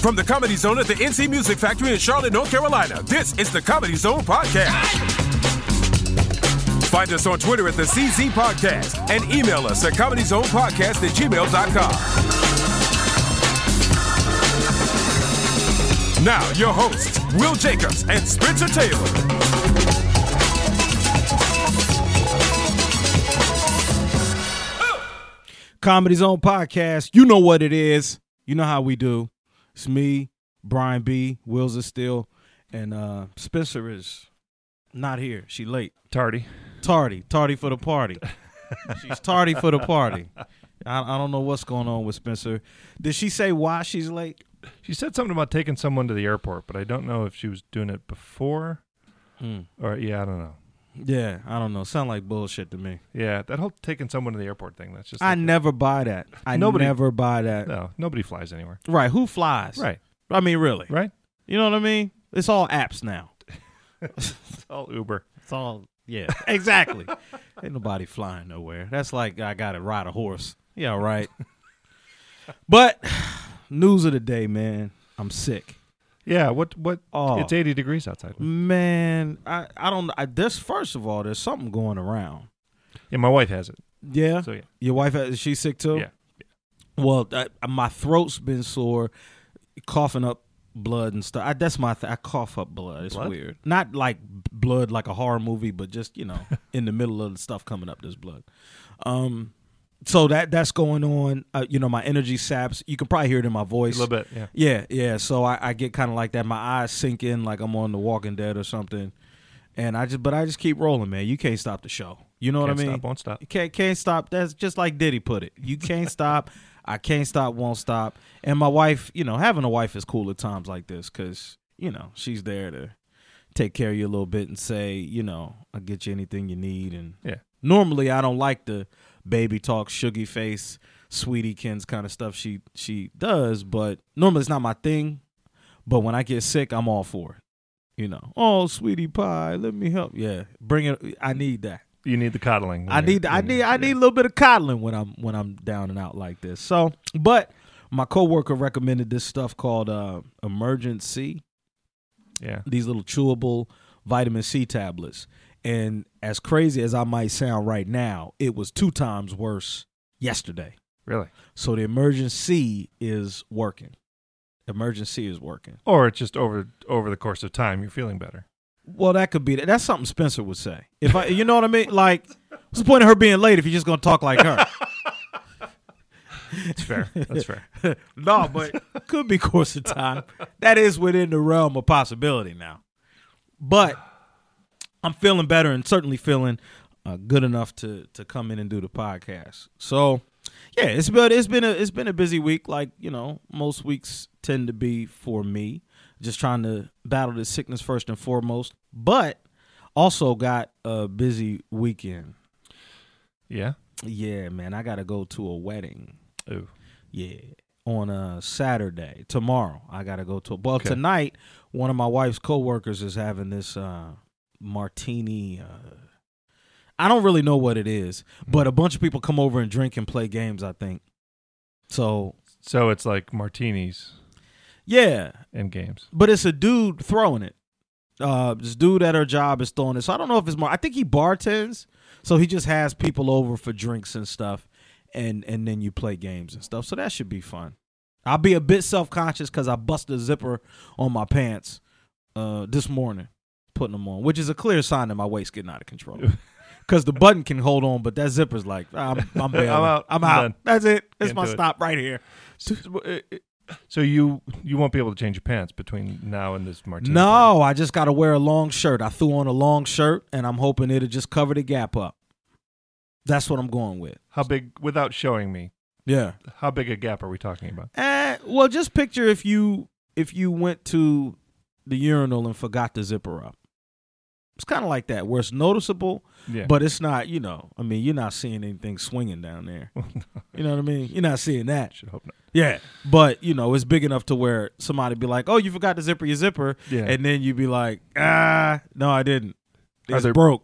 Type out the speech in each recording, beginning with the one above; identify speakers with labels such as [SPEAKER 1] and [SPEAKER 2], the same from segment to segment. [SPEAKER 1] From the Comedy Zone at the NC Music Factory in Charlotte, North Carolina, this is the Comedy Zone Podcast. Find us on Twitter at the CZ Podcast and email us at comedyzonepodcast at gmail.com. Now, your hosts, Will Jacobs and Spencer Taylor.
[SPEAKER 2] Comedy Zone podcast. You know what it is. You know how we do. It's me, Brian B. Wills is still, and uh, Spencer is not here. She late,
[SPEAKER 3] Tardy.
[SPEAKER 2] tardy, tardy for the party. She's tardy for the party. I, I don't know what's going on with Spencer. Did she say why she's late?
[SPEAKER 3] She said something about taking someone to the airport, but I don't know if she was doing it before or Uh, yeah, I don't know.
[SPEAKER 2] Yeah, I don't know. Sound like bullshit to me.
[SPEAKER 3] Yeah, that whole taking someone to the airport thing. That's just
[SPEAKER 2] I
[SPEAKER 3] like-
[SPEAKER 2] never buy that. I
[SPEAKER 3] Nobody-
[SPEAKER 2] never buy that.
[SPEAKER 3] no, nobody flies anywhere.
[SPEAKER 2] Right? Who flies?
[SPEAKER 3] Right,
[SPEAKER 2] I mean, really?
[SPEAKER 3] right.
[SPEAKER 2] You know what I mean? It's all apps now.
[SPEAKER 3] It's all Uber.
[SPEAKER 2] It's all yeah, exactly. Ain't nobody flying nowhere. That's like I gotta ride a horse. Yeah, right. but news of the day, man. I'm sick.
[SPEAKER 3] Yeah, what what?
[SPEAKER 2] Oh.
[SPEAKER 3] It's eighty degrees outside.
[SPEAKER 2] Man, I, I don't I this first of all, there's something going around.
[SPEAKER 3] Yeah, my wife has it.
[SPEAKER 2] Yeah.
[SPEAKER 3] So yeah,
[SPEAKER 2] Your wife is she sick too?
[SPEAKER 3] yeah.
[SPEAKER 2] Well, I, my throat's been sore, coughing up blood and stuff. I, that's my th- I cough up blood. It's
[SPEAKER 3] Blood?
[SPEAKER 2] weird. Not like b- blood like a horror movie, but just you know, in the middle of the stuff coming up, there's blood. Um, so that that's going on. Uh, you know, my energy saps. You can probably hear it in my
[SPEAKER 3] A
[SPEAKER 2] voice
[SPEAKER 3] little bit. Yeah.
[SPEAKER 2] Yeah, yeah. So I, I get kind of like that. My eyes sink in like I'm on The Walking Dead or something. And I just, but I just keep rolling, man. You can't stop the show. You know
[SPEAKER 3] Can't
[SPEAKER 2] what I mean?
[SPEAKER 3] stop, won't stop.
[SPEAKER 2] You can't can't stop. That's just like Diddy put it. You can't stop. I can't stop. Won't stop. And my wife, you know, having a wife is cool at times like this because you know she's there to take care of you a little bit and say, you know, I'll get you anything you need. And
[SPEAKER 3] Yeah.
[SPEAKER 2] normally I don't like the baby talk, sugy face, sweetie kins kind of stuff she she does, but normally it's not my thing. But when I get sick, I'm all for it. You know, oh sweetie pie, let me help. Yeah, bring it. I need that.
[SPEAKER 3] You need the coddling.
[SPEAKER 2] I need I need I need a little bit of coddling when I'm when I'm down and out like this. So, but my coworker recommended this stuff called uh, Emergency.
[SPEAKER 3] Yeah.
[SPEAKER 2] These little chewable vitamin C tablets. And as crazy as I might sound right now, it was two times worse yesterday.
[SPEAKER 3] Really.
[SPEAKER 2] So the emergency is working. Emergency is working.
[SPEAKER 3] Or it's just over over the course of time, you're feeling better.
[SPEAKER 2] Well, that could be that's something Spencer would say. If I, you know what I mean, like, what's the point of her being late if you're just gonna talk like her?
[SPEAKER 3] It's fair. That's fair.
[SPEAKER 2] no, but could be course of time. That is within the realm of possibility now. But I'm feeling better and certainly feeling uh, good enough to to come in and do the podcast. So yeah, it's been it's been a it's been a busy week, like you know most weeks tend to be for me. Just trying to battle this sickness first and foremost, but also got a busy weekend.
[SPEAKER 3] Yeah.
[SPEAKER 2] Yeah, man, I got to go to a wedding.
[SPEAKER 3] Ooh.
[SPEAKER 2] Yeah. On a Saturday, tomorrow, I gotta go to. Well,
[SPEAKER 3] Okay.
[SPEAKER 2] tonight, one of my wife's coworkers is having this uh, martini. Uh, I don't really know what it is, but a bunch of people come over and drink and play games. I think. So
[SPEAKER 3] So it's like martinis
[SPEAKER 2] yeah,
[SPEAKER 3] and games.
[SPEAKER 2] but it's a dude throwing it. Uh, this dude at her job is throwing it. So I don't know if it's more. I think he bartends, so he just has people over for drinks and stuff, and and then you play games and stuff. So that should be fun. I'll be a bit self conscious because I busted a zipper on my pants uh, this morning, putting them on, which is a clear sign that my waist getting out of control. Because the button can hold on, but that zipper's like, I'm, I'm, bailing. I'm out.
[SPEAKER 3] out.
[SPEAKER 2] I'm
[SPEAKER 3] I'm
[SPEAKER 2] out.
[SPEAKER 3] done.
[SPEAKER 2] That's it. That's
[SPEAKER 3] Can't
[SPEAKER 2] my
[SPEAKER 3] do it.
[SPEAKER 2] stop right here.
[SPEAKER 3] So you you won't be able to change your pants between now and this martini. party.
[SPEAKER 2] No, I just got to wear a long shirt. I threw on a long shirt, and I'm hoping it'll just cover the gap up. That's what I'm going with.
[SPEAKER 3] How big? Without showing me,
[SPEAKER 2] Yeah.
[SPEAKER 3] how big a gap are we talking about?
[SPEAKER 2] Eh, well, just picture if you if you went to the urinal and forgot the zipper up. It's kind of like that, where it's noticeable,
[SPEAKER 3] Yeah.
[SPEAKER 2] but it's not. You know, I mean, you're not seeing anything swinging down there. You know what I mean? You're not seeing that.
[SPEAKER 3] should hope not.
[SPEAKER 2] Yeah, but you know, it's big enough to where somebody be like, "Oh, you forgot to zipper your zipper,"
[SPEAKER 3] Yeah.
[SPEAKER 2] and then you be like, "Ah, no, I didn't.
[SPEAKER 3] Are
[SPEAKER 2] It's
[SPEAKER 3] there-
[SPEAKER 2] broke."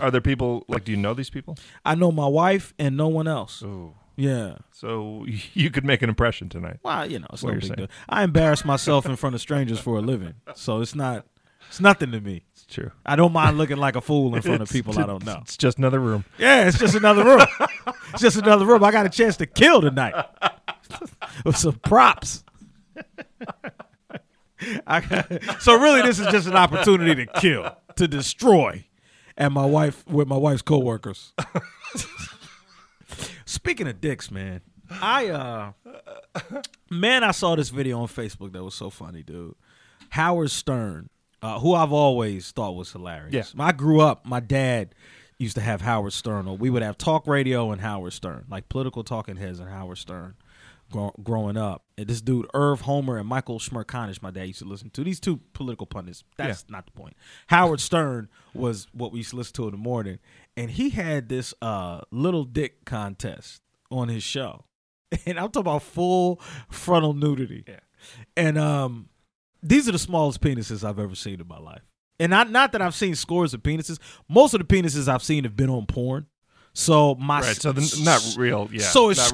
[SPEAKER 3] Are there people like? Do you know these people?
[SPEAKER 2] I know my wife and no one else.
[SPEAKER 3] Ooh.
[SPEAKER 2] Yeah.
[SPEAKER 3] So you could make an impression tonight.
[SPEAKER 2] Well, you know, it's
[SPEAKER 3] What
[SPEAKER 2] no
[SPEAKER 3] you're
[SPEAKER 2] big
[SPEAKER 3] saying.
[SPEAKER 2] deal. I embarrass myself in front of strangers for a living, so it's not. It's nothing to me.
[SPEAKER 3] It's true.
[SPEAKER 2] I don't mind looking like a fool in front of
[SPEAKER 3] It's-
[SPEAKER 2] people I don't know.
[SPEAKER 3] It's just another room.
[SPEAKER 2] Yeah, it's just another room. it's just another room. I got a chance to kill tonight with some props. I got- so really, this is just an opportunity to kill, to destroy, and my wife with my wife's coworkers. Speaking of dicks, man, I uh, man, I saw this video on Facebook that was so funny, dude. Howard Stern, uh, who I've always thought was hilarious.
[SPEAKER 3] Yeah.
[SPEAKER 2] When I grew up, my dad used to have Howard Stern, or we would have talk radio and Howard Stern, like political talking heads and Howard Stern. Grow, growing up, and this dude Irv Homer and Michael Schmerkanish, my dad used to listen to these two political pundits. That's not the point. Howard Stern was what we used to listen to in the morning, and he had this uh, little dick contest on his show, and I'm talking about full frontal nudity.
[SPEAKER 3] Yeah.
[SPEAKER 2] And um, these are the smallest penises I've ever seen in my life. And not not that I've seen scores of penises. Most of the penises I've seen have been on porn. So my
[SPEAKER 3] Right. So the, not real. Yeah.
[SPEAKER 2] so
[SPEAKER 3] not real life.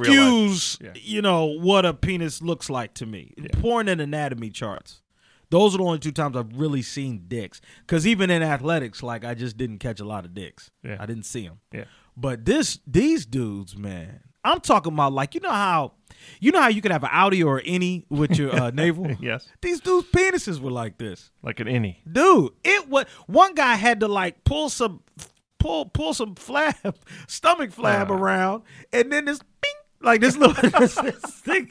[SPEAKER 2] excuse
[SPEAKER 3] Yeah.
[SPEAKER 2] you know what a penis looks like to me. Porn and anatomy charts. Those are the only two times I've really seen dicks. Because even in athletics, like I just didn't catch a lot of dicks.
[SPEAKER 3] Yeah.
[SPEAKER 2] I didn't see them.
[SPEAKER 3] Yeah.
[SPEAKER 2] But this these dudes, man, I'm talking about like you know how you know how you could have an Audi or any with your uh, navel.
[SPEAKER 3] Yes.
[SPEAKER 2] These dudes' penises were like this,
[SPEAKER 3] Like an innie.
[SPEAKER 2] dude. It was one guy had to like pull some pull pull some flab stomach flab
[SPEAKER 3] Wow.
[SPEAKER 2] around, and then this bing, like this little this thing.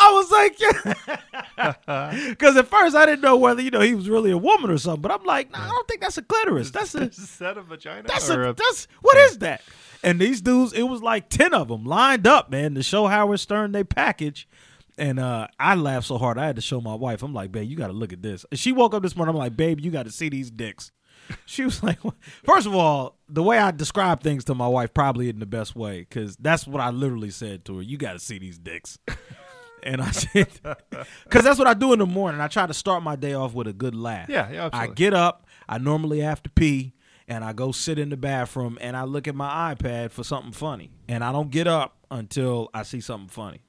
[SPEAKER 2] I was like, because at first I didn't know whether you know he was really a woman or something, but I'm like, nah, I don't think that's a clitoris. That's a
[SPEAKER 3] that a vagina?
[SPEAKER 2] that's a, that's what is that? And these dudes, it was like ten of them lined up, man, to show Howard Stern they package. And uh, I laughed so hard I had to show my wife. I'm like, babe, you got to look at this. And she woke up this morning. I'm like, babe, you got to see these dicks. She was like, "What?" first of all, the way I describe things to my wife probably isn't the best way because that's what I literally said to her. You got to see these dicks. And I said, because that's what I do in the morning. I try to start my day off with a good laugh.
[SPEAKER 3] Yeah, yeah, absolutely.
[SPEAKER 2] I get up. I normally have to pee, and I go sit in the bathroom and I look at my iPad for something funny. And I don't get up until I see something funny.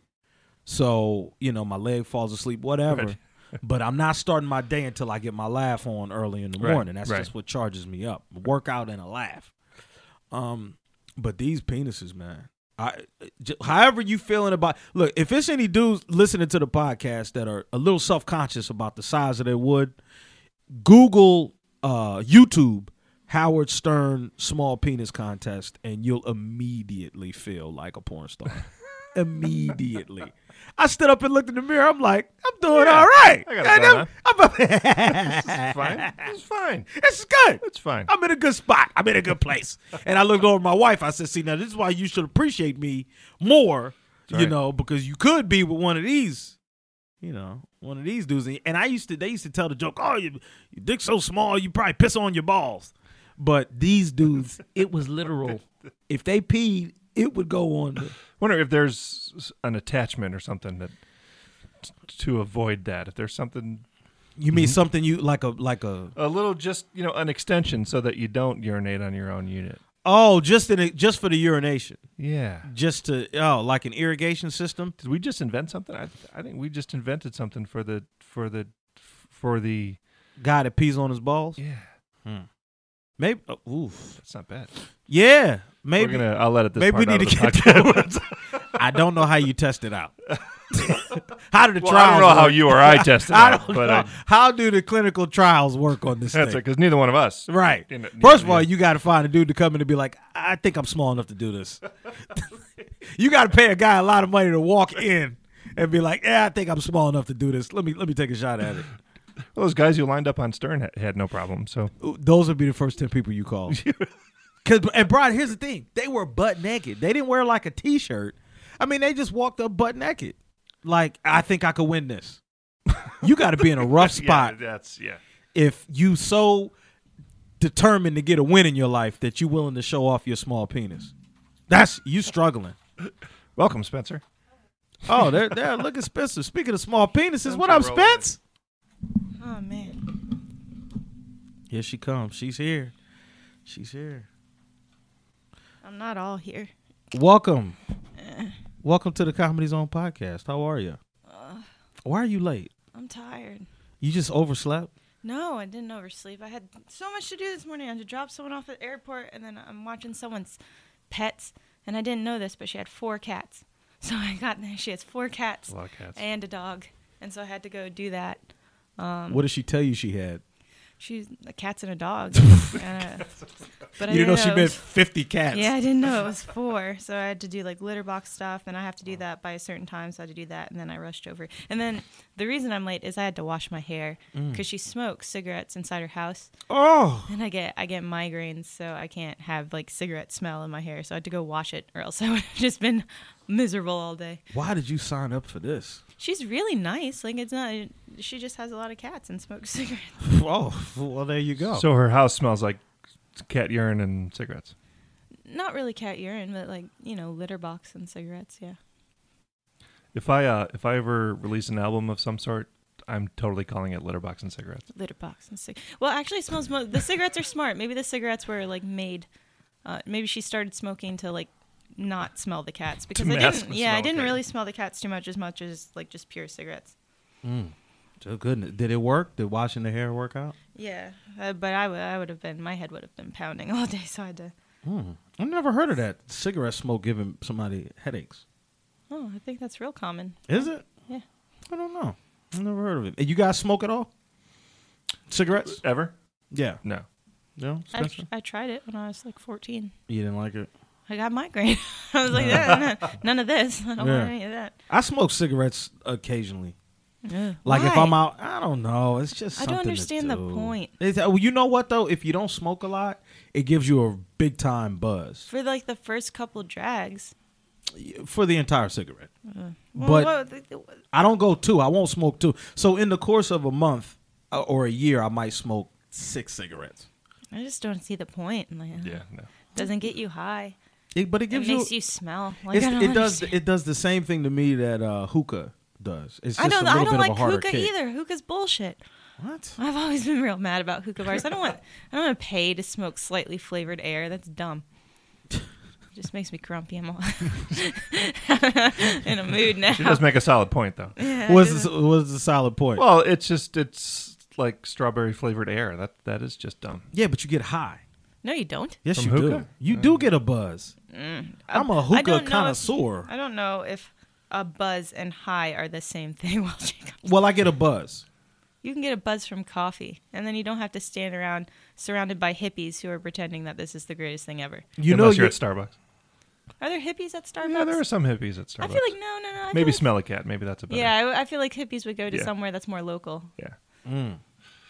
[SPEAKER 2] So you know, my leg falls asleep, whatever.
[SPEAKER 3] Right.
[SPEAKER 2] But I'm not starting my day until I get my laugh on early in the
[SPEAKER 3] Right,
[SPEAKER 2] morning. That's
[SPEAKER 3] right.
[SPEAKER 2] just what charges me up. A workout and a laugh. Um, but these penises, man. I, j- however you feeling about look if it's any dudes listening to the podcast that are a little self-conscious about the size of their wood google uh youtube howard stern small penis contest and you'll immediately feel like a porn star immediately i stood up and looked in the mirror i'm like i'm doing
[SPEAKER 3] Yeah,
[SPEAKER 2] all right
[SPEAKER 3] I got it
[SPEAKER 2] Goddamn,
[SPEAKER 3] It's
[SPEAKER 2] I'm,
[SPEAKER 3] fine. It's fine.
[SPEAKER 2] it's good
[SPEAKER 3] It's fine.
[SPEAKER 2] I'm in a good spot. I'm in a good place. and I looked over at my wife. I said, "See, now this is why you should appreciate me more, you
[SPEAKER 3] right.
[SPEAKER 2] know, because you could be with one of these, you know, one of these dudes." And I used to, they used to tell the joke, "Oh, you, your dick's so small, you probably piss on your balls." But these dudes, it was literal. If they peed, it would go on. the-
[SPEAKER 3] Wonder if there's s- an attachment or something that t- to avoid that. If there's something
[SPEAKER 2] You
[SPEAKER 3] Mhm.
[SPEAKER 2] mean something you like a like a
[SPEAKER 3] a little just you know an extension so that you don't urinate on your own unit.
[SPEAKER 2] oh just in a, just for the urination,
[SPEAKER 3] Yeah.
[SPEAKER 2] just to oh like an irrigation system.
[SPEAKER 3] Did we just invent something? I I think we just invented something for the for the for the
[SPEAKER 2] Guy that pees on his balls.
[SPEAKER 3] yeah.
[SPEAKER 2] Maybe. oh, oof.
[SPEAKER 3] That's not bad.
[SPEAKER 2] Yeah. Maybe.
[SPEAKER 3] We're gonna. I'll let it. This
[SPEAKER 2] maybe we
[SPEAKER 3] part out
[SPEAKER 2] need to
[SPEAKER 3] of
[SPEAKER 2] get.
[SPEAKER 3] the
[SPEAKER 2] That. I don't know how you test it out. how do the
[SPEAKER 3] Well,
[SPEAKER 2] trials?
[SPEAKER 3] I don't know how
[SPEAKER 2] work?
[SPEAKER 3] you or I tested
[SPEAKER 2] I
[SPEAKER 3] out,
[SPEAKER 2] don't
[SPEAKER 3] but
[SPEAKER 2] know.
[SPEAKER 3] I,
[SPEAKER 2] how do the clinical trials work on this
[SPEAKER 3] that's it
[SPEAKER 2] thing?
[SPEAKER 3] because neither one of us.
[SPEAKER 2] right.
[SPEAKER 3] You know,
[SPEAKER 2] First of
[SPEAKER 3] yeah.
[SPEAKER 2] all, you got to find a dude to come in and be like, I think I'm small enough to do this. you got to pay a guy a lot of money to walk in and be like, Yeah, I think I'm small enough to do this. Let me let me take a shot at it.
[SPEAKER 3] Well, those guys who lined up on Stern had, had no problem. So
[SPEAKER 2] Ooh, Those would be the first ten people you call. Cause and Brian, here's the thing: they were butt naked. They didn't wear like a t-shirt. I mean, they just walked up butt naked. Like I think I could win this. You got to be in a rough spot
[SPEAKER 3] Yeah, that's yeah.
[SPEAKER 2] if you so determined to get a win in your life that you're willing to show off your small penis. That's you struggling.
[SPEAKER 3] Welcome, Spencer.
[SPEAKER 2] Oh, there, there. Look at Spencer. Speaking of small penises, what
[SPEAKER 3] you
[SPEAKER 2] up,
[SPEAKER 3] roll with it?
[SPEAKER 2] Spence?
[SPEAKER 4] Oh man.
[SPEAKER 2] Here she comes. She's here. She's here.
[SPEAKER 4] I'm not all here.
[SPEAKER 2] Welcome. Welcome to the Comedy Zone podcast. How are you? Why are you late?
[SPEAKER 4] I'm tired.
[SPEAKER 2] You just overslept.
[SPEAKER 4] No, I didn't oversleep. I had so much to do this morning. I had to drop someone off at the airport, and then I'm watching someone's pets. And I didn't know this, but she had four cats. So I got there. She has four cats
[SPEAKER 3] A lot of cats.
[SPEAKER 4] and a dog, and so I had to go do that. Um,
[SPEAKER 2] what did she tell you she had?
[SPEAKER 4] She's a cats and a dog. and, uh, but I
[SPEAKER 2] you didn't know she
[SPEAKER 4] it
[SPEAKER 2] meant
[SPEAKER 4] was-
[SPEAKER 2] fifty cats.
[SPEAKER 4] Yeah, I didn't know it was four. So I had to do like litter box stuff, and I have to do that by a certain time. So I had to do that, and then I rushed over. And then the reason I'm late is I had to wash my hair because she smokes cigarettes inside her house,
[SPEAKER 2] Oh,
[SPEAKER 4] and I get I get migraines, so I can't have like cigarette smell in my hair. So I had to go wash it, or else I would have just been miserable all day.
[SPEAKER 2] why did you sign up for this?
[SPEAKER 4] She's really nice. Like it's not. She just has a lot of cats and smokes cigarettes.
[SPEAKER 2] Oh, well, there you go.
[SPEAKER 3] So her house smells like cat urine and cigarettes.
[SPEAKER 4] Not really cat urine, but like you know litter box and cigarettes. Yeah.
[SPEAKER 3] If I uh, if I ever release an album of some sort, I'm totally calling it Litterbox and Cigarettes.
[SPEAKER 4] litter box and cig. Well, actually, it smells. Mo- the cigarettes are smart. Maybe the cigarettes were like made. Uh, maybe she started smoking to like not smell the cats because I
[SPEAKER 3] mask
[SPEAKER 4] didn't.
[SPEAKER 3] the
[SPEAKER 4] Yeah,
[SPEAKER 3] smell
[SPEAKER 4] I
[SPEAKER 3] of
[SPEAKER 4] didn't
[SPEAKER 3] cats.
[SPEAKER 4] really smell the cats too much as much as like just pure cigarettes.
[SPEAKER 2] So Oh, goodness, did it work? Did washing the hair work out?
[SPEAKER 4] Yeah, uh, but I would. I would have been. My head would have been pounding all day, so I had to.
[SPEAKER 2] I've Hmm. never heard of that cigarette smoke giving somebody headaches.
[SPEAKER 4] Oh, I think that's real common.
[SPEAKER 2] Is it?
[SPEAKER 4] Yeah.
[SPEAKER 2] I don't know. I've never heard of it. And You guys smoke at all? Cigarettes?
[SPEAKER 3] Ever?
[SPEAKER 2] Yeah.
[SPEAKER 3] No.
[SPEAKER 2] No.
[SPEAKER 4] Uh, I, tr- I tried it when I was like 14.
[SPEAKER 2] You didn't like it.
[SPEAKER 4] I got migraine. I was like, "Yeah, no, none of this. I don't
[SPEAKER 2] Yeah.
[SPEAKER 4] want any of that.
[SPEAKER 2] I smoke cigarettes occasionally. Like
[SPEAKER 4] Why?
[SPEAKER 2] if I'm out, I don't know. It's just
[SPEAKER 4] I don't
[SPEAKER 2] something to
[SPEAKER 4] understand the
[SPEAKER 2] do.
[SPEAKER 4] point.
[SPEAKER 2] It's- uh, well, you know what though? If you don't smoke a lot, it gives you a big time buzz
[SPEAKER 4] for like the first couple drags.
[SPEAKER 2] for the entire cigarette.
[SPEAKER 4] Well,
[SPEAKER 2] But-
[SPEAKER 4] what-
[SPEAKER 2] I don't go two. I won't smoke two. So in the course of a month uh, or a year, I might smoke six cigarettes.
[SPEAKER 4] I just don't see the point. Like,
[SPEAKER 3] Yeah. No.
[SPEAKER 4] doesn't get you high.
[SPEAKER 2] It- but it
[SPEAKER 4] It
[SPEAKER 2] gives
[SPEAKER 4] makes
[SPEAKER 2] you.
[SPEAKER 4] you, smell. Like,
[SPEAKER 2] it's-
[SPEAKER 4] I don't
[SPEAKER 2] it does.
[SPEAKER 4] understand.
[SPEAKER 2] It does the same thing to me that uh, hookah does. It's just
[SPEAKER 4] I don't.
[SPEAKER 2] a little
[SPEAKER 4] I don't
[SPEAKER 2] bit
[SPEAKER 4] like
[SPEAKER 2] of a harder
[SPEAKER 4] hookah
[SPEAKER 2] kick.
[SPEAKER 4] either. Hookah's bullshit.
[SPEAKER 2] What?
[SPEAKER 4] I've always been real mad about hookah bars. I don't want. I don't want to pay to smoke slightly flavored air. That's dumb. It just makes me grumpy. I'm all in a mood now.
[SPEAKER 3] She does make a solid point though.
[SPEAKER 4] Yeah, I
[SPEAKER 2] What's
[SPEAKER 4] just-
[SPEAKER 2] the, what's the solid point?
[SPEAKER 3] Well, it's just it's like strawberry flavored air. That that is just dumb.
[SPEAKER 2] yeah, but you get high.
[SPEAKER 4] no, you don't.
[SPEAKER 2] Yes,
[SPEAKER 3] From
[SPEAKER 2] you do.
[SPEAKER 3] hookah?
[SPEAKER 2] You do get a buzz. I'm a
[SPEAKER 4] Mm. I
[SPEAKER 2] hookah
[SPEAKER 4] don't know if-
[SPEAKER 2] connoisseur.
[SPEAKER 4] I don't know if a buzz and high are the same thing. Well, Jacob.
[SPEAKER 2] well, I get a buzz.
[SPEAKER 4] You can get a buzz from coffee, and then you don't have to stand around surrounded by hippies who are pretending that this is the greatest thing ever.
[SPEAKER 2] You know,
[SPEAKER 3] Unless you're
[SPEAKER 2] you
[SPEAKER 3] at Starbucks.
[SPEAKER 4] Are there hippies at Starbucks?
[SPEAKER 3] Yeah, there were some hippies at Starbucks.
[SPEAKER 4] I feel like no, no, no. I
[SPEAKER 3] Maybe
[SPEAKER 4] feel
[SPEAKER 3] smell a cat. Maybe that's a
[SPEAKER 4] like,
[SPEAKER 3] better.
[SPEAKER 4] yeah, I, I feel like hippies would go to
[SPEAKER 3] Yeah.
[SPEAKER 4] somewhere that's more local.
[SPEAKER 3] Yeah.
[SPEAKER 2] I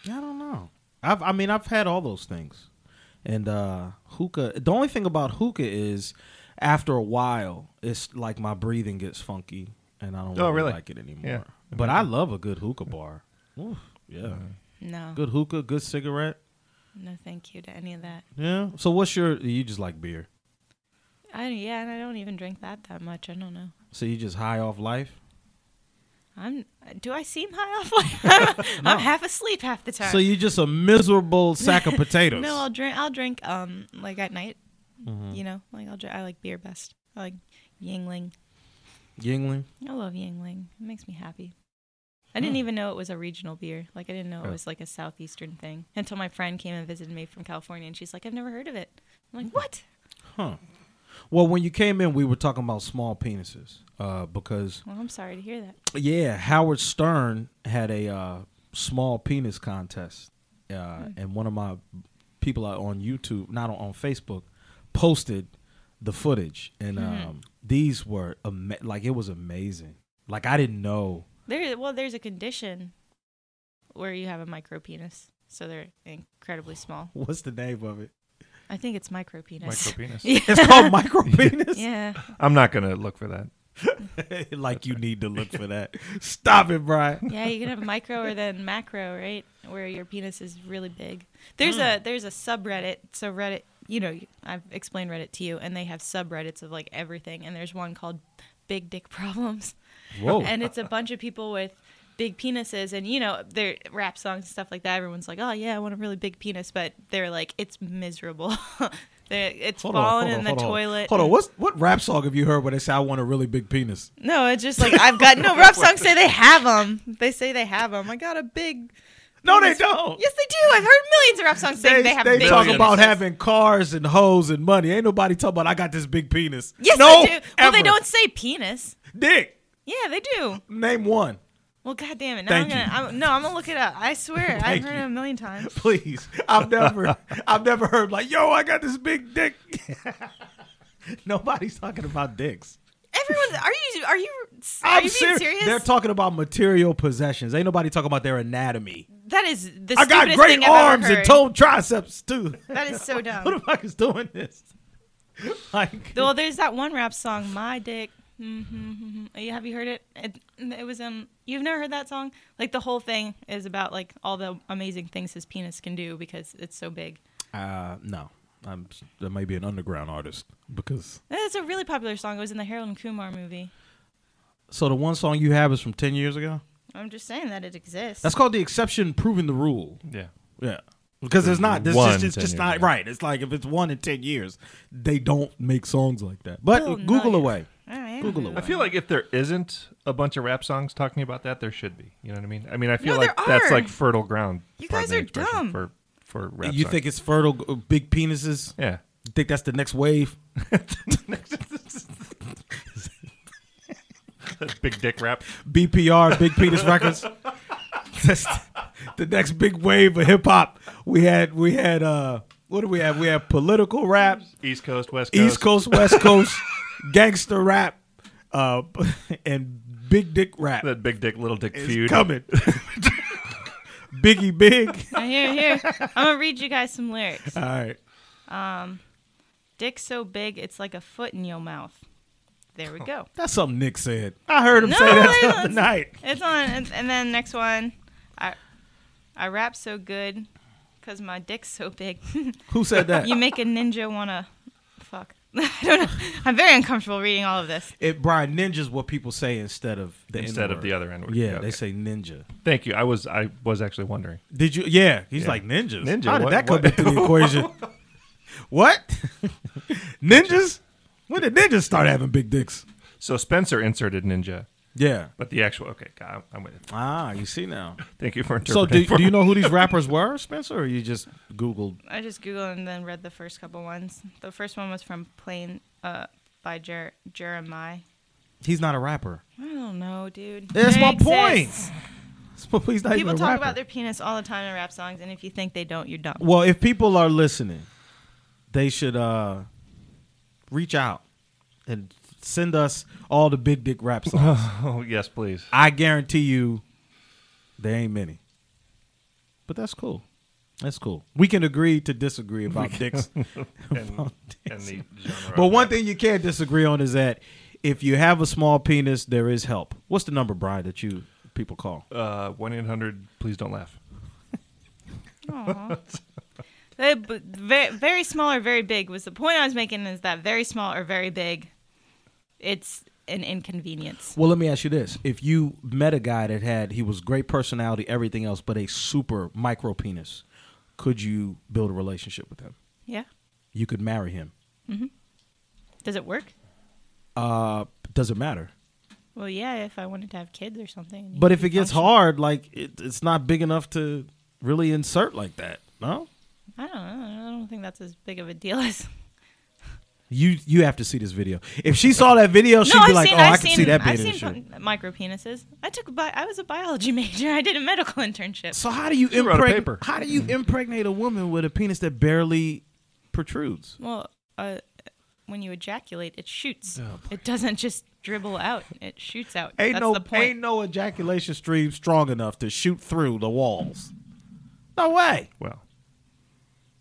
[SPEAKER 2] don't know. I've, I mean, I've had all those things, and uh, hookah. The only thing about hookah is, after a while, it's like my breathing gets funky, and I don't
[SPEAKER 3] Oh,
[SPEAKER 2] really
[SPEAKER 3] really?
[SPEAKER 2] like it anymore.
[SPEAKER 3] Yeah. Mm-hmm.
[SPEAKER 2] But I love a good hookah bar. Oof, yeah,
[SPEAKER 4] No,
[SPEAKER 2] good hookah, good cigarette.
[SPEAKER 4] no, thank you to any of that.
[SPEAKER 2] Yeah. So what's your? You just like beer,
[SPEAKER 4] I yeah, and I don't even drink that that much. I don't know.
[SPEAKER 2] so you just high off life.
[SPEAKER 4] I'm. Do I seem high off? I'm, I'm half asleep half the time.
[SPEAKER 2] So you just a miserable sack of potatoes.
[SPEAKER 4] no, I'll drink. I'll drink. Um, like at night,
[SPEAKER 3] Mm-hmm.
[SPEAKER 4] you know, like I'll. Drink, I like beer best. I like Yingling.
[SPEAKER 2] Yingling.
[SPEAKER 4] I love Yingling. It makes me happy. I didn't even know it was a regional beer. Like I didn't know it
[SPEAKER 3] Oh.
[SPEAKER 4] was like a southeastern thing until my friend came and visited me from California, and she's like, "I've never heard of it." I'm like, "What?"
[SPEAKER 2] Huh. Well, when you came in, we were talking about small penises uh, because
[SPEAKER 4] Well, I'm sorry to hear that.
[SPEAKER 2] yeah, Howard Stern had a uh, small penis contest, uh, and one of my people out on YouTube, not on, on Facebook, posted the footage, and um, these were ama- like it was amazing. Like I didn't know.
[SPEAKER 4] There, well, there's a condition where you have a micro penis, so they're incredibly small.
[SPEAKER 2] What's the name of it?
[SPEAKER 4] I think it's micro penis.
[SPEAKER 3] Micropenis.
[SPEAKER 2] It's called micro penis.
[SPEAKER 4] yeah,
[SPEAKER 3] I'm not gonna look for that.
[SPEAKER 2] like you need to look for that. Stop it, Brian.
[SPEAKER 4] yeah, you can have micro or then macro, right? Where your penis is really big. There's
[SPEAKER 2] Hmm.
[SPEAKER 4] a there's a subreddit. So Reddit, you know, I've explained Reddit to you, and they have subreddits of like everything. And there's one called Big Dick Problems,
[SPEAKER 2] Whoa.
[SPEAKER 4] and it's a bunch of people with big penises, and you know, their rap songs and stuff like that. Everyone's like, oh yeah, I want a really big penis, but they're like, it's miserable. They- It's
[SPEAKER 2] Hold on,
[SPEAKER 4] fallen
[SPEAKER 2] hold on,
[SPEAKER 4] in the
[SPEAKER 2] hold on.
[SPEAKER 4] toilet.
[SPEAKER 2] Hold on, what's, what rap song have you heard where they say I want a really big penis?
[SPEAKER 4] No, it's just like I've got no rough songs say they have them. They say they have them. I got a big.
[SPEAKER 2] No, they
[SPEAKER 4] penis.
[SPEAKER 2] don't.
[SPEAKER 4] Yes, they do. I've heard millions of rough songs saying they, have. big
[SPEAKER 2] talk
[SPEAKER 4] penises.
[SPEAKER 2] about having cars and hoes and money. Ain't nobody talking about I got this big penis.
[SPEAKER 4] Yes,
[SPEAKER 2] no,
[SPEAKER 4] they do. Well, they
[SPEAKER 2] ever.
[SPEAKER 4] don't say penis.
[SPEAKER 2] Dick,
[SPEAKER 4] Yeah, they do.
[SPEAKER 2] name one,
[SPEAKER 4] Well, god damn it. Now
[SPEAKER 2] Thank
[SPEAKER 4] I'm gonna, I'm, no, I'm gonna look it up. I swear, I've
[SPEAKER 2] Thank
[SPEAKER 4] heard
[SPEAKER 2] you.
[SPEAKER 4] it a million times.
[SPEAKER 2] please. I've never, I've never heard like, yo, I got this big dick. Nobody's talking about dicks.
[SPEAKER 4] Everyone, are you are you are
[SPEAKER 2] I'm
[SPEAKER 4] you being
[SPEAKER 2] ser-
[SPEAKER 4] serious?
[SPEAKER 2] They're talking about material possessions. Ain't nobody talking about their anatomy.
[SPEAKER 4] that is the
[SPEAKER 2] I got
[SPEAKER 4] stupidest
[SPEAKER 2] great
[SPEAKER 4] thing I've
[SPEAKER 2] arms
[SPEAKER 4] ever heard.
[SPEAKER 2] and toned triceps too.
[SPEAKER 4] That is so dumb.
[SPEAKER 2] Who the fuck is doing this? Like,
[SPEAKER 4] Well, there's that one rap song, "My Dick." Mm-hmm, Have you heard it? it? It was um. You've never heard that song? Like the whole thing is about like all the amazing things his penis can do because it's so big.
[SPEAKER 2] uh, no, I'm. That may be an underground artist because.
[SPEAKER 4] It's a really popular song. It was in the Harold and Kumar movie.
[SPEAKER 2] So the one song you have is from ten years ago.
[SPEAKER 4] I'm just saying that it exists.
[SPEAKER 2] That's called the exception proving the rule.
[SPEAKER 3] Yeah.
[SPEAKER 2] Yeah. Because there's not, there's
[SPEAKER 3] One
[SPEAKER 2] just, it's
[SPEAKER 3] 10
[SPEAKER 2] just
[SPEAKER 3] years
[SPEAKER 2] not
[SPEAKER 3] ago.
[SPEAKER 2] right. It's like if it's one in 10 years, they don't make songs like that. But
[SPEAKER 4] Well, no,
[SPEAKER 2] Google
[SPEAKER 4] yeah.
[SPEAKER 2] away.
[SPEAKER 4] All right,
[SPEAKER 2] Google it.
[SPEAKER 3] I feel like if there isn't a bunch of rap songs talking about that, there should be. You know what I mean? I mean, I feel
[SPEAKER 4] No,
[SPEAKER 3] like
[SPEAKER 4] there
[SPEAKER 3] that's
[SPEAKER 4] are.
[SPEAKER 3] like fertile ground.
[SPEAKER 4] You
[SPEAKER 3] pardon
[SPEAKER 4] guys
[SPEAKER 3] the
[SPEAKER 4] are
[SPEAKER 3] expression,
[SPEAKER 4] dumb.
[SPEAKER 3] for for rap.
[SPEAKER 2] you
[SPEAKER 3] songs.
[SPEAKER 2] think it's fertile, uh, big penises?
[SPEAKER 3] Yeah.
[SPEAKER 2] You think that's the next wave?
[SPEAKER 3] Big dick rap.
[SPEAKER 2] BPR, Big Penis Records. That's the next big wave of hip hop. We had, we had, uh, what do we have? We have political rap,
[SPEAKER 3] East Coast, West Coast.
[SPEAKER 2] East Coast, West Coast, gangster rap, uh, and big dick rap.
[SPEAKER 3] That big dick, little dick
[SPEAKER 2] It's
[SPEAKER 3] feud.
[SPEAKER 2] coming. Biggie Big.
[SPEAKER 4] Now, here, here. I'm gonna read you guys some lyrics.
[SPEAKER 2] All right.
[SPEAKER 4] Dick so big, it's like a foot in your mouth. There we go.
[SPEAKER 2] That's something Nick said. I heard him
[SPEAKER 4] No,
[SPEAKER 2] Oh. say that the
[SPEAKER 4] I-
[SPEAKER 2] other night.
[SPEAKER 4] It's on, and, and then next one, I, I rap so good, cause my dick's so big.
[SPEAKER 2] Who said that?
[SPEAKER 4] you make a ninja wanna, fuck. I don't know. I'm very uncomfortable reading all of this.
[SPEAKER 2] it Brian Ninja's what people say instead of the
[SPEAKER 3] Instead of
[SPEAKER 2] N-word.
[SPEAKER 3] the other N-word.
[SPEAKER 2] Yeah,
[SPEAKER 3] Yeah,
[SPEAKER 2] they
[SPEAKER 3] okay.
[SPEAKER 2] say ninja.
[SPEAKER 3] Thank you. I was I was actually wondering.
[SPEAKER 2] Did you? Yeah, he's
[SPEAKER 3] Yeah.
[SPEAKER 2] like ninjas.
[SPEAKER 3] Ninja,
[SPEAKER 2] How did
[SPEAKER 3] what-
[SPEAKER 2] that come
[SPEAKER 3] what-
[SPEAKER 2] into the equation? what? ninjas? When did ninjas start having big dicks?
[SPEAKER 3] So Spencer inserted ninja,
[SPEAKER 2] Yeah.
[SPEAKER 3] but the actual okay, God, I'm- I'm with it.
[SPEAKER 2] Ah, you see now.
[SPEAKER 3] Thank you for
[SPEAKER 2] So,
[SPEAKER 3] interpreting.
[SPEAKER 2] do,
[SPEAKER 3] for
[SPEAKER 2] do
[SPEAKER 3] me.
[SPEAKER 2] you know who these rappers were, Spencer, or you just Googled?
[SPEAKER 4] I just googled and then read the first couple ones. The first one was from Plain, uh, by Jer- Jeremiah.
[SPEAKER 2] He's not a rapper.
[SPEAKER 4] I don't know, dude.
[SPEAKER 2] That's
[SPEAKER 4] They
[SPEAKER 2] my
[SPEAKER 4] exist.
[SPEAKER 2] point. He's not even
[SPEAKER 4] People
[SPEAKER 2] a
[SPEAKER 4] talk
[SPEAKER 2] rapper.
[SPEAKER 4] about their penis all the time in rap songs, and if you think they don't, you're dumb.
[SPEAKER 2] Well, if people are listening, they should uh reach out and send us all the big dick rap songs.
[SPEAKER 3] Oh yes, please.
[SPEAKER 2] I guarantee you there ain't many. But that's cool. That's cool. We can agree to disagree about dicks.
[SPEAKER 3] And, and the genre
[SPEAKER 2] But
[SPEAKER 3] of
[SPEAKER 2] one
[SPEAKER 3] rap.
[SPEAKER 2] thing you can't disagree on is that if you have a small penis, there is help. What's the number, Brian, that you people call?
[SPEAKER 3] uh, one eight hundred. Please don't laugh.
[SPEAKER 4] Aw. They- but very, very small or very big was the point I was making is that very small or very big, it's an inconvenience.
[SPEAKER 2] Well, let me ask you this: If you met a guy that had he was great personality, everything else, but a super micro penis, could you build a relationship with him?
[SPEAKER 4] Yeah.
[SPEAKER 2] You could marry him.
[SPEAKER 4] Does it work?
[SPEAKER 2] Uh, doesn't matter.
[SPEAKER 4] Well, yeah, if I wanted to have kids or something.
[SPEAKER 2] But if it gets hard, like it, it's not big enough to really insert like that. No,
[SPEAKER 4] I don't know. I don't think that's as big of a deal as.
[SPEAKER 2] you you have to see this video. If she saw that video, she'd
[SPEAKER 4] no,
[SPEAKER 2] be
[SPEAKER 4] I've
[SPEAKER 2] like,
[SPEAKER 4] seen,
[SPEAKER 2] "Oh,
[SPEAKER 4] I've
[SPEAKER 2] I can
[SPEAKER 4] seen,
[SPEAKER 2] see that
[SPEAKER 4] I've
[SPEAKER 2] being an
[SPEAKER 4] seen
[SPEAKER 2] issue."
[SPEAKER 4] pu- micro penises. I took a bi- I was a biology major. I did a medical internship.
[SPEAKER 2] So how do you
[SPEAKER 3] wrote a
[SPEAKER 2] impregnate?
[SPEAKER 3] paper.
[SPEAKER 2] How do you impregnate a woman with a penis that barely protrudes?
[SPEAKER 4] Well, uh, when you ejaculate, it shoots. it doesn't just dribble out; it shoots out.
[SPEAKER 2] Oh, Ain't
[SPEAKER 4] That's
[SPEAKER 2] no
[SPEAKER 4] the point.
[SPEAKER 2] ain't no ejaculation stream strong enough to shoot through the walls. No way.
[SPEAKER 3] Well,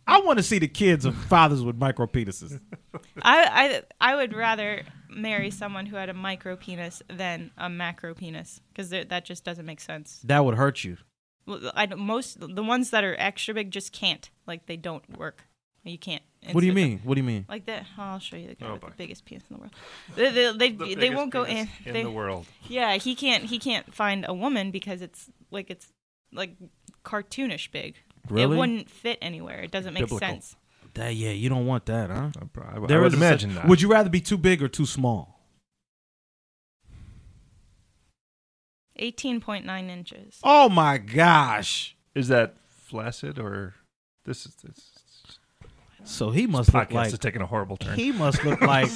[SPEAKER 2] I want to see the kids of fathers with micro penises.
[SPEAKER 4] I, I I would rather marry someone who had a micro penis than a macro penis because that just doesn't make sense.
[SPEAKER 2] That would hurt you.
[SPEAKER 4] Well, I, don't- most the ones that are extra big just can't. Like they don't work. You can't.
[SPEAKER 2] what do you
[SPEAKER 4] insert them.
[SPEAKER 2] mean? What do you mean?
[SPEAKER 4] Like that? oh, I'll show you the guy
[SPEAKER 3] Oh,
[SPEAKER 4] with
[SPEAKER 3] boy.
[SPEAKER 4] the biggest penis in the world. They they, they,
[SPEAKER 3] the
[SPEAKER 4] they
[SPEAKER 3] biggest
[SPEAKER 4] won't go in.
[SPEAKER 3] penis in
[SPEAKER 4] they,
[SPEAKER 3] the world.
[SPEAKER 4] Yeah, he can't. He can't find a woman because it's like it's like cartoonish big.
[SPEAKER 2] Really?
[SPEAKER 4] It wouldn't fit anywhere. It doesn't make
[SPEAKER 3] Biblical.
[SPEAKER 4] sense.
[SPEAKER 2] That yeah, you don't want that, huh?
[SPEAKER 3] I, pro- I,
[SPEAKER 2] There
[SPEAKER 3] I
[SPEAKER 2] is
[SPEAKER 3] would
[SPEAKER 2] a such-
[SPEAKER 3] imagine that.
[SPEAKER 2] Would you rather be too big or too small?
[SPEAKER 4] 18.9 inches.
[SPEAKER 2] Oh my gosh!
[SPEAKER 3] Is that flaccid or this is this
[SPEAKER 2] So he must look
[SPEAKER 3] podcast
[SPEAKER 2] like
[SPEAKER 3] is taking a horrible turn?
[SPEAKER 2] he must look like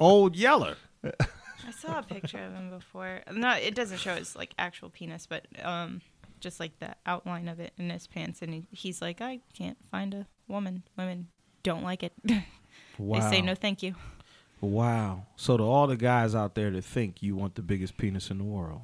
[SPEAKER 2] old Yeller.
[SPEAKER 4] I saw a picture of him before. No, it doesn't show his like actual penis, but um, just like the outline of it in his pants. And he, he's like, I can't find a woman. Women don't like it.
[SPEAKER 2] Wow.
[SPEAKER 4] They say no, thank you.
[SPEAKER 2] Wow. So to all the guys out there that think you want the biggest penis in the world,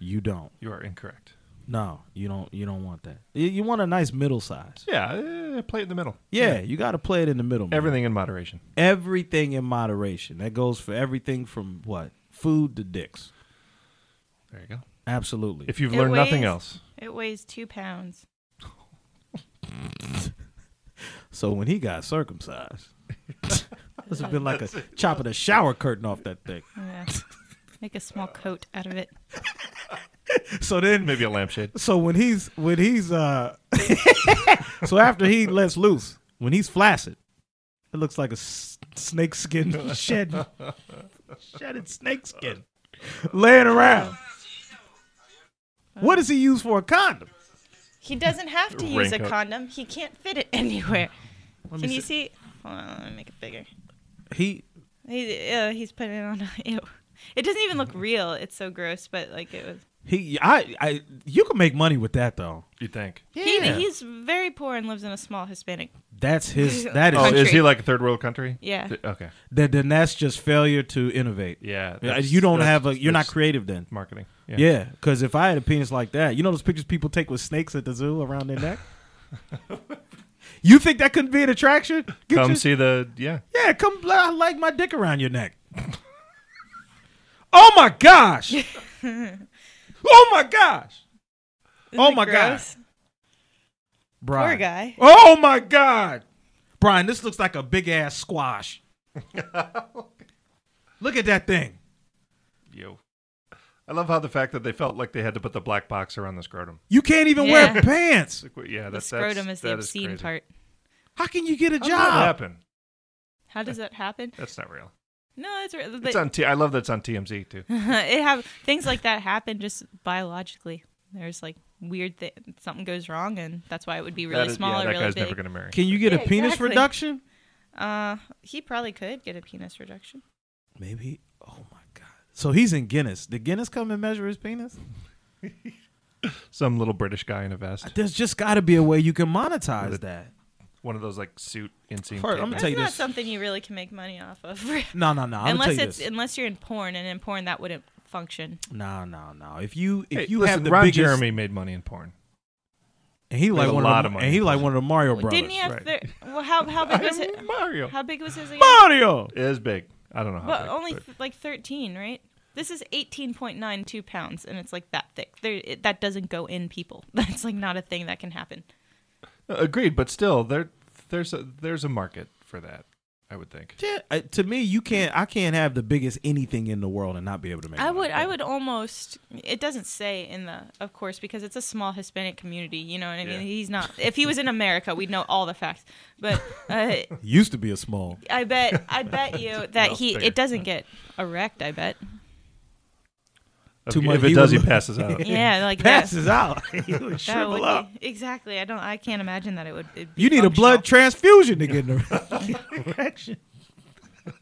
[SPEAKER 2] you don't.
[SPEAKER 3] you are incorrect.
[SPEAKER 2] No, you don't. You don't want that. You, you want a nice middle size.
[SPEAKER 3] Yeah, eh, play it in the middle.
[SPEAKER 2] Yeah, you got to play it in the middle. man.
[SPEAKER 3] Everything in moderation.
[SPEAKER 2] everything in moderation. That goes for everything from what food to dicks.
[SPEAKER 3] There you go.
[SPEAKER 2] Absolutely.
[SPEAKER 3] If you've
[SPEAKER 4] It
[SPEAKER 3] learned nothing
[SPEAKER 4] weighs-
[SPEAKER 3] else,
[SPEAKER 4] It weighs two pounds.
[SPEAKER 2] so when he got circumcised, this has been like a chopping a shower curtain off that thing.
[SPEAKER 4] Yeah. Make a small coat out of it.
[SPEAKER 2] So then
[SPEAKER 3] maybe a lampshade.
[SPEAKER 2] So when he's when he's uh so after he lets loose, when he's flaccid, it looks like a s- snake skin shed shedded snake skin laying around. What does he use for a condom?
[SPEAKER 4] He doesn't have to use a
[SPEAKER 3] Raincoat.
[SPEAKER 4] condom. He can't fit it anywhere.
[SPEAKER 2] Let
[SPEAKER 4] Can
[SPEAKER 2] me
[SPEAKER 4] you see? Hold on, let me make it bigger.
[SPEAKER 2] He
[SPEAKER 4] He, uh, he's putting it on. Ew. It doesn't even look real. It's so gross, but like it was.
[SPEAKER 2] he I I you can make money with that though.
[SPEAKER 3] You think?
[SPEAKER 4] He, he's very poor and lives in a small Hispanic.
[SPEAKER 2] That's his that is
[SPEAKER 3] Oh, is
[SPEAKER 4] Country.
[SPEAKER 3] he like a third world country?
[SPEAKER 4] Yeah.
[SPEAKER 3] Th- okay.
[SPEAKER 2] that then that's just failure to innovate.
[SPEAKER 3] Yeah. that's-
[SPEAKER 2] You don't
[SPEAKER 3] that's-
[SPEAKER 2] have a you're not
[SPEAKER 3] that's
[SPEAKER 2] creative then.
[SPEAKER 3] marketing.
[SPEAKER 2] Yeah, because if I had a penis like that, you know those pictures people take with snakes at the zoo around their neck. you think that couldn't be an attraction? Get
[SPEAKER 3] Come
[SPEAKER 2] your-
[SPEAKER 3] see the yeah.
[SPEAKER 2] yeah, come. I like my dick around your neck. oh my gosh! oh my gosh,
[SPEAKER 4] Isn't
[SPEAKER 2] Oh
[SPEAKER 4] it
[SPEAKER 2] my God.
[SPEAKER 4] gross?
[SPEAKER 2] Brian.
[SPEAKER 4] Poor guy.
[SPEAKER 2] Oh my god, Brian, this looks like a big ass squash. Look at that thing.
[SPEAKER 3] Yo. I love how the fact that they felt like they had to put the black box around the scrotum.
[SPEAKER 2] You can't even
[SPEAKER 4] Yeah.
[SPEAKER 2] wear pants.
[SPEAKER 3] It's like, wait, yeah,
[SPEAKER 4] The
[SPEAKER 3] that's
[SPEAKER 4] scrotum
[SPEAKER 3] that's,
[SPEAKER 4] is the
[SPEAKER 3] that
[SPEAKER 4] obscene
[SPEAKER 3] crazy.
[SPEAKER 4] part.
[SPEAKER 2] How can you get a
[SPEAKER 3] How
[SPEAKER 4] Oh
[SPEAKER 3] did that
[SPEAKER 2] job?
[SPEAKER 3] happen?
[SPEAKER 4] How does that happen?
[SPEAKER 3] That's not real.
[SPEAKER 4] No, it's real.
[SPEAKER 3] It's
[SPEAKER 4] But
[SPEAKER 3] on T. I love that's on TMZ too.
[SPEAKER 4] it have things like that happen just biologically. There's like weird thing. Something goes wrong, and that's why it would be really
[SPEAKER 3] That is-
[SPEAKER 4] small
[SPEAKER 3] yeah,
[SPEAKER 4] or
[SPEAKER 3] that
[SPEAKER 4] really
[SPEAKER 3] guy's
[SPEAKER 4] big.
[SPEAKER 3] never gonna marry.
[SPEAKER 2] Can you get
[SPEAKER 4] Yeah,
[SPEAKER 2] a penis
[SPEAKER 4] exactly.
[SPEAKER 2] reduction?
[SPEAKER 4] Uh, he probably could get a penis reduction.
[SPEAKER 2] Maybe. Oh my god. So he's in Guinness. Did Guinness come and measure his penis?
[SPEAKER 3] Some little British guy in a vest,
[SPEAKER 2] There's just got to be a way you can monetize
[SPEAKER 3] With
[SPEAKER 2] that.
[SPEAKER 3] one of those like suit inseam.
[SPEAKER 2] Heard, I'm
[SPEAKER 3] tape.
[SPEAKER 2] gonna
[SPEAKER 4] That's
[SPEAKER 2] tell you
[SPEAKER 4] not
[SPEAKER 2] this.
[SPEAKER 4] something you really can make money off of.
[SPEAKER 2] No, no, no. I'm gonna
[SPEAKER 4] unless
[SPEAKER 2] tell you
[SPEAKER 4] it's
[SPEAKER 2] this.
[SPEAKER 4] unless you're in porn, and in porn that wouldn't function.
[SPEAKER 2] No, no, no. If you if
[SPEAKER 3] Hey,
[SPEAKER 2] you
[SPEAKER 3] listen,
[SPEAKER 2] have the
[SPEAKER 3] Ron
[SPEAKER 2] biggest,
[SPEAKER 3] Jeremy made money in porn.
[SPEAKER 2] and he like
[SPEAKER 3] made a
[SPEAKER 2] one
[SPEAKER 3] lot
[SPEAKER 2] of,
[SPEAKER 3] of
[SPEAKER 2] the-
[SPEAKER 3] money.
[SPEAKER 2] and he like one of the Mario
[SPEAKER 4] Well,
[SPEAKER 2] brothers.
[SPEAKER 4] Didn't he have
[SPEAKER 3] right.
[SPEAKER 4] the? Well, how how big was it?
[SPEAKER 3] I'm Mario
[SPEAKER 4] How big was his again?
[SPEAKER 2] Mario.
[SPEAKER 3] It is big. I don't know how.
[SPEAKER 4] Well,
[SPEAKER 3] big,
[SPEAKER 4] only
[SPEAKER 3] but-
[SPEAKER 4] th- like 13, right? This is 18.92 pounds, and it's like that thick. There, it, that doesn't go in people. That's like not a thing that can happen.
[SPEAKER 3] agreed, but still, there there's a there's a market for that. I would think.
[SPEAKER 2] Yeah, uh, to me, you can't. I can't have the biggest anything in the world and not be able to make.
[SPEAKER 4] I
[SPEAKER 2] money.
[SPEAKER 4] would, I would almost. It doesn't say in the, of course, because it's a small Hispanic community. You know what I mean?
[SPEAKER 3] Yeah.
[SPEAKER 4] He's not. If he was in America, we'd know all the facts. But uh,
[SPEAKER 2] Used to be a small.
[SPEAKER 4] I bet, I bet you that
[SPEAKER 3] No,
[SPEAKER 4] he,
[SPEAKER 3] bigger.
[SPEAKER 4] it doesn't get erect. I bet.
[SPEAKER 3] If,
[SPEAKER 2] Too much-
[SPEAKER 3] if it
[SPEAKER 2] he
[SPEAKER 3] does, he
[SPEAKER 2] would-
[SPEAKER 3] passes out.
[SPEAKER 4] Yeah, like that.
[SPEAKER 2] Passes out. He would
[SPEAKER 4] that would
[SPEAKER 2] shrivel up.
[SPEAKER 4] be- exactly. I don't. I can't imagine that it would. it'd be
[SPEAKER 2] You need a blood
[SPEAKER 4] functional.
[SPEAKER 2] transfusion to get in the erection.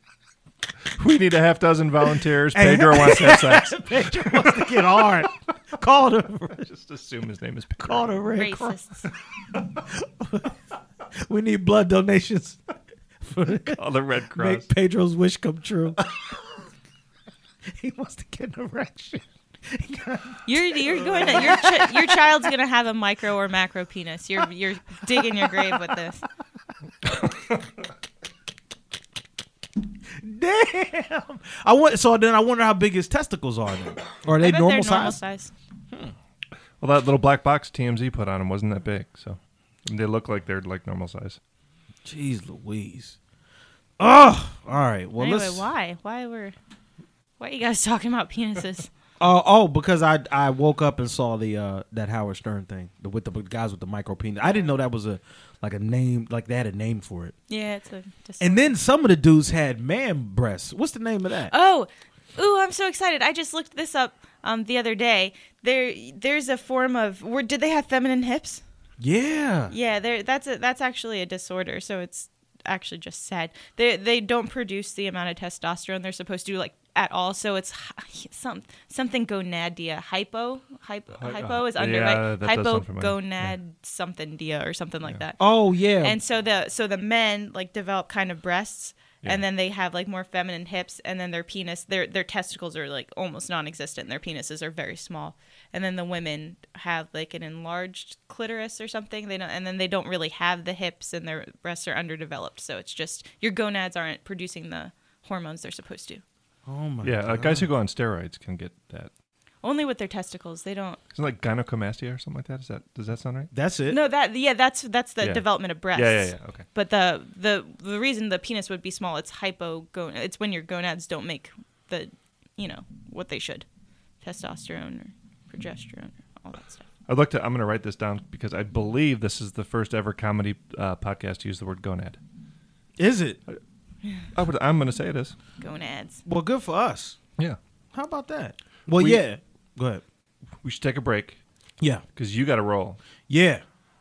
[SPEAKER 3] we need a half dozen volunteers.
[SPEAKER 2] Hey.
[SPEAKER 3] Pedro wants to have sex.
[SPEAKER 2] Pedro wants to get hard. Call the
[SPEAKER 3] Just assume his name is Pedro.
[SPEAKER 2] call the Red Cross.
[SPEAKER 4] Racists.
[SPEAKER 2] We need blood donations. For
[SPEAKER 3] Call the Red Cross.
[SPEAKER 2] make Pedro's wish come true. he wants to get an erection.
[SPEAKER 4] You're you're going to your ch- your child's going to have a micro or macro penis. You're you're digging your grave with this.
[SPEAKER 2] Damn. I want. So then I wonder how big his testicles are. Then. Or are they
[SPEAKER 4] I bet
[SPEAKER 2] normal,
[SPEAKER 4] they're normal
[SPEAKER 2] size?
[SPEAKER 4] size.
[SPEAKER 3] Well, that little black box TMZ put on him wasn't that big, so I mean, they look like they're like normal size.
[SPEAKER 2] Jeez, Louise. Oh, all right. Well,
[SPEAKER 4] anyway,
[SPEAKER 2] let's.
[SPEAKER 4] why why were why you guys talking about penises?
[SPEAKER 2] Uh, oh, because I I woke up and saw the uh, that Howard Stern thing the, with the guys with the micro penis. I didn't know that was a like a name like they had a name for it.
[SPEAKER 4] Yeah, it's a. Just
[SPEAKER 2] And then some of the dudes had man breasts. What's the name of that?
[SPEAKER 4] Oh, ooh, I'm so excited. I just looked this up um, the other day. There, there's a form of. Where, did they have feminine hips?
[SPEAKER 2] yeah.
[SPEAKER 4] Yeah, there. That's a, that's actually a disorder. So it's actually just sad. They they don't produce the amount of testosterone they're supposed to like at all. So it's hi- some something gonadia hypo hypo hypo is under
[SPEAKER 3] yeah,
[SPEAKER 4] right
[SPEAKER 3] that does sound familiar.
[SPEAKER 4] hypogonad something dia or something like that.
[SPEAKER 2] Oh yeah.
[SPEAKER 4] And so the so the men like develop kind of breasts and
[SPEAKER 3] Yeah.
[SPEAKER 4] then they have like more feminine hips and then their penis their their testicles are like almost non-existent. Their penises are very small. And then the women have like an enlarged clitoris or something. They don't and then they don't really have the hips and their breasts are underdeveloped. So it's just your gonads aren't producing the hormones they're supposed to.
[SPEAKER 2] oh my.
[SPEAKER 3] Yeah, uh, guys who go on steroids can get that.
[SPEAKER 4] Only with their testicles. They don't
[SPEAKER 3] Isn't it like gynecomastia or something like that? Is that does that sound right?
[SPEAKER 2] That's it.
[SPEAKER 4] No, that yeah, that's that's the
[SPEAKER 3] Yeah.
[SPEAKER 4] development of breasts.
[SPEAKER 3] Yeah, yeah, yeah. Okay.
[SPEAKER 4] But the the the reason the penis would be small, it's hypogon. It's when your gonads don't make the, you know, what they should, testosterone or progesterone, or all that stuff.
[SPEAKER 3] I'd like to. I'm going to write this down because I believe this is the first ever comedy uh, podcast to use the word gonad.
[SPEAKER 2] Is it?
[SPEAKER 3] I would, I'm going to say it is.
[SPEAKER 4] Gonads.
[SPEAKER 2] Well, good for us.
[SPEAKER 3] Yeah.
[SPEAKER 2] How about that? Well,
[SPEAKER 3] We-
[SPEAKER 2] yeah. Go ahead.
[SPEAKER 3] We should take a break
[SPEAKER 2] Yeah.
[SPEAKER 3] because you got to roll.
[SPEAKER 2] Yeah.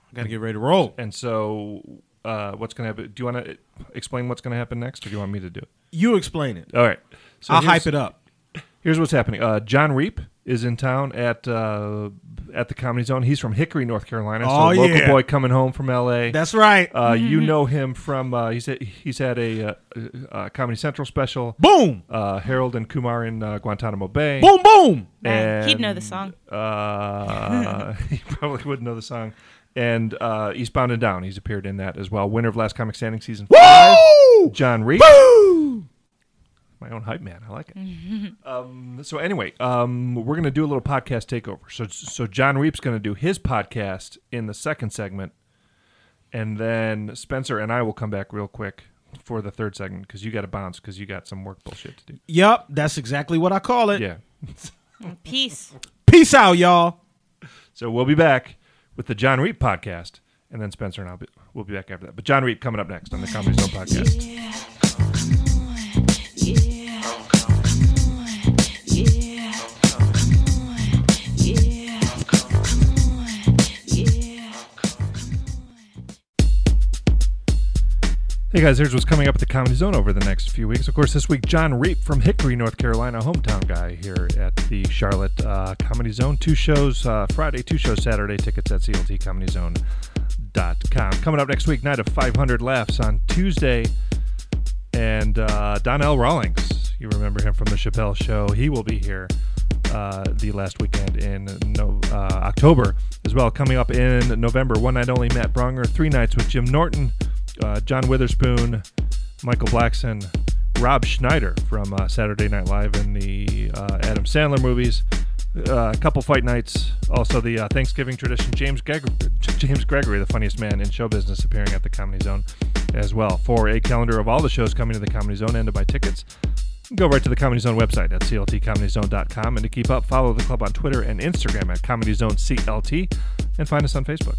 [SPEAKER 2] I gotta get ready to roll.
[SPEAKER 3] And so, uh, what's going to happen? Do you want to explain what's going to happen next, or do you want me to do it?
[SPEAKER 2] You explain it.
[SPEAKER 3] All right. So
[SPEAKER 2] I'll
[SPEAKER 3] here's-
[SPEAKER 2] hype it up.
[SPEAKER 3] Here's what's happening. Uh, John Reap is in town at uh, at the Comedy Zone. He's from Hickory, North Carolina. So
[SPEAKER 2] Oh,
[SPEAKER 3] local
[SPEAKER 2] yeah.
[SPEAKER 3] boy coming home from L.A.
[SPEAKER 2] That's Mm-hmm. right.
[SPEAKER 3] uh, you know him from uh, he's had, he's had a uh, uh, Comedy Central special.
[SPEAKER 2] boom.
[SPEAKER 3] uh, Harold and Kumar in uh, Guantanamo Bay.
[SPEAKER 2] Boom. Boom.
[SPEAKER 4] Man, he'd know the
[SPEAKER 3] And,
[SPEAKER 4] song.
[SPEAKER 3] Uh, he probably would know the song. And uh, Eastbound and Down, he's appeared in that as well. Winner of Last Comic Standing season five,
[SPEAKER 2] Woo!
[SPEAKER 3] John Reed.
[SPEAKER 2] Woo!
[SPEAKER 3] My own hype man, I like it. um, so anyway, um, we're gonna do a little podcast takeover. So so John Reap's gonna do his podcast in the second segment, and then Spencer and I will come back real quick for the third segment because you got to bounce because you got some work bullshit to do.
[SPEAKER 2] Yep. That's exactly what I call it.
[SPEAKER 3] Yeah.
[SPEAKER 4] Peace.
[SPEAKER 2] Peace out, y'all.
[SPEAKER 3] So we'll be back with the John Reap podcast, and then Spencer and I'll be, we'll be back after that. But John Reap coming up next on the Comedy Zone podcast. Hey guys, here's what's coming up at the Comedy Zone over the next few weeks. Of course, this week John Reap from Hickory, North Carolina, hometown guy here at the Charlotte uh, Comedy Zone. Two shows uh, Friday, two shows Saturday. Tickets at cltcomedyzone.com. Coming up next week, night of 500 laughs on Tuesday and uh, Donnell Rawlings. You remember him from the Chappelle Show. He will be here uh, the last weekend in no, uh, October as well. Coming up in November, one night only, Matt Bronger, three nights with Jim Norton, uh, John Witherspoon, Michael Blackson, Rob Schneider from uh, Saturday Night Live and the uh, Adam Sandler movies. Uh, a couple fight nights, also the uh, Thanksgiving tradition. James Geg- James Gregory, the funniest man in show business, appearing at the Comedy Zone as well. For a calendar of all the shows coming to the Comedy Zone and to buy tickets, go right to the Comedy Zone website at cltcomedyzone.com. And to keep up, follow the club on Twitter and Instagram at Comedy Zone CLT, and find us on Facebook.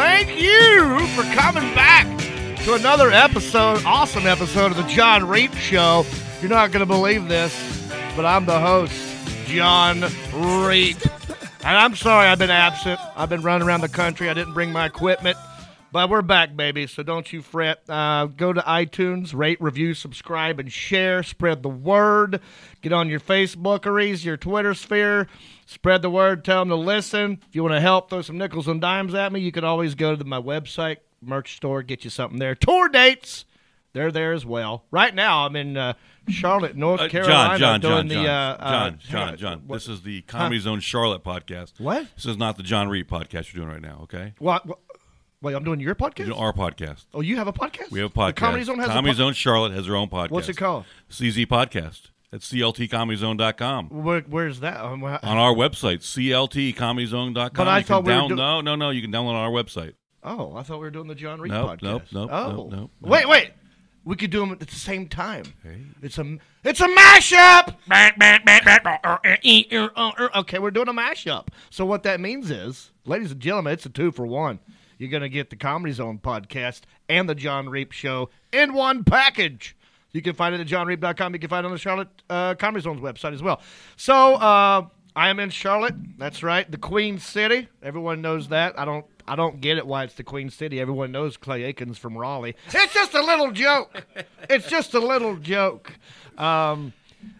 [SPEAKER 5] Thank you for coming back to another episode, awesome episode of the John Reap Show. You're not going to believe this, but I'm the host, John Reap. And I'm sorry I've been absent. I've been running around the country. I didn't bring my equipment, but we're back, baby. So don't you fret. Uh, go to iTunes, rate, review, subscribe, and share. Spread the word. Get on your Facebookeries, your Twitter sphere. Spread the word. Tell them to listen. If you want to help, throw some nickels and dimes at me. You can always go to my website, merch store, get you something there. Tour dates. They're there as well. Right now, I'm in uh, Charlotte, North
[SPEAKER 6] Uh,
[SPEAKER 5] Carolina,
[SPEAKER 6] John, John,
[SPEAKER 5] doing
[SPEAKER 6] John,
[SPEAKER 5] the
[SPEAKER 6] John,
[SPEAKER 5] uh, uh,
[SPEAKER 6] John,
[SPEAKER 5] hang
[SPEAKER 6] John,
[SPEAKER 5] on.
[SPEAKER 6] John.
[SPEAKER 5] What-
[SPEAKER 6] This is the Comedy Zone Charlotte podcast.
[SPEAKER 5] What?
[SPEAKER 6] This is not the John Reed podcast you're doing right now. Okay,
[SPEAKER 5] What? what- Wait, I'm doing your podcast.
[SPEAKER 6] you're doing our podcast.
[SPEAKER 5] oh, you have a podcast.
[SPEAKER 6] We have a podcast.
[SPEAKER 5] The Comedy Zone has
[SPEAKER 6] Comedy
[SPEAKER 5] a po-
[SPEAKER 6] Zone Charlotte has her own podcast.
[SPEAKER 5] What's it called?
[SPEAKER 6] CZ Podcast. at cltcomedyzone.com.
[SPEAKER 5] Where, where's that? Um, wha-
[SPEAKER 6] On our website, cltcomedyzone.com.
[SPEAKER 5] But I
[SPEAKER 6] you
[SPEAKER 5] thought
[SPEAKER 6] can
[SPEAKER 5] we were
[SPEAKER 6] down-
[SPEAKER 5] do-
[SPEAKER 6] No, no, no. You can download on our website.
[SPEAKER 5] Oh, I thought we were doing the John Reed
[SPEAKER 6] Nope,
[SPEAKER 5] podcast.
[SPEAKER 6] nope, nope,
[SPEAKER 5] oh.
[SPEAKER 6] nope, nope, nope.
[SPEAKER 5] Wait, wait. We could do them at the same time. It's a it's a mashup. er, uh, Okay, we're doing a mashup. So what that means is, ladies and gentlemen, it's a two for one. You're gonna get the Comedy Zone podcast and the John Reap show in one package. You can find it at johnreap.com. You can find it on the Charlotte uh, Comedy Zone's website as well. So uh, I am in Charlotte. That's right, the Queen City. Everyone knows that. I don't. I don't get it why it's the Queen City. Everyone knows Clay Aikens from Raleigh. It's just a little joke. It's just a little joke. Um,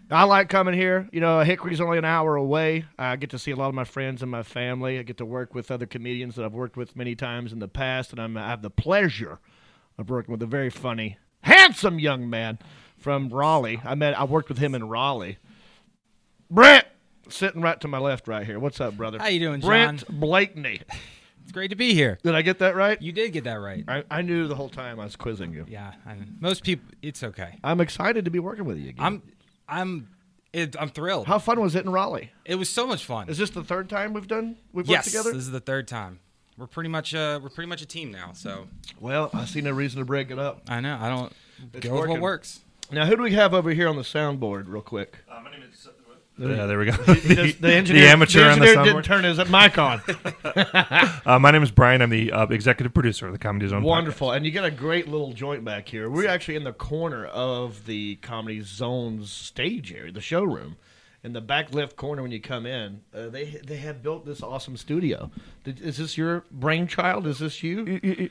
[SPEAKER 5] I like coming here. You know, Hickory's only an hour away. I get to see a lot of my friends and my family. I get to work with other comedians that I've worked with many times in the past, and I'm, I have the pleasure of working with a very funny, handsome young man from Raleigh. I met, I worked with him in Raleigh. Brent, sitting right to my left, right here. What's up, brother?
[SPEAKER 7] How you doing,
[SPEAKER 5] Brent
[SPEAKER 7] John?
[SPEAKER 5] Blakeney?
[SPEAKER 7] It's great to be here.
[SPEAKER 5] Did I get that right?
[SPEAKER 7] You did get that right.
[SPEAKER 5] I, I knew the whole time I was quizzing you.
[SPEAKER 7] Yeah, I most people. It's okay.
[SPEAKER 5] I'm excited to be working with you again.
[SPEAKER 7] I'm, I'm, it, I'm thrilled.
[SPEAKER 5] How fun was it in Raleigh?
[SPEAKER 7] It was so much fun.
[SPEAKER 5] Is this the third time we've done we've
[SPEAKER 7] yes,
[SPEAKER 5] worked together?
[SPEAKER 7] this is the third time. We're pretty much, uh, we're pretty much a team now. So
[SPEAKER 5] Well, I see no reason to break it up.
[SPEAKER 7] I know I don't
[SPEAKER 5] It's
[SPEAKER 7] go with
[SPEAKER 5] working.
[SPEAKER 7] what works.
[SPEAKER 5] Now, who do we have over here on the soundboard, real quick?
[SPEAKER 3] Yeah, there we go.
[SPEAKER 5] uh, The, engineer,
[SPEAKER 3] amateur
[SPEAKER 5] the
[SPEAKER 3] on the
[SPEAKER 5] engineer
[SPEAKER 3] soundboard.
[SPEAKER 5] didn't turn his mic on.
[SPEAKER 3] Uh, my name is Brian. I'm the uh, executive producer of the Comedy Zone. podcast.
[SPEAKER 5] Wonderful, and you got a great little joint back here. We're actually in the corner of the Comedy Zone's stage area, the showroom. In the back left corner, when you come in, uh, they they have built this awesome studio. Did, is this your brainchild? Is this you?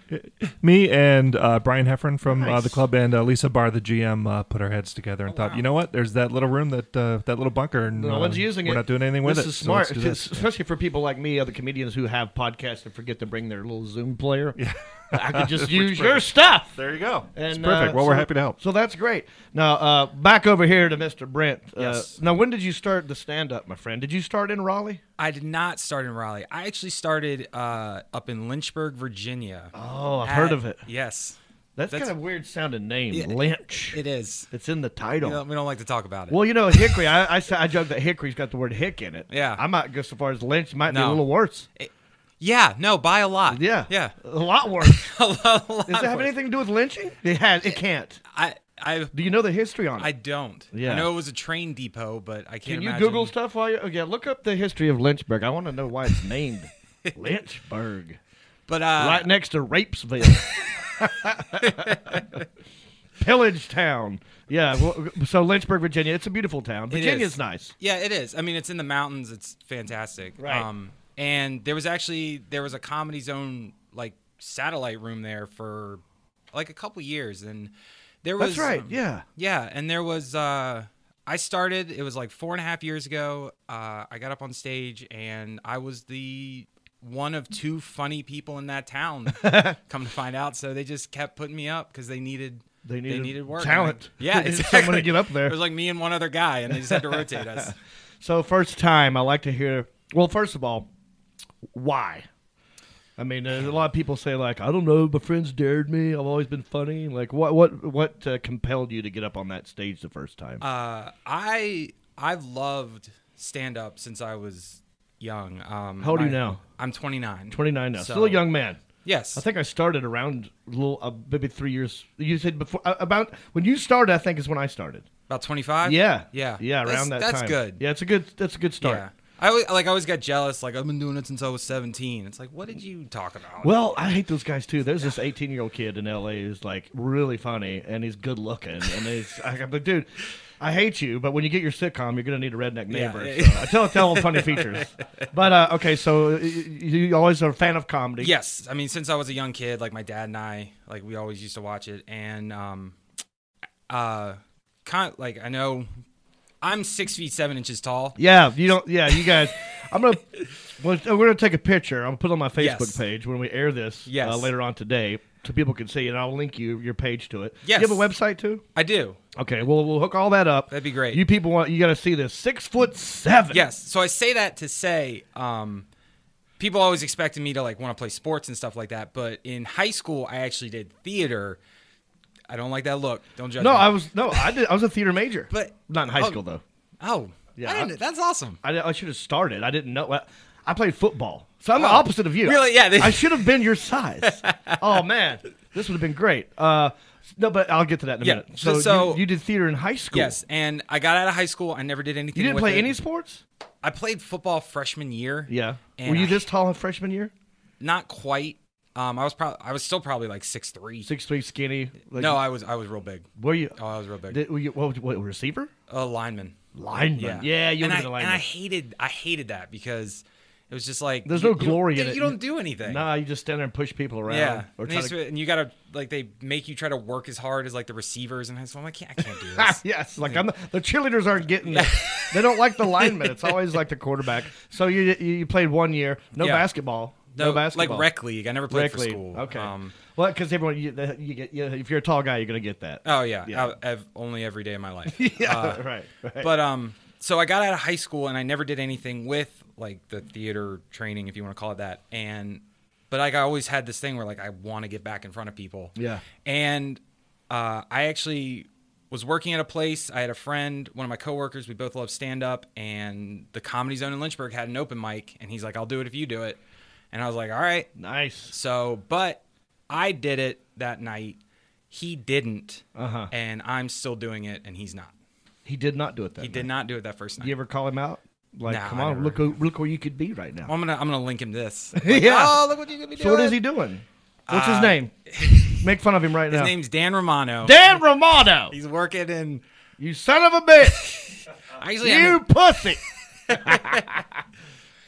[SPEAKER 3] Me and uh, Brian Heffern from uh, the
[SPEAKER 5] Nice. Oh,
[SPEAKER 3] club and uh, Lisa Barr, the GM, uh, put our heads together and thought, you know what? There's that little room, that uh, that little bunker, and
[SPEAKER 5] No
[SPEAKER 3] uh,
[SPEAKER 5] one's using
[SPEAKER 3] we're
[SPEAKER 5] it.
[SPEAKER 3] not doing anything with
[SPEAKER 5] this
[SPEAKER 3] it.
[SPEAKER 5] is
[SPEAKER 3] so
[SPEAKER 5] smart,
[SPEAKER 3] let's do this.
[SPEAKER 5] especially for people like me, other comedians who have podcasts and forget to bring their little Zoom player. I could just use your stuff.
[SPEAKER 3] There you go.
[SPEAKER 5] And,
[SPEAKER 3] it's perfect.
[SPEAKER 5] uh,
[SPEAKER 3] well, we're
[SPEAKER 5] so-
[SPEAKER 3] happy to help.
[SPEAKER 5] So that's great. Now, uh, back over here to Mr. Brent. Uh,
[SPEAKER 7] Yes.
[SPEAKER 5] Now, when did you start the stand up, my friend? Did you start in Raleigh?
[SPEAKER 7] I did not start in Raleigh. I actually started uh, up in Lynchburg, Virginia.
[SPEAKER 5] Oh, I've heard
[SPEAKER 7] At-
[SPEAKER 5] of it.
[SPEAKER 7] Yes,
[SPEAKER 5] That's,
[SPEAKER 7] That's-
[SPEAKER 5] kind of weird sounding name,
[SPEAKER 7] Yeah,
[SPEAKER 5] Lynch.
[SPEAKER 7] it is.
[SPEAKER 5] it's in the title.
[SPEAKER 7] We don't, we don't like to talk about it.
[SPEAKER 5] well, you know, Hickory, I, I, s- I joke that Hickory's got the word hick in it.
[SPEAKER 7] Yeah.
[SPEAKER 5] I might go so far as Lynch might be a
[SPEAKER 7] No.
[SPEAKER 5] little worse.
[SPEAKER 7] yeah, no, buy a lot.
[SPEAKER 5] Yeah.
[SPEAKER 7] yeah.
[SPEAKER 5] A lot worse.
[SPEAKER 7] a lot. Does
[SPEAKER 5] Does it have anything to do with lynching? It has. It can't.
[SPEAKER 7] I, I,
[SPEAKER 5] Do you know the history on it?
[SPEAKER 7] I don't.
[SPEAKER 5] Yeah.
[SPEAKER 7] I know it was a train depot, but I can't.
[SPEAKER 5] Can you
[SPEAKER 7] imagine-
[SPEAKER 5] Google stuff while you? Yeah, look up the history of Lynchburg. I want to know why it's named Lynchburg.
[SPEAKER 7] But uh,
[SPEAKER 5] right next to Rapesville. Pillage town. Yeah, well, so Lynchburg, Virginia. It's a beautiful town.
[SPEAKER 7] It
[SPEAKER 5] Virginia's
[SPEAKER 7] is.
[SPEAKER 5] nice.
[SPEAKER 7] Yeah, it is. I mean, it's in the mountains. It's fantastic.
[SPEAKER 5] Right.
[SPEAKER 7] Um, and there was actually there was a comedy zone like satellite room there for like a couple years, and there was
[SPEAKER 5] That's right.
[SPEAKER 7] um,
[SPEAKER 5] Yeah.
[SPEAKER 7] yeah, and there was uh, I started. It was like four and a half years ago. Uh, I got up on stage and I was the one of two funny people in that town. come to find out, so they just kept putting me up because they needed.
[SPEAKER 5] They needed
[SPEAKER 7] work.
[SPEAKER 5] talent.
[SPEAKER 7] Yeah,
[SPEAKER 5] They needed
[SPEAKER 7] exactly.
[SPEAKER 5] someone to get up there.
[SPEAKER 7] It was like me and one other guy, and they just had to rotate us.
[SPEAKER 5] So first time, I like to hear. Well, first of all, why? I mean, there's a lot of people say like, I don't know, my friends dared me. I've always been funny. Like, what, what, what uh, compelled you to get up on that stage the first time?
[SPEAKER 7] Uh, I I've loved stand up since I was young. Um,
[SPEAKER 5] How old are you
[SPEAKER 7] my-
[SPEAKER 5] now?
[SPEAKER 7] I'm 29.
[SPEAKER 5] 29 now,
[SPEAKER 7] so-
[SPEAKER 5] still a young man.
[SPEAKER 7] Yes.
[SPEAKER 5] I think I started around a little, uh, maybe three years. You said before uh, about when you started. I think is when I started.
[SPEAKER 7] about 25.
[SPEAKER 5] Yeah,
[SPEAKER 7] Uh, Yeah.
[SPEAKER 5] yeah.
[SPEAKER 7] That's-
[SPEAKER 5] Around that
[SPEAKER 7] That's
[SPEAKER 5] time.
[SPEAKER 7] good.
[SPEAKER 5] Yeah, it's a good. That's a good start.
[SPEAKER 7] Yeah. I always, like I always got jealous. Like I've been doing it since I was 17. It's like, what did you talk about?
[SPEAKER 5] Well, I hate those guys too. There's this 18 year old kid in LA who's like really funny and he's good looking. And he's, I'm like, dude, I hate you, but when you get your sitcom, you're going to need a redneck
[SPEAKER 7] Yeah.
[SPEAKER 5] neighbor. So I tell, tell him funny features. But, uh, okay, so y- you always are a fan of comedy.
[SPEAKER 7] Yes, I mean since I was a young kid, like my dad and I, like we always used to watch it, and um, uh, kind like I know, I'm six feet seven inches tall.
[SPEAKER 5] Yeah, you don't. Yeah, you guys. I'm gonna. Well, we're gonna take a picture. I'm gonna put it on my Facebook
[SPEAKER 7] Yes.
[SPEAKER 5] page when we air this
[SPEAKER 7] Yes.
[SPEAKER 5] uh, later on today, so people can see, and I'll link you your page to it.
[SPEAKER 7] Yes.
[SPEAKER 5] You have a website too.
[SPEAKER 7] I do.
[SPEAKER 5] Okay, we'll we'll hook all that up.
[SPEAKER 7] That'd be great.
[SPEAKER 5] You people want you got to see this six foot seven.
[SPEAKER 7] Yes. So I say that to say, um, people always expected me to like want to play sports and stuff like that. But in high school, I actually did theater. I don't like that look. Don't judge.
[SPEAKER 5] No,
[SPEAKER 7] me.
[SPEAKER 5] I was no, I did. I was a theater major,
[SPEAKER 7] But-
[SPEAKER 5] not in high
[SPEAKER 7] oh.
[SPEAKER 5] school though.
[SPEAKER 7] Oh,
[SPEAKER 5] Yeah,
[SPEAKER 7] I didn't-
[SPEAKER 5] I-
[SPEAKER 7] that's awesome.
[SPEAKER 5] I, I should have started. I didn't know. I, I played football, so I'm the
[SPEAKER 7] Oh.
[SPEAKER 5] opposite of you.
[SPEAKER 7] Really? Yeah, they-
[SPEAKER 5] I should have been your size. oh man, this would have been great. Uh, no, but I'll get to that in a
[SPEAKER 7] Yeah,
[SPEAKER 5] minute. So, you-
[SPEAKER 7] so- so-
[SPEAKER 5] you, did theater in high school.
[SPEAKER 7] Yes, and I got out of high school. I never did anything.
[SPEAKER 5] You didn't
[SPEAKER 7] with
[SPEAKER 5] play
[SPEAKER 7] it.
[SPEAKER 5] any sports.
[SPEAKER 7] I played football freshman year.
[SPEAKER 5] Yeah.
[SPEAKER 7] And
[SPEAKER 5] Were you
[SPEAKER 7] I-
[SPEAKER 5] this tall in freshman year?
[SPEAKER 7] Not quite. Um, I was probably I was still probably like six three.
[SPEAKER 5] Six three, skinny. Like,
[SPEAKER 7] no, I was I was real big.
[SPEAKER 5] Were you?
[SPEAKER 7] Oh, I was real big.
[SPEAKER 5] Did, were you what, what receiver?
[SPEAKER 7] a lineman.
[SPEAKER 5] Lineman. Yeah, you would
[SPEAKER 7] and I,
[SPEAKER 5] have been a lineman.
[SPEAKER 7] And I hated I hated that because it was just like
[SPEAKER 5] There's
[SPEAKER 7] you-
[SPEAKER 5] no
[SPEAKER 7] you don't-
[SPEAKER 5] glory
[SPEAKER 7] yeah,
[SPEAKER 5] in it.
[SPEAKER 7] You don't do anything.
[SPEAKER 5] Nah, you just stand there and push people around.
[SPEAKER 7] Yeah,
[SPEAKER 5] Or
[SPEAKER 7] and,
[SPEAKER 5] try
[SPEAKER 7] they
[SPEAKER 5] to,
[SPEAKER 7] sp- and you gotta like they make you try to work as hard as like the receivers, and so I'm like, I can't, I can't do this.
[SPEAKER 5] yes, like I'm the, the cheerleaders aren't getting it. they don't like the lineman. It's always like the quarterback. So you you you played one year, no
[SPEAKER 7] Yeah.
[SPEAKER 5] basketball, no, basketball,
[SPEAKER 7] Like rec league, I never played
[SPEAKER 5] Rec
[SPEAKER 7] for
[SPEAKER 5] league.
[SPEAKER 7] school.
[SPEAKER 5] Okay,
[SPEAKER 7] Um,
[SPEAKER 5] well, because everyone you, you get you, if you're a tall guy, you're gonna get that.
[SPEAKER 7] oh yeah,
[SPEAKER 5] Yeah.
[SPEAKER 7] I- I've only every day of my life.
[SPEAKER 5] yeah,
[SPEAKER 7] Uh,
[SPEAKER 5] right, right.
[SPEAKER 7] But um, so I got out of high school and I never did anything with like the theater training, if you want to call it that. And but like I always had this thing where like I want to get back in front of people.
[SPEAKER 5] Yeah.
[SPEAKER 7] And uh, I actually was working at a place. I had a friend, one of my coworkers. We both love stand up, and the Comedy Zone in Lynchburg had an open mic, and he's like, "I'll do it if you do it." And I was like, "All right."
[SPEAKER 5] nice.
[SPEAKER 7] So, but I did it that night. He didn't,
[SPEAKER 5] Uh-huh.
[SPEAKER 7] and I'm still doing it, and he's not.
[SPEAKER 5] He did not do it that.
[SPEAKER 7] He did not do it that first night.
[SPEAKER 5] You ever call him out? Like,
[SPEAKER 7] Nah,
[SPEAKER 5] come
[SPEAKER 7] I
[SPEAKER 5] on,
[SPEAKER 7] never.
[SPEAKER 5] look who- look where you could be right now.
[SPEAKER 7] Well, I'm gonna I'm gonna link him this.
[SPEAKER 5] Yeah.
[SPEAKER 7] Oh, look what you could be doing.
[SPEAKER 5] so what is he doing? What's his name? Make fun of him right
[SPEAKER 7] His
[SPEAKER 5] now.
[SPEAKER 7] name's Dan Romano.
[SPEAKER 5] Dan Romano.
[SPEAKER 7] He's working in.
[SPEAKER 5] You son of a bitch.
[SPEAKER 7] I Actually,
[SPEAKER 5] Uh, you
[SPEAKER 7] you
[SPEAKER 5] pussy.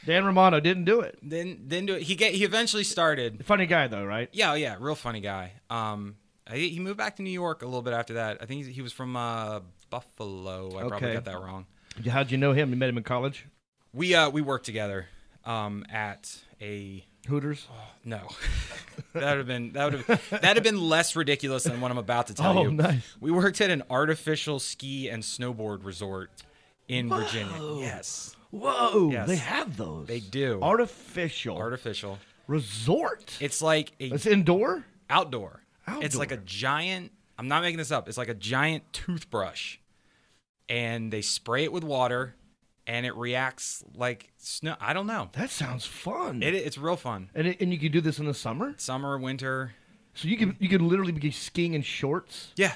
[SPEAKER 5] Dan Romano didn't do it.
[SPEAKER 7] then then do it. He get he eventually started.
[SPEAKER 5] Funny guy though, right?
[SPEAKER 7] Yeah, oh, yeah, real funny guy. Um, I, he moved back to New York a little bit after that. I think he's, he was from uh, Buffalo. I
[SPEAKER 5] Okay.
[SPEAKER 7] probably got that wrong.
[SPEAKER 5] How'd you know him? You met him in college?
[SPEAKER 7] We uh we worked together um at a
[SPEAKER 5] Hooters.
[SPEAKER 7] No, that would have been that would have that have been less ridiculous than what I'm about to tell
[SPEAKER 5] Oh,
[SPEAKER 7] you.
[SPEAKER 5] nice.
[SPEAKER 7] We worked at an artificial ski and snowboard resort in Virginia. Yes,
[SPEAKER 5] Whoa,
[SPEAKER 7] Yes.
[SPEAKER 5] they have those.
[SPEAKER 7] They do.
[SPEAKER 5] Artificial
[SPEAKER 7] artificial.
[SPEAKER 5] resort.
[SPEAKER 7] It's like a
[SPEAKER 5] It's indoor.
[SPEAKER 7] outdoor. It's like a
[SPEAKER 5] Outdoor.
[SPEAKER 7] giant. I'm not making this up. It's like a giant toothbrush, and they spray it with water, and it reacts like snow. I don't know.
[SPEAKER 5] That sounds fun.
[SPEAKER 7] It, it's real fun.
[SPEAKER 5] and it, and you could do this in the summer.
[SPEAKER 7] Summer, winter.
[SPEAKER 5] So you could you could literally be skiing in shorts.
[SPEAKER 7] Yeah,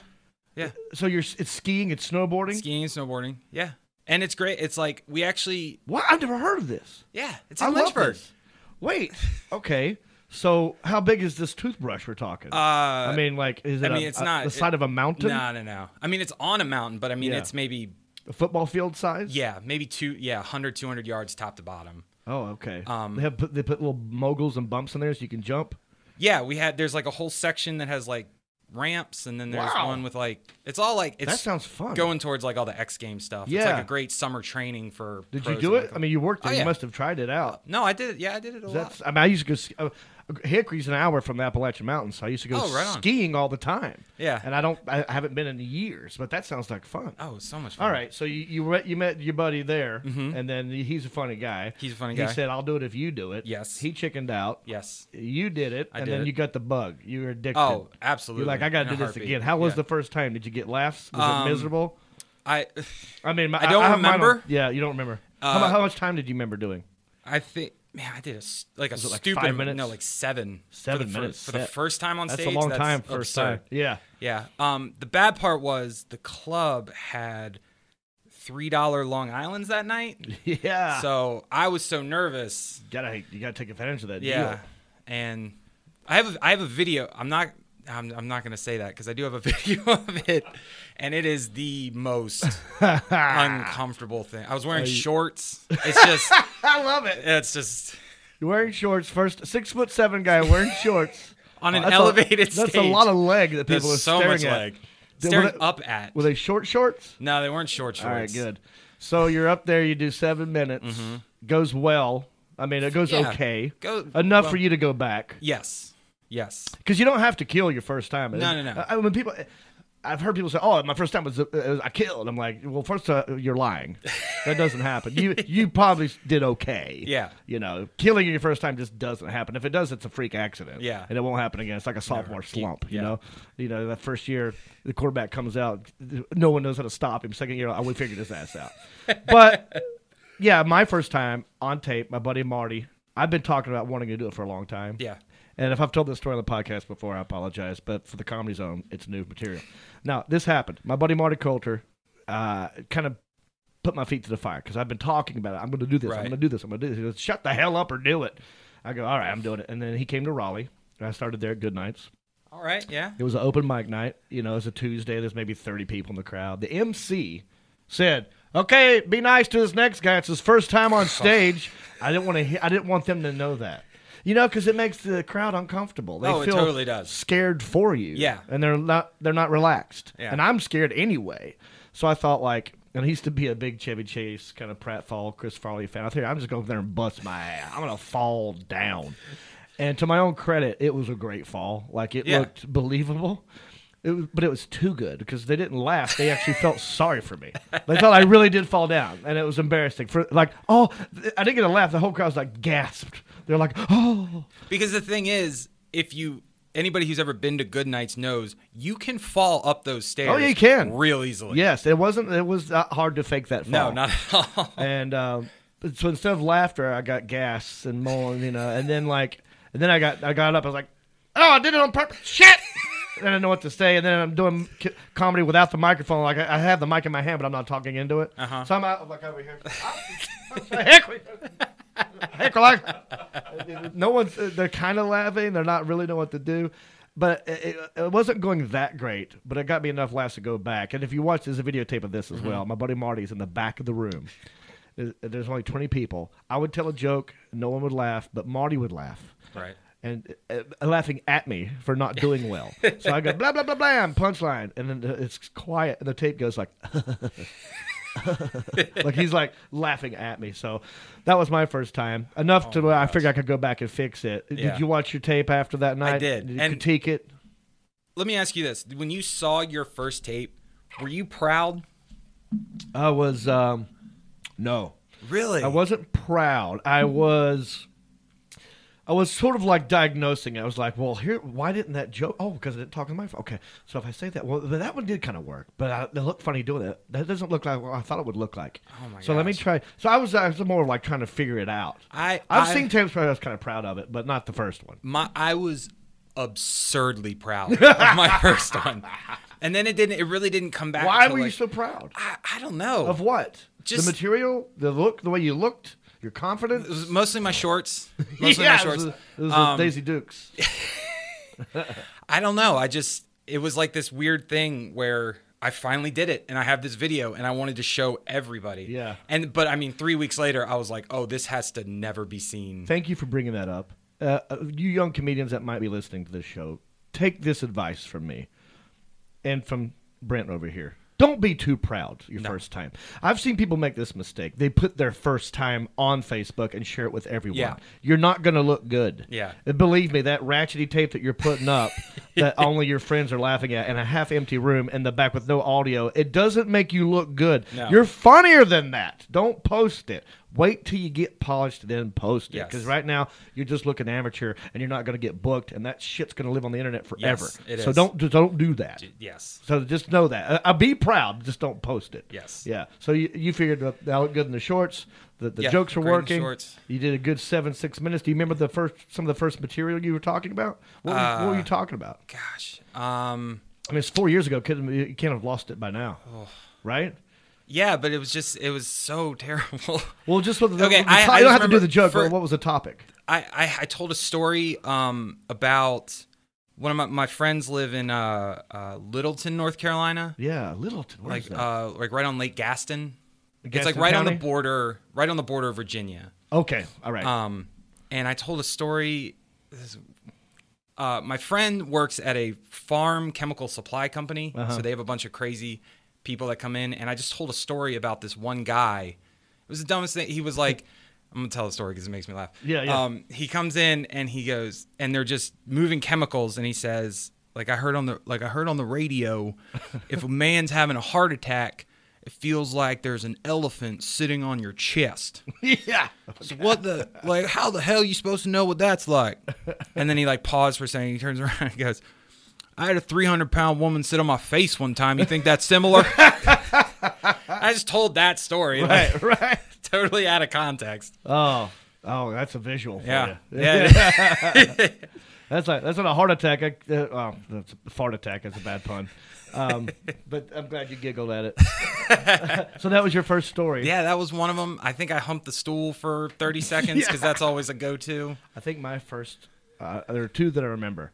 [SPEAKER 7] yeah.
[SPEAKER 5] So you're it's skiing, it's snowboarding.
[SPEAKER 7] Skiing and snowboarding. Yeah. And it's great. It's like we actually
[SPEAKER 5] What? I've never heard of this.
[SPEAKER 7] yeah, it's
[SPEAKER 5] I
[SPEAKER 7] in
[SPEAKER 5] love
[SPEAKER 7] Lynchburg.
[SPEAKER 5] this. Wait. Okay. So how big is this toothbrush we're talking? Uh, I mean, like, is it?
[SPEAKER 7] I mean,
[SPEAKER 5] a-
[SPEAKER 7] it's
[SPEAKER 5] a-
[SPEAKER 7] not-
[SPEAKER 5] the side of a mountain,
[SPEAKER 7] No, no, no. I mean, it's on a mountain, but I mean,
[SPEAKER 5] Yeah.
[SPEAKER 7] it's maybe
[SPEAKER 5] a football field size.
[SPEAKER 7] yeah, maybe two yeah, 100 200 yards top to bottom.
[SPEAKER 5] Oh, okay.
[SPEAKER 7] Um,
[SPEAKER 5] they have put, they put little moguls and bumps in there so you can jump.
[SPEAKER 7] Yeah, we had there's like a whole section that has like ramps and then there's
[SPEAKER 5] Wow.
[SPEAKER 7] one with like it's all like it's
[SPEAKER 5] That sounds fun.
[SPEAKER 7] going towards like all the X game stuff. It's
[SPEAKER 5] Yeah.
[SPEAKER 7] like a great summer training for
[SPEAKER 5] Did you
[SPEAKER 7] pros
[SPEAKER 5] do
[SPEAKER 7] and
[SPEAKER 5] it?
[SPEAKER 7] like-
[SPEAKER 5] I mean, you worked there.
[SPEAKER 7] Oh, yeah. Uh,
[SPEAKER 5] You must have tried it out.
[SPEAKER 7] No, I did it. Yeah, I did it a lot.
[SPEAKER 5] That's. I mean, I used to go. ski- Uh, Hickory's an hour from the Appalachian Mountains, so I used to go
[SPEAKER 7] Oh, right on.
[SPEAKER 5] skiing all the time.
[SPEAKER 7] Yeah.
[SPEAKER 5] and I don't. I haven't been in years, but that sounds like fun.
[SPEAKER 7] Oh, so much fun.
[SPEAKER 5] All right, so you you, re- you met your buddy there, and then he's a funny guy.
[SPEAKER 7] Mm-hmm. He's a funny
[SPEAKER 5] He
[SPEAKER 7] guy.
[SPEAKER 5] said, "I'll do it if you do it."
[SPEAKER 7] Yes.
[SPEAKER 5] He chickened out.
[SPEAKER 7] Yes.
[SPEAKER 5] You did it,
[SPEAKER 7] I
[SPEAKER 5] and
[SPEAKER 7] did
[SPEAKER 5] then
[SPEAKER 7] it.
[SPEAKER 5] you got the bug. You were addicted.
[SPEAKER 7] Oh, absolutely.
[SPEAKER 5] You're like, I got to
[SPEAKER 7] In
[SPEAKER 5] do
[SPEAKER 7] a
[SPEAKER 5] this
[SPEAKER 7] heartbeat.
[SPEAKER 5] again. How was
[SPEAKER 7] Yeah.
[SPEAKER 5] the first time? Did you get laughs? Was it miserable?
[SPEAKER 7] I
[SPEAKER 5] I mean, my,
[SPEAKER 7] I don't
[SPEAKER 5] have mine on-
[SPEAKER 7] remember. Uh,
[SPEAKER 5] yeah, you don't remember. how, mu- how much time did you remember doing?
[SPEAKER 7] I think, man, I did a s- like a
[SPEAKER 5] it like
[SPEAKER 7] stupid
[SPEAKER 5] five minutes?
[SPEAKER 7] no, like seven, for
[SPEAKER 5] Seven
[SPEAKER 7] the fir-
[SPEAKER 5] minutes.
[SPEAKER 7] for the
[SPEAKER 5] That-
[SPEAKER 7] first time on
[SPEAKER 5] That's
[SPEAKER 7] stage.
[SPEAKER 5] a long time. First
[SPEAKER 7] absurd.
[SPEAKER 5] time. Yeah.
[SPEAKER 7] Yeah. Um, the bad part was the club had three dollar Long Island's that night,
[SPEAKER 5] Yeah.
[SPEAKER 7] so I was so nervous.
[SPEAKER 5] gotta you gotta take advantage of that.
[SPEAKER 7] Yeah,
[SPEAKER 5] deal.
[SPEAKER 7] and I have a, I have a video. I'm not. I'm, I'm not going to say that because I do have a video of it, and it is the most uncomfortable thing. I was wearing shorts. It's just,
[SPEAKER 5] I love it.
[SPEAKER 7] it's just
[SPEAKER 5] You're wearing shorts. First six foot seven guy wearing shorts.
[SPEAKER 7] on an
[SPEAKER 5] That's a-
[SPEAKER 7] elevated stage.
[SPEAKER 5] That's a lot of leg that people
[SPEAKER 7] There's
[SPEAKER 5] are
[SPEAKER 7] so
[SPEAKER 5] staring
[SPEAKER 7] much
[SPEAKER 5] at.
[SPEAKER 7] leg.
[SPEAKER 5] Did-
[SPEAKER 7] Staring
[SPEAKER 5] were they-
[SPEAKER 7] up at.
[SPEAKER 5] Were they short shorts?
[SPEAKER 7] no, they weren't short shorts. Mm-hmm.
[SPEAKER 5] All right, good. So you're up there. You do seven minutes. Goes well. I mean, it goes
[SPEAKER 7] Yeah.
[SPEAKER 5] okay.
[SPEAKER 7] Go-
[SPEAKER 5] Enough
[SPEAKER 7] well-
[SPEAKER 5] for you to go back
[SPEAKER 7] Yes. Yes.
[SPEAKER 5] because you don't have to kill your first time.
[SPEAKER 7] No, no, no.
[SPEAKER 5] I, I- when people, I've heard people say, "Oh, my first time was, uh, was I killed." I'm like, "Well, first uh, you're lying. That doesn't happen. You you probably did okay.
[SPEAKER 7] Yeah.
[SPEAKER 5] you know, killing your first time just doesn't happen. If it does, it's a freak accident.
[SPEAKER 7] Yeah.
[SPEAKER 5] and it won't happen again. It's like a sophomore slump. You know, you know that first year the quarterback comes out, no one knows how to stop him. Second year, I we figured his ass out. But yeah, my first time on tape, my buddy Marty. I've been talking about wanting to do it for a long time.
[SPEAKER 7] Yeah.
[SPEAKER 5] And if I've told this story on the podcast before, I apologize. But for the Comedy Zone, it's new material. Now, this happened. My buddy Marty Coulter uh, kind of put my feet to the fire because I've been talking about it. I'm going to do this. I'm
[SPEAKER 7] Right.
[SPEAKER 5] going to do this. I'm going to do this. He goes, shut the hell up or do it. I go, all right, I'm doing it. And then he came to Raleigh. And I started there at Good Nights.
[SPEAKER 7] All right, yeah.
[SPEAKER 5] It was an open mic night. You know, it's a Tuesday. There's maybe 30 people in the crowd. The MC said, "Okay, be nice to this next guy. It's his first time on stage." I didn't want to. I didn't want them to know that. You know, because it makes the crowd uncomfortable. They
[SPEAKER 7] Oh, it
[SPEAKER 5] feel
[SPEAKER 7] totally does.
[SPEAKER 5] scared for you.
[SPEAKER 7] Yeah.
[SPEAKER 5] and they're not. They're not relaxed.
[SPEAKER 7] Yeah.
[SPEAKER 5] And I'm scared anyway. So I thought like. And he used to be a big Chevy Chase kind of pratfall, Chris Farley fan. I think I'm just going there and bust my ass. I'm going to fall down. And to my own credit, it was a great fall. Like it
[SPEAKER 7] Yeah.
[SPEAKER 5] looked believable. It was, but it was too good because they didn't laugh. They actually felt sorry for me. They thought I really did fall down, and it was embarrassing. For like, oh, th- I didn't get a laugh. The whole crowd was like gasped. They're like, oh,
[SPEAKER 7] Because the thing is, if you anybody who's ever been to good nights knows you can fall up those stairs.
[SPEAKER 5] Oh, yeah, you can.
[SPEAKER 7] real easily.
[SPEAKER 5] yes. It wasn't. It was not hard to fake that fall.
[SPEAKER 7] No, not at all.
[SPEAKER 5] and um, so instead of laughter, I got gas and moan, you know, and then like, and then I got I got up. I was like, oh, I did it on purpose. Shit. And I didn't know what to say, and then I'm doing c- comedy without the microphone. Like I, I have the mic in my hand, but I'm not talking into it. Uh-huh. So I'm out like over here. Heck, we- heck, we're like- no one's. uh, They're kind of laughing. They're not really know what to do. But it, it- it wasn't going that great. But it got me enough laughs to go back. And if you watch, there's a videotape of this as well. My buddy Marty's in the back of the room. There's there's only 20 people. I would tell a joke, no one would laugh, but Marty would laugh.
[SPEAKER 7] Right.
[SPEAKER 5] And uh, uh, laughing at me for not doing well. so I go, blah, blah, blah, blah, punchline. And then uh, it's quiet. And the tape goes like, like he's like laughing at me. So that was my first time. Enough to where I figure I could go back and fix it.
[SPEAKER 7] Oh Yeah.
[SPEAKER 5] Did you watch your tape after that night?
[SPEAKER 7] did.
[SPEAKER 5] you
[SPEAKER 7] And-
[SPEAKER 5] critique it?
[SPEAKER 7] Let me ask you this: When you saw your first tape, were you proud?
[SPEAKER 5] I was, um, no.
[SPEAKER 7] Really?
[SPEAKER 5] I wasn't proud. I
[SPEAKER 7] Hmm.
[SPEAKER 5] was. I was sort of like diagnosing. it. I was like, "Well, here, why didn't that joke? Oh, because I didn't talk on my phone. Okay, so if I say that, well, but that one did kind of work, but I, it looked funny doing that. That doesn't look like what I thought it would look like. Oh
[SPEAKER 7] my
[SPEAKER 5] So let me
[SPEAKER 7] gosh.
[SPEAKER 5] try. So I was, I was more like trying to figure it out.
[SPEAKER 7] I-
[SPEAKER 5] I've
[SPEAKER 7] I-
[SPEAKER 5] seen tapes where I was kind of proud of it, but not the first one.
[SPEAKER 7] My I was absurdly proud of my first one, and then it didn't. It really didn't come back.
[SPEAKER 5] Why
[SPEAKER 7] till,
[SPEAKER 5] were you
[SPEAKER 7] like-
[SPEAKER 5] so proud
[SPEAKER 7] I, I don't know.
[SPEAKER 5] of what?
[SPEAKER 7] Just-
[SPEAKER 5] the material, the look, the way you looked, your
[SPEAKER 7] It
[SPEAKER 5] confidence.
[SPEAKER 7] was mostly my shorts. Mostly my
[SPEAKER 5] yeah, it
[SPEAKER 7] shorts.
[SPEAKER 5] was, it was
[SPEAKER 7] Um,
[SPEAKER 5] Daisy Dukes.
[SPEAKER 7] I don't know. I just it was like this weird thing where I finally did it and I have this video and I wanted to show everybody.
[SPEAKER 5] Yeah.
[SPEAKER 7] And but I mean 3 weeks later I was like, "Oh, this has to never be seen."
[SPEAKER 5] Thank you for bringing that up. Uh, uh, you young comedians that might be listening to this show, take this advice from me and from Brent over here. Don't be too proud your first time. I've seen people make this mistake. They put their first time on Facebook and share it with everyone.
[SPEAKER 7] Yeah.
[SPEAKER 5] You're not going to look good.
[SPEAKER 7] Yeah.
[SPEAKER 5] And believe me, that ratchety tape that you're putting up that only your friends are laughing at in a half empty room in the back with no audio, it doesn't make you look good.
[SPEAKER 7] No.
[SPEAKER 5] You're funnier than that. Don't post it. Wait till you get polished, then post it.
[SPEAKER 7] Yes.
[SPEAKER 5] Because right now you're just looking amateur, and you're not going to get booked, and that shit's going to live on the internet forever.
[SPEAKER 7] Yes, it
[SPEAKER 5] so
[SPEAKER 7] is.
[SPEAKER 5] don't don't do that.
[SPEAKER 7] Yes.
[SPEAKER 5] So just know that. Uh, uh, be proud. Just don't post it.
[SPEAKER 7] Yes.
[SPEAKER 5] Yeah. So you, you figured that I look good in the shorts. The, the
[SPEAKER 7] Yeah,
[SPEAKER 5] jokes were
[SPEAKER 7] great in
[SPEAKER 5] working.
[SPEAKER 7] shorts.
[SPEAKER 5] You did a good seven six minutes. Do you remember the first some of the first material you were talking about? What, were you- what
[SPEAKER 7] Uh,
[SPEAKER 5] were you talking about?
[SPEAKER 7] Gosh. Um
[SPEAKER 5] I mean, it's four years ago. Couldn't you can't have lost it by now,
[SPEAKER 7] Oh.
[SPEAKER 5] right?
[SPEAKER 7] yeah, but it was just it was so terrible.
[SPEAKER 5] Well, just what the,
[SPEAKER 7] Okay,
[SPEAKER 5] the-
[SPEAKER 7] I-
[SPEAKER 5] you
[SPEAKER 7] I
[SPEAKER 5] don't
[SPEAKER 7] just
[SPEAKER 5] have to do
[SPEAKER 7] remember
[SPEAKER 5] the joke.
[SPEAKER 7] for-
[SPEAKER 5] but what was the topic?
[SPEAKER 7] I, I I told a story um about one of my, my friends live in uh, uh Littleton, North Carolina.
[SPEAKER 5] Yeah, Littleton. Where's
[SPEAKER 7] Like
[SPEAKER 5] that?
[SPEAKER 7] uh like right on Lake Gaston. it's like
[SPEAKER 5] Gaston
[SPEAKER 7] right on
[SPEAKER 5] County?
[SPEAKER 7] the border, right on the border of Virginia.
[SPEAKER 5] Okay, all right.
[SPEAKER 7] Um, and I told a story. This, uh, my friend works at a farm chemical supply company,
[SPEAKER 5] Uh-huh.
[SPEAKER 7] so they have a bunch of crazy people that come in. And I just told a story about this one guy. It was the dumbest thing. He was like, "I'm gonna tell the story because it makes me laugh."
[SPEAKER 5] Yeah, yeah.
[SPEAKER 7] Um, he comes in and he goes, and they're just moving chemicals, and he says, Like I heard on the like I heard on the radio, if a man's having a heart attack, it feels like there's an elephant sitting on your chest.
[SPEAKER 5] yeah.
[SPEAKER 7] So what the like? How the hell are you supposed to know what that's like? And then he like paused for a second. He turns around and goes, "I had a 300 pound woman sit on my face one time. You think that's similar?" I just told that story, like,
[SPEAKER 5] Right, right.
[SPEAKER 7] totally out of context.
[SPEAKER 5] Oh, oh, that's a visual. for
[SPEAKER 7] Yeah,
[SPEAKER 5] you.
[SPEAKER 7] yeah.
[SPEAKER 5] That's like that's not a heart attack. I, uh, oh, that's a fart attack. That's a bad pun. Um, but I'm glad you giggled at it. so that was your first story.
[SPEAKER 7] Yeah, that was one of them. I think I humped the stool for 30 seconds because that's always a go to.
[SPEAKER 5] I think my first. Uh, there are two that I remember,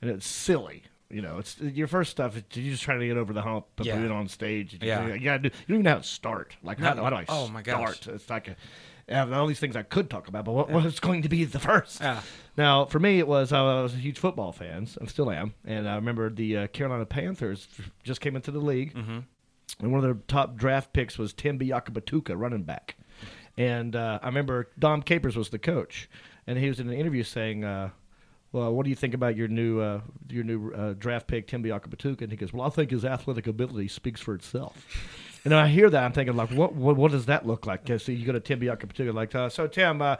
[SPEAKER 5] and it's silly. You know, it's your first stuff. is You're just trying to get over the hump, but
[SPEAKER 7] Yeah.
[SPEAKER 5] put it on stage. You
[SPEAKER 7] Yeah.
[SPEAKER 5] gotta do- you, don't even know how to start. Like, how,
[SPEAKER 7] No.
[SPEAKER 5] how do I
[SPEAKER 7] Oh, my gosh.
[SPEAKER 5] start? It's like a, I have all these things I could talk about, but what was going to be the first?
[SPEAKER 7] Yeah.
[SPEAKER 5] Now, for me, it was I was a huge football fan. I still am, and I remember the uh, Carolina Panthers just came into the league,
[SPEAKER 7] Mm-hmm.
[SPEAKER 5] and one of their top draft picks was Timby Yakabatuka, running back. And uh, I remember Dom Capers was the coach, and he was in an interview saying, uh, "Well, what do you think about your new uh, your new uh, draft pick, Timby Yakabatuka?" And he goes, "Well, I think his athletic ability speaks for itself." And I hear that, I'm thinking, like, what what, what does that look like? 'Cause you go to Tim Yakabatuka, like, uh, so Tim. Uh,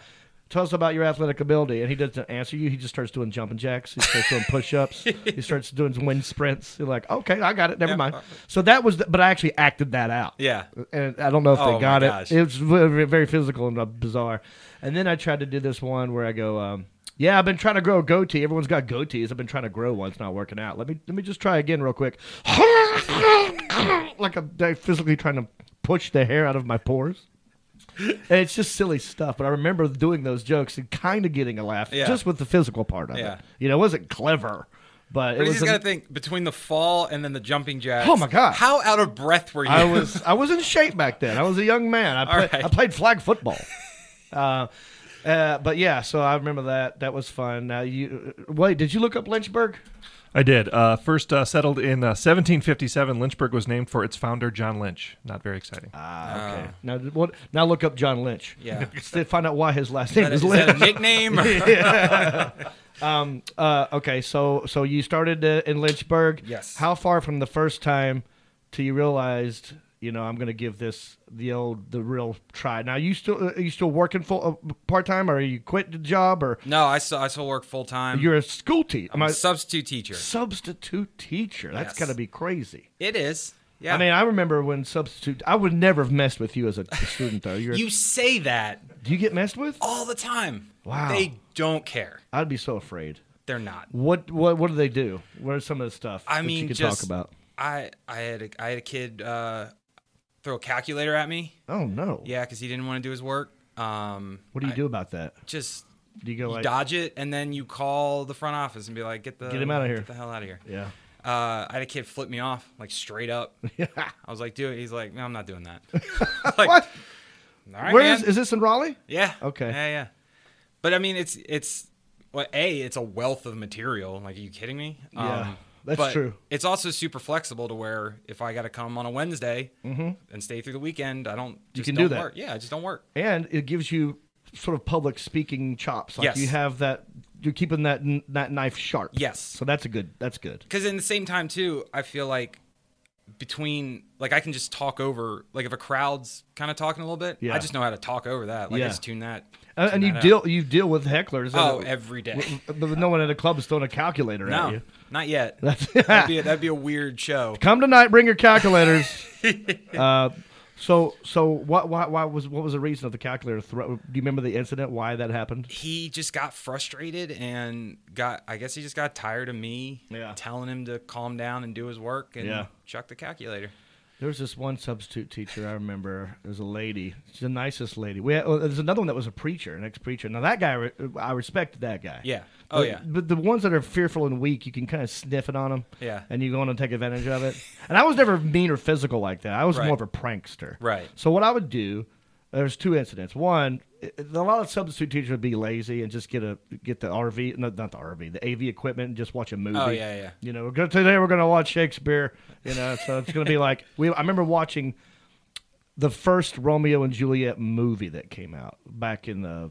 [SPEAKER 5] Tell us about your athletic ability, and he doesn't answer you. He just starts doing jumping jacks. He starts doing push-ups. he starts doing wind sprints. You're like, okay, I got it. Never mind. So that was, the, but I actually acted that out
[SPEAKER 7] Yeah.
[SPEAKER 5] and I don't know if
[SPEAKER 7] Oh,
[SPEAKER 5] they
[SPEAKER 7] my
[SPEAKER 5] got
[SPEAKER 7] gosh.
[SPEAKER 5] it. It was very, very physical and uh, bizarre. And then I tried to do this one where I go, um, "Yeah, I've been trying to grow a goatee. Everyone's got goatees. I've been trying to grow one. It's not working out. Let me let me just try again real quick." like I'm like, physically trying to push the hair out of my pores. And it's just silly stuff, but I remember doing those jokes and kind of getting a laugh
[SPEAKER 7] Yeah.
[SPEAKER 5] just with the physical part of
[SPEAKER 7] Yeah.
[SPEAKER 5] it. You know, it wasn't clever, but, it
[SPEAKER 7] But you
[SPEAKER 5] was.
[SPEAKER 7] just
[SPEAKER 5] an-
[SPEAKER 7] got to think between the fall and then the jumping jacks.
[SPEAKER 5] Oh, my God.
[SPEAKER 7] How out of breath were you?
[SPEAKER 5] I was I was in shape back then. I was a young man. I, play,
[SPEAKER 7] right.
[SPEAKER 5] I played flag football. Uh, uh, but yeah, so I remember that. That was fun. Now you uh, wait. Did you look up Lynchburg?
[SPEAKER 3] I did. Uh, first uh, settled in uh, 1757, Lynchburg was named for its founder, John Lynch. Not very exciting.
[SPEAKER 5] Ah, okay. Now what? Now look up John Lynch.
[SPEAKER 7] Uh-huh. Yeah.
[SPEAKER 5] to find out why his last name
[SPEAKER 7] Is that a-
[SPEAKER 5] is
[SPEAKER 7] is that a
[SPEAKER 5] Lynch.
[SPEAKER 7] nickname? or-
[SPEAKER 5] Uh, okay, so so you started uh, in Lynchburg.
[SPEAKER 7] Yes.
[SPEAKER 5] How far from the first time till you realized? You know, I'm going to give this the old, the real try. Now, you still are you still working full uh, part time, or you quit the job, or
[SPEAKER 7] No, I still, I still work full time.
[SPEAKER 5] You're a school teacher.
[SPEAKER 7] I'm a substitute teacher.
[SPEAKER 5] substitute teacher. That's
[SPEAKER 7] Yes.
[SPEAKER 5] got to be crazy.
[SPEAKER 7] It is. Yeah.
[SPEAKER 5] I mean, I remember when substitute. I would never have messed with you as a student, though. You're,
[SPEAKER 7] you say that
[SPEAKER 5] do you get messed with?
[SPEAKER 7] all the time.
[SPEAKER 5] Wow.
[SPEAKER 7] They don't care.
[SPEAKER 5] I'd be so afraid.
[SPEAKER 7] They're not.
[SPEAKER 5] What what what do they do? What are some of the stuff
[SPEAKER 7] I
[SPEAKER 5] that
[SPEAKER 7] mean,
[SPEAKER 5] you could
[SPEAKER 7] just
[SPEAKER 5] talk about?
[SPEAKER 7] I I had a, I had a kid uh, throw a calculator at me.
[SPEAKER 5] Oh no!
[SPEAKER 7] Yeah, because he didn't want to do his work. Um,
[SPEAKER 5] What do you
[SPEAKER 7] I
[SPEAKER 5] do about that?
[SPEAKER 7] Just
[SPEAKER 5] Do you go
[SPEAKER 7] you
[SPEAKER 5] like?
[SPEAKER 7] dodge it, and then you call the front office and be like, "Get the
[SPEAKER 5] Get him outta here."
[SPEAKER 7] Get the hell out of here."
[SPEAKER 5] Yeah.
[SPEAKER 7] Uh, I had a kid flip me off like straight up. Yeah. I was like, "Dude," he's like, "No, I'm not doing that." like,
[SPEAKER 5] What?
[SPEAKER 7] All right,
[SPEAKER 5] Where is
[SPEAKER 7] man."
[SPEAKER 5] is this in Raleigh?
[SPEAKER 7] Yeah.
[SPEAKER 5] Okay.
[SPEAKER 7] Yeah, yeah. But I mean, it's it's well, a it's a wealth of material. Like, are you kidding me? Um,
[SPEAKER 5] Yeah, that's
[SPEAKER 7] but
[SPEAKER 5] true.
[SPEAKER 7] It's also super flexible to where if I got to come on a Wednesday and stay through the weekend, I don't.
[SPEAKER 5] Mm-hmm.
[SPEAKER 7] Just
[SPEAKER 5] can do
[SPEAKER 7] not
[SPEAKER 5] that.
[SPEAKER 7] Work. Yeah, I just don't work.
[SPEAKER 5] And it gives you sort of public speaking chops. Like
[SPEAKER 7] Yes.
[SPEAKER 5] you have that. You're keeping that kn- that knife sharp.
[SPEAKER 7] Yes.
[SPEAKER 5] So that's a good. That's good.
[SPEAKER 7] because in the same time too i feel like between like i can just talk over like if a crowd's kind of talking a little bit
[SPEAKER 5] Yeah.
[SPEAKER 7] i just know how to talk over that like
[SPEAKER 5] Yeah.
[SPEAKER 7] i just tune that
[SPEAKER 5] Uh,
[SPEAKER 7] tune
[SPEAKER 5] and you
[SPEAKER 7] that out.
[SPEAKER 5] deal you deal with hecklers.
[SPEAKER 7] oh
[SPEAKER 5] Uh,
[SPEAKER 7] every day
[SPEAKER 5] But no one at a club is throwing a calculator at
[SPEAKER 7] no
[SPEAKER 5] you.
[SPEAKER 7] not yet that'd, be a, that'd be a weird show
[SPEAKER 5] Come tonight, bring your calculators. uh, so, so what, why, why was what was the reason of the calculator throw? Do you remember the incident? Why that happened?
[SPEAKER 7] he just got frustrated and got i guess he just got tired of me
[SPEAKER 5] Yeah.
[SPEAKER 7] telling him to calm down and do his work and
[SPEAKER 5] Yeah.
[SPEAKER 7] chuck the calculator
[SPEAKER 5] There was this one substitute teacher I remember. There was a lady. She's the nicest lady. We had, oh, there's another one that was a preacher, an ex-preacher. Now that guy, I respected that guy.
[SPEAKER 7] Yeah. Oh,
[SPEAKER 5] But-
[SPEAKER 7] yeah.
[SPEAKER 5] But the ones that are fearful and weak, you can kind of sniff it on them.
[SPEAKER 7] Yeah.
[SPEAKER 5] And you go on and take advantage of it. And I was never mean or physical like that. I was
[SPEAKER 7] Right.
[SPEAKER 5] more of a prankster.
[SPEAKER 7] Right.
[SPEAKER 5] So what I would do, there's two incidents. One, it- it- a lot of substitute teachers would be lazy and just get a get the RV, no, not the RV, the AV equipment, and just watch a movie.
[SPEAKER 7] Oh, yeah, yeah.
[SPEAKER 5] You know, we're gonna, today we're going to watch Shakespeare. You know, so it's going to be like we. I remember watching the first Romeo and Juliet movie that came out back in the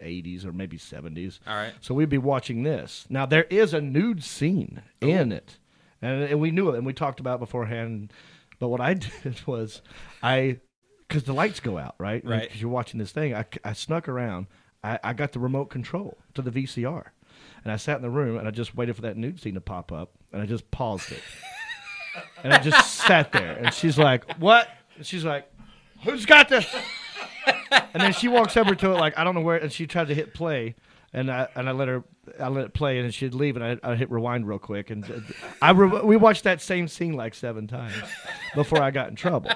[SPEAKER 5] 80s or maybe 70s.
[SPEAKER 7] All right.
[SPEAKER 5] So we'd be watching this. Now there is a nude scene in it, and, and we knew it, and we talked about it beforehand. But what I did was, I, because the lights go out, right?
[SPEAKER 7] Right.
[SPEAKER 5] Because you're watching this thing. I, I snuck around. I, I got the remote control to the VCR, and I sat in the room and I just waited for that nude scene to pop up, and I just paused it, and I just sat there. And she's like, "What?" And she's like, "Who's got this?" and then she walks over to it like I don't know where, and she tried to hit play, and I and I let her, I let it play, and then she'd leave, and I, I hit rewind real quick, and uh, I re- we watched that same scene like seven times before I got in trouble,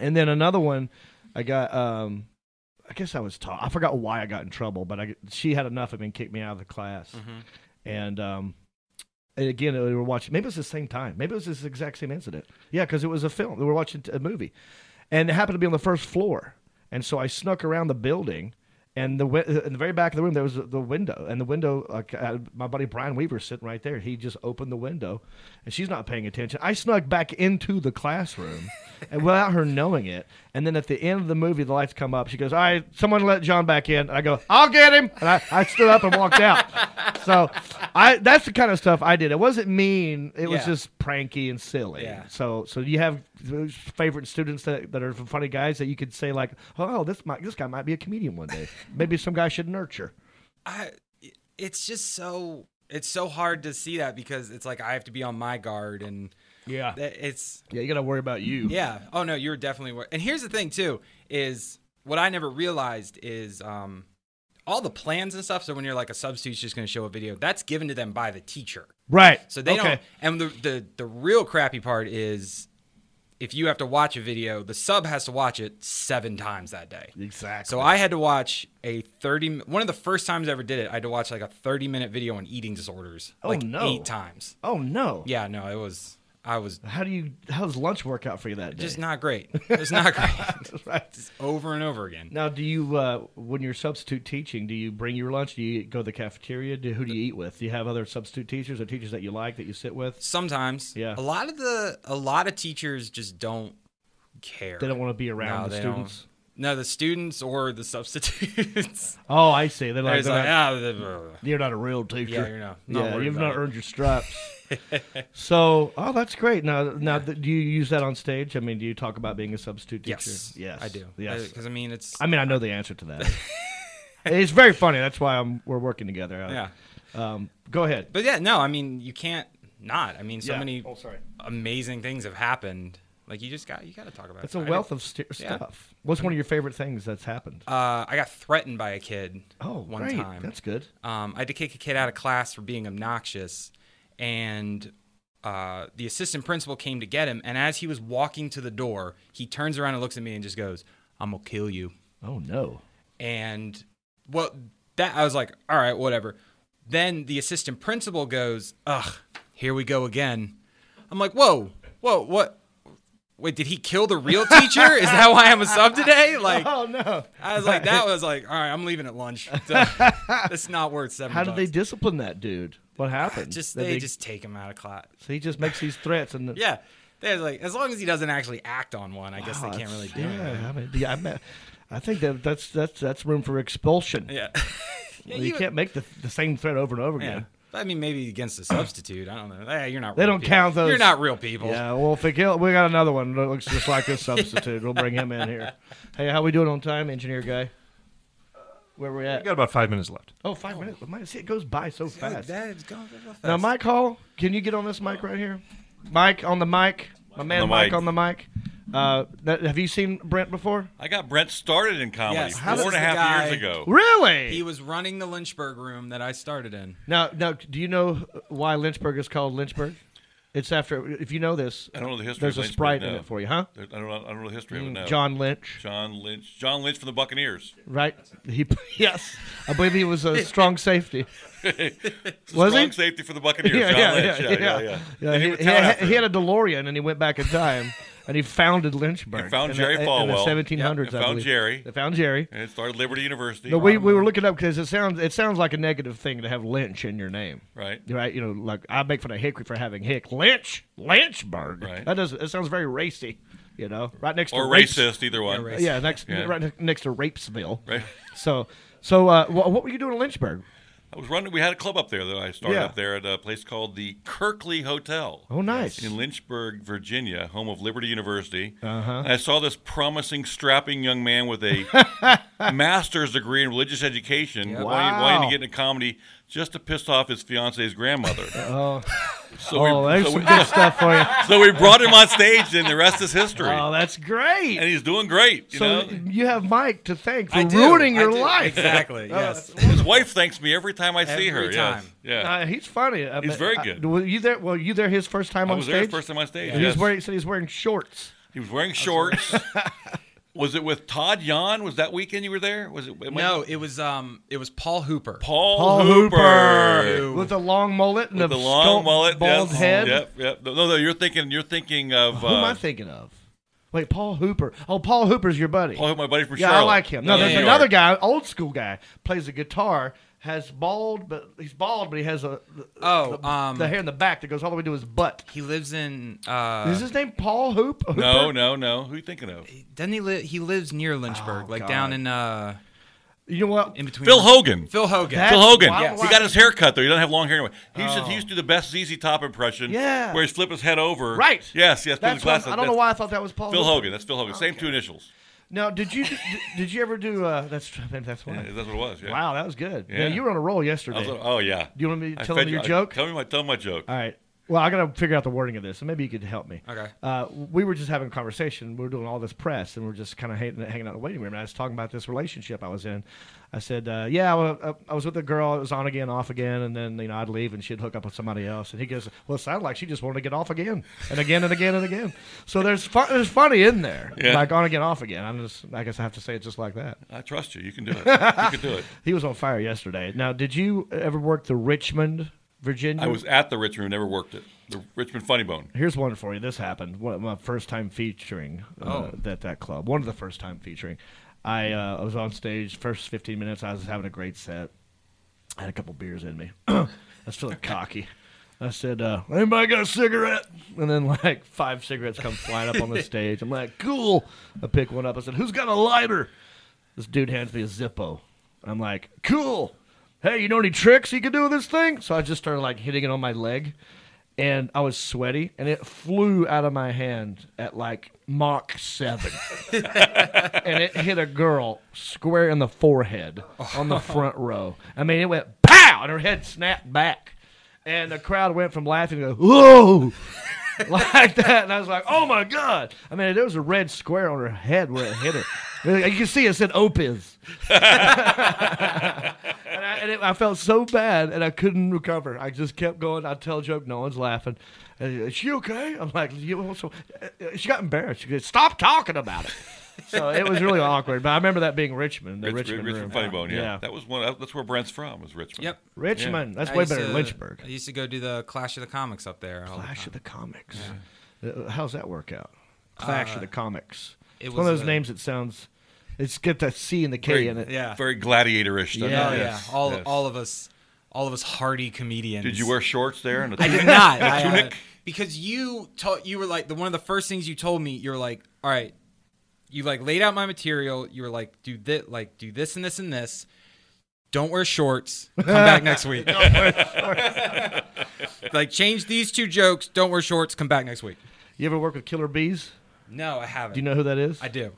[SPEAKER 5] and then another one, I got um. I guess I was taught. I forgot why I got in trouble, but I, she had enough of me and kicked me out of the class. And um, and again, we were watching. Maybe it was the same time. Maybe it was this exact same incident. Yeah, because it was a film. We were watching a movie, and it happened to be on the first floor. And so I snuck around the building, and the wi- in the very back of the room there was the window, and the window. Like, uh, my buddy Brian Weaver sitting right there. He just opened the window, and she's not paying attention. I snuck back into the classroom, and without her knowing it. And then at the end of the movie, the lights come up. She goes, "All right, someone let John back in." And I go, "I'll get him." And I, I stood up and walked out. So I that's the kind of stuff I did. It wasn't mean. It was
[SPEAKER 7] Yeah.
[SPEAKER 5] just pranky and silly.
[SPEAKER 7] Yeah.
[SPEAKER 5] So so you have those favorite students that, that are funny guys that you could say like, oh, this might this guy might be a comedian one day. Maybe some guy should nurture.
[SPEAKER 7] I, it's just so it's so hard to see that because it's like I have to be on my guard and
[SPEAKER 5] Yeah.
[SPEAKER 7] that- it's
[SPEAKER 5] Yeah, you got to worry about you.
[SPEAKER 7] yeah. Oh no, you were definitely. wor- And here's the thing too is what I never realized is um, all the plans and stuff. So when you're like a substitute's just going to show a video, that's given to them by the teacher.
[SPEAKER 5] Right.
[SPEAKER 7] So they
[SPEAKER 5] okay.
[SPEAKER 7] don't. And the, the the real crappy part is if you have to watch a video, the sub has to watch it seven times that day.
[SPEAKER 5] Exactly.
[SPEAKER 7] So I had to watch a 30 mi- one of the first times I ever did it, I had to watch like a 30 minute video on eating disorders.
[SPEAKER 5] Oh,
[SPEAKER 7] like
[SPEAKER 5] no.
[SPEAKER 7] eight times.
[SPEAKER 5] Oh no.
[SPEAKER 7] Yeah, no, it was I was
[SPEAKER 5] How do you? How does lunch work out for you that day?
[SPEAKER 7] just not great. It's not great.
[SPEAKER 5] right.
[SPEAKER 7] Just over and over again.
[SPEAKER 5] Now, do you uh, when you're substitute teaching? Do you bring your lunch? Do you go to the cafeteria? Do, who do you eat with? Do you have other substitute teachers or teachers that you like that you sit with?
[SPEAKER 7] Sometimes.
[SPEAKER 5] Yeah.
[SPEAKER 7] A lot of the a lot of teachers just don't care.
[SPEAKER 5] They don't want to be around
[SPEAKER 7] No,
[SPEAKER 5] the
[SPEAKER 7] they don't.
[SPEAKER 5] students.
[SPEAKER 7] No, the students or the substitutes.
[SPEAKER 5] Oh, I see. They're like,
[SPEAKER 7] There's
[SPEAKER 5] they're
[SPEAKER 7] like,
[SPEAKER 5] not-
[SPEAKER 7] ah, blah, blah, blah.
[SPEAKER 5] you're not a real teacher.
[SPEAKER 7] Yeah, you're not- not
[SPEAKER 5] yeah,
[SPEAKER 7] worried
[SPEAKER 5] you've
[SPEAKER 7] about
[SPEAKER 5] not
[SPEAKER 7] it.
[SPEAKER 5] earned your straps. so, oh, that's great. Now, now, th- do you use that on stage? I mean, do you talk about being a substitute teacher?
[SPEAKER 7] Yes.
[SPEAKER 5] yes,
[SPEAKER 7] I do. Uh,
[SPEAKER 5] Yes,
[SPEAKER 7] Because I mean, it's
[SPEAKER 5] I mean, I know the answer to that. it's very funny. That's why I'm, we're working together. I-
[SPEAKER 7] yeah.
[SPEAKER 5] Um, go ahead.
[SPEAKER 7] But yeah, no, I mean, you can't not. I mean, so
[SPEAKER 5] Yeah.
[SPEAKER 7] many
[SPEAKER 5] Oh, sorry.
[SPEAKER 7] amazing things have happened. Like you just got you got to talk about.
[SPEAKER 5] It's
[SPEAKER 7] it.
[SPEAKER 5] a
[SPEAKER 7] Uh, I got-
[SPEAKER 5] wealth of st-
[SPEAKER 7] Yeah.
[SPEAKER 5] stuff. What's one of your favorite things that's happened?
[SPEAKER 7] Uh, I got threatened by a kid.
[SPEAKER 5] Oh,
[SPEAKER 7] one
[SPEAKER 5] great.
[SPEAKER 7] time.
[SPEAKER 5] That's good.
[SPEAKER 7] um, I had to kick a kid out of class for being obnoxious, and uh, the assistant principal came to get him. And as he was walking to the door, he turns around and looks at me and just goes, "I'm gonna kill you."
[SPEAKER 5] Oh no.
[SPEAKER 7] and well that i was like all right whatever then the assistant principal goes ugh here we go again i'm like whoa whoa what wait did he kill the real teacher is that why i'm a sub today like
[SPEAKER 5] Oh no.
[SPEAKER 7] i was like that was like all right i'm leaving at lunch So, it's not worth seven
[SPEAKER 5] How did they
[SPEAKER 7] bucks.
[SPEAKER 5] discipline that dude? What happened?
[SPEAKER 7] just
[SPEAKER 5] That
[SPEAKER 7] they, just take him out of class
[SPEAKER 5] so he just makes these threats and
[SPEAKER 7] yeah they're like as long as he doesn't actually act on one i guess
[SPEAKER 5] Oh,
[SPEAKER 7] they can't really
[SPEAKER 5] that's-
[SPEAKER 7] do
[SPEAKER 5] yeah,
[SPEAKER 7] it
[SPEAKER 5] I mean, yeah, I'm not- I think that that's that's that's room for expulsion.
[SPEAKER 7] yeah
[SPEAKER 5] you, can't make the, the same threat over and over
[SPEAKER 7] Yeah.
[SPEAKER 5] again.
[SPEAKER 7] I mean, maybe against the substitute. I don't know. Eh, you're not.
[SPEAKER 5] They
[SPEAKER 7] real
[SPEAKER 5] don't
[SPEAKER 7] people.
[SPEAKER 5] count those-
[SPEAKER 7] You're not real people.
[SPEAKER 5] Yeah, well, if they kill, we got another one that looks just like this substitute. We'll bring him in here. Hey, how we doing on time, engineer guy? Where we
[SPEAKER 3] We
[SPEAKER 5] at?
[SPEAKER 3] got about five minutes left.
[SPEAKER 5] Oh, five minutes. My- See, it goes by so fast.
[SPEAKER 7] That is going real fast.
[SPEAKER 5] Now, Mike Hall, can you get on this mic right here? Mike on the mic. My man
[SPEAKER 6] the
[SPEAKER 5] Mike
[SPEAKER 6] mic.
[SPEAKER 5] on the mic. Uh, that, have you seen Brent before?
[SPEAKER 6] I got Brent started in comedy
[SPEAKER 7] Yes,
[SPEAKER 6] four and a
[SPEAKER 7] this is the
[SPEAKER 6] half
[SPEAKER 7] guy-
[SPEAKER 6] years ago.
[SPEAKER 5] Really?
[SPEAKER 7] he was running the Lynchburg room that I started in.
[SPEAKER 5] Now, now, do you know why Lynchburg is called Lynchburg? It's after, if you know this,
[SPEAKER 6] I don't know the history.
[SPEAKER 5] there's
[SPEAKER 6] of
[SPEAKER 5] a
[SPEAKER 6] Lynchburg,
[SPEAKER 5] sprite in
[SPEAKER 6] no.
[SPEAKER 5] it for you, huh?
[SPEAKER 6] There- I don't know. I don't know the history of it. No.
[SPEAKER 5] John Lynch,
[SPEAKER 6] John Lynch. John Lynch from the Buccaneers.
[SPEAKER 5] right? He, yes, I believe he was a strong safety. Was
[SPEAKER 6] Strong
[SPEAKER 5] he?
[SPEAKER 6] safety for the Buccaneers. John Lynch. Yeah, yeah, yeah.
[SPEAKER 5] Yeah, he,
[SPEAKER 6] And he, would
[SPEAKER 5] he
[SPEAKER 6] tell
[SPEAKER 5] had,
[SPEAKER 6] after
[SPEAKER 5] he had a DeLorean and he went back in time and he founded Lynchburg.
[SPEAKER 6] He found
[SPEAKER 5] in
[SPEAKER 6] Jerry
[SPEAKER 5] the,
[SPEAKER 6] Falwell.
[SPEAKER 5] in the 1700s.
[SPEAKER 6] Yeah,
[SPEAKER 5] I
[SPEAKER 6] found
[SPEAKER 5] believe.
[SPEAKER 6] Jerry.
[SPEAKER 5] They found Jerry.
[SPEAKER 6] and it started Liberty University.
[SPEAKER 5] No,
[SPEAKER 6] Um,
[SPEAKER 5] we, we were looking up because it sounds it sounds like a negative thing to have Lynch in your name.
[SPEAKER 6] Right.
[SPEAKER 5] Right. You know, like I make fun of Hickory for having Hick. Lynch, Lynchburg.
[SPEAKER 6] Right.
[SPEAKER 5] That does. That sounds very racy. you know, right next
[SPEAKER 6] or
[SPEAKER 5] to Rapes-
[SPEAKER 6] racist, either one.
[SPEAKER 7] Yeah, racist.
[SPEAKER 5] Yeah, next
[SPEAKER 6] Yeah.
[SPEAKER 5] right ne- next to Rapesville.
[SPEAKER 6] Right.
[SPEAKER 5] So, so uh, wh- what were you doing in Lynchburg?
[SPEAKER 6] I was running. We had a club up there though. I started
[SPEAKER 5] Yeah.
[SPEAKER 6] up there at a place called the Kirkley Hotel.
[SPEAKER 5] Oh, nice.
[SPEAKER 6] In Lynchburg, Virginia, home of Liberty University. Uh-huh. I saw this promising, strapping young man with a master's degree in religious education, wanting,
[SPEAKER 5] Wow.
[SPEAKER 6] wanting to get into comedy, just to piss off his fiance's grandmother. Oh. So
[SPEAKER 5] oh,
[SPEAKER 6] we,
[SPEAKER 5] there's
[SPEAKER 6] so,
[SPEAKER 5] some
[SPEAKER 6] we,
[SPEAKER 5] good stuff for you.
[SPEAKER 6] so we brought him on stage, and the rest is history.
[SPEAKER 5] Oh, that's great.
[SPEAKER 6] and he's doing great. You
[SPEAKER 5] so
[SPEAKER 6] know,
[SPEAKER 5] you have Mike to thank for
[SPEAKER 7] I do,
[SPEAKER 5] ruining
[SPEAKER 7] I
[SPEAKER 5] your
[SPEAKER 7] do.
[SPEAKER 5] life.
[SPEAKER 7] Exactly. yes.
[SPEAKER 6] his wife thanks me every time I see her.
[SPEAKER 7] Every
[SPEAKER 6] yes.
[SPEAKER 7] time.
[SPEAKER 6] Yeah.
[SPEAKER 5] Uh, he's funny. I
[SPEAKER 6] He's
[SPEAKER 5] bet-
[SPEAKER 6] very
[SPEAKER 5] I-
[SPEAKER 6] good.
[SPEAKER 5] were you there? Well, you there his first time
[SPEAKER 6] I
[SPEAKER 5] on
[SPEAKER 6] was
[SPEAKER 5] stage.
[SPEAKER 6] there first time on stage.
[SPEAKER 5] And
[SPEAKER 6] yes.
[SPEAKER 5] He's wearing. He said he's wearing shorts.
[SPEAKER 6] He was wearing shorts. was it with Todd Yon? Was that weekend you were there? Was it? it might-
[SPEAKER 7] No, it was um, it was Paul Hooper.
[SPEAKER 6] Paul,
[SPEAKER 5] Paul
[SPEAKER 6] Hooper.
[SPEAKER 5] Hooper with a long mullet and
[SPEAKER 6] With
[SPEAKER 5] a
[SPEAKER 6] the long
[SPEAKER 5] skull-
[SPEAKER 6] mullet,
[SPEAKER 5] bald
[SPEAKER 6] yes.
[SPEAKER 5] head.
[SPEAKER 6] Yep, yep. No, no, you're thinking, you're thinking of
[SPEAKER 5] Who am I
[SPEAKER 6] uh,
[SPEAKER 5] thinking of? Wait, Paul Hooper. Oh, Paul Hooper's your buddy.
[SPEAKER 6] Paul, Hooper, my buddy from
[SPEAKER 5] yeah,
[SPEAKER 6] Charlotte.
[SPEAKER 5] I like him. No,
[SPEAKER 6] Yeah,
[SPEAKER 5] there's
[SPEAKER 6] yeah, yeah.
[SPEAKER 5] another guy, old school guy, plays a guitar, has bald, but he's bald, but he has a the-
[SPEAKER 7] Oh,
[SPEAKER 5] the,
[SPEAKER 7] um,
[SPEAKER 5] the hair in the back that goes all the way to his butt.
[SPEAKER 7] He lives in. Uh,
[SPEAKER 5] Is his name Paul Hoop? Hooper?
[SPEAKER 6] No, no, no. Who you thinking of?
[SPEAKER 7] doesn't he live? He lives near Lynchburg,
[SPEAKER 5] Oh,
[SPEAKER 7] like
[SPEAKER 5] God.
[SPEAKER 7] down in uh,
[SPEAKER 5] You know what?
[SPEAKER 7] in between.
[SPEAKER 6] Phil Hogan.
[SPEAKER 7] Phil Hogan.
[SPEAKER 5] That-
[SPEAKER 6] Phil Hogan.
[SPEAKER 5] Wow,
[SPEAKER 6] He
[SPEAKER 5] wow.
[SPEAKER 6] got his hair cut though. He doesn't have long hair anyway. He used, to, he used to do the best ZZ Top impression.
[SPEAKER 5] Oh. Yeah.
[SPEAKER 6] Where he'd flip his head over.
[SPEAKER 5] Right.
[SPEAKER 6] Yes. Yes. put his
[SPEAKER 5] That's what,
[SPEAKER 6] glasses.
[SPEAKER 5] I don't know
[SPEAKER 6] That's
[SPEAKER 5] why I Oh, thought that was Paul
[SPEAKER 6] Phil
[SPEAKER 5] Hooper.
[SPEAKER 6] Hogan. That's Phil Hogan. Same two initials.
[SPEAKER 5] Now, did you did, did you ever do? Uh, that's that's
[SPEAKER 6] Yeah,
[SPEAKER 5] one.
[SPEAKER 6] that's what it was. Yeah.
[SPEAKER 5] Wow, that was good. Yeah,
[SPEAKER 6] Yeah.
[SPEAKER 5] you were on a roll
[SPEAKER 6] I
[SPEAKER 5] yesterday.
[SPEAKER 6] was like, oh yeah.
[SPEAKER 5] Do you want me to
[SPEAKER 6] I
[SPEAKER 5] tell
[SPEAKER 6] fed
[SPEAKER 5] them your
[SPEAKER 6] you- I-
[SPEAKER 5] joke?
[SPEAKER 6] Tell me my tell me my joke.
[SPEAKER 5] All right. Well, I got to figure out the wording of this, and maybe you could help me.
[SPEAKER 7] Okay.
[SPEAKER 5] Uh, we were just having a conversation. We were doing all this press, and we were just kind of hanging, hanging out in the waiting room. And I was talking about this relationship I was in. I said, uh, "Yeah, well, uh, I was with a girl. It was on again, off again, and then you know I'd leave, and she'd hook up with somebody else." And he goes, "Well, it sounded like she just wanted to get off again, and again, and again, and again." So there's fu- there's funny in there,
[SPEAKER 6] Yeah.
[SPEAKER 5] like on again, off again. I'm just, I guess I have to say it just like that.
[SPEAKER 6] I trust you. You can do it. you can do it.
[SPEAKER 5] He was on fire yesterday. Now, did you ever work the Richmond, Virginia?
[SPEAKER 6] I was at the Richmond, never worked it. The Richmond Funny Bone.
[SPEAKER 5] Here's one for you. This happened. One, my first time featuring uh, at that club. One of the first time featuring. I, uh, I was on stage. First 15 minutes, I was having a great set. I had a couple beers in me. I was feeling cocky. I said, uh, "Anybody got a cigarette?" And then like five cigarettes come flying up on the stage. I'm like, "Cool." I pick one up. I said, "Who's got a lighter?" This dude hands me a Zippo. I'm like, "Cool." Hey, you know any tricks you could do with this thing? So I just started like hitting it on my leg, and I was sweaty, and it flew out of my hand at like Mach seven and it hit a girl square in the forehead on the front row. I mean, it went pow, and her head snapped back, and the crowd went from laughing to whoa, like that. And I was like, oh my god! I mean, there was a red square on her head where it hit her. You can see it said "Opiz," and, I, and it, I felt so bad, and I couldn't recover. I just kept going. I tell a joke, no one's laughing. And, Is she okay? I'm like, you also, she got embarrassed. She goes, stop talking about it. So it was really awkward. But I remember that being Richmond, the
[SPEAKER 6] Rich-
[SPEAKER 5] Richmond,
[SPEAKER 6] Richmond
[SPEAKER 5] room.
[SPEAKER 6] Funny Bone. Yeah. that was one. That's where Brent's from. Was Richmond.
[SPEAKER 7] Yep.
[SPEAKER 5] Richmond. That's
[SPEAKER 7] I
[SPEAKER 5] way
[SPEAKER 7] used
[SPEAKER 5] better than
[SPEAKER 7] to-
[SPEAKER 5] Lynchburg.
[SPEAKER 7] I used to go do the Clash of the Comics up there. all the
[SPEAKER 5] Clash of
[SPEAKER 7] time.
[SPEAKER 5] the Comics. Uh, How's that work out? Clash of the Comics.
[SPEAKER 7] Uh, it
[SPEAKER 5] it's one of
[SPEAKER 7] was
[SPEAKER 5] those
[SPEAKER 7] a-
[SPEAKER 5] names that sounds. It's got that C and the K
[SPEAKER 6] Very,
[SPEAKER 5] in it.
[SPEAKER 7] Yeah.
[SPEAKER 6] Very gladiatorish. doesn't
[SPEAKER 7] Oh
[SPEAKER 6] it?
[SPEAKER 7] yeah,
[SPEAKER 6] Yes,
[SPEAKER 7] all
[SPEAKER 6] yes.
[SPEAKER 7] all of us, all of us hardy comedians.
[SPEAKER 6] Did you wear shorts there? And a
[SPEAKER 7] I
[SPEAKER 6] tunic?
[SPEAKER 7] did not.
[SPEAKER 6] A
[SPEAKER 7] I, uh,
[SPEAKER 6] tunic?
[SPEAKER 7] because you told you were like the one of the first things you told me. You were like, all right, you like laid out my material. You were like, do this, like do this and this and this. Don't wear shorts. Come back next week. like change these two jokes. Don't wear shorts. Come back next week.
[SPEAKER 5] You ever work with Killer Bees?
[SPEAKER 7] No, I haven't.
[SPEAKER 5] Do you know who that is?
[SPEAKER 7] I do.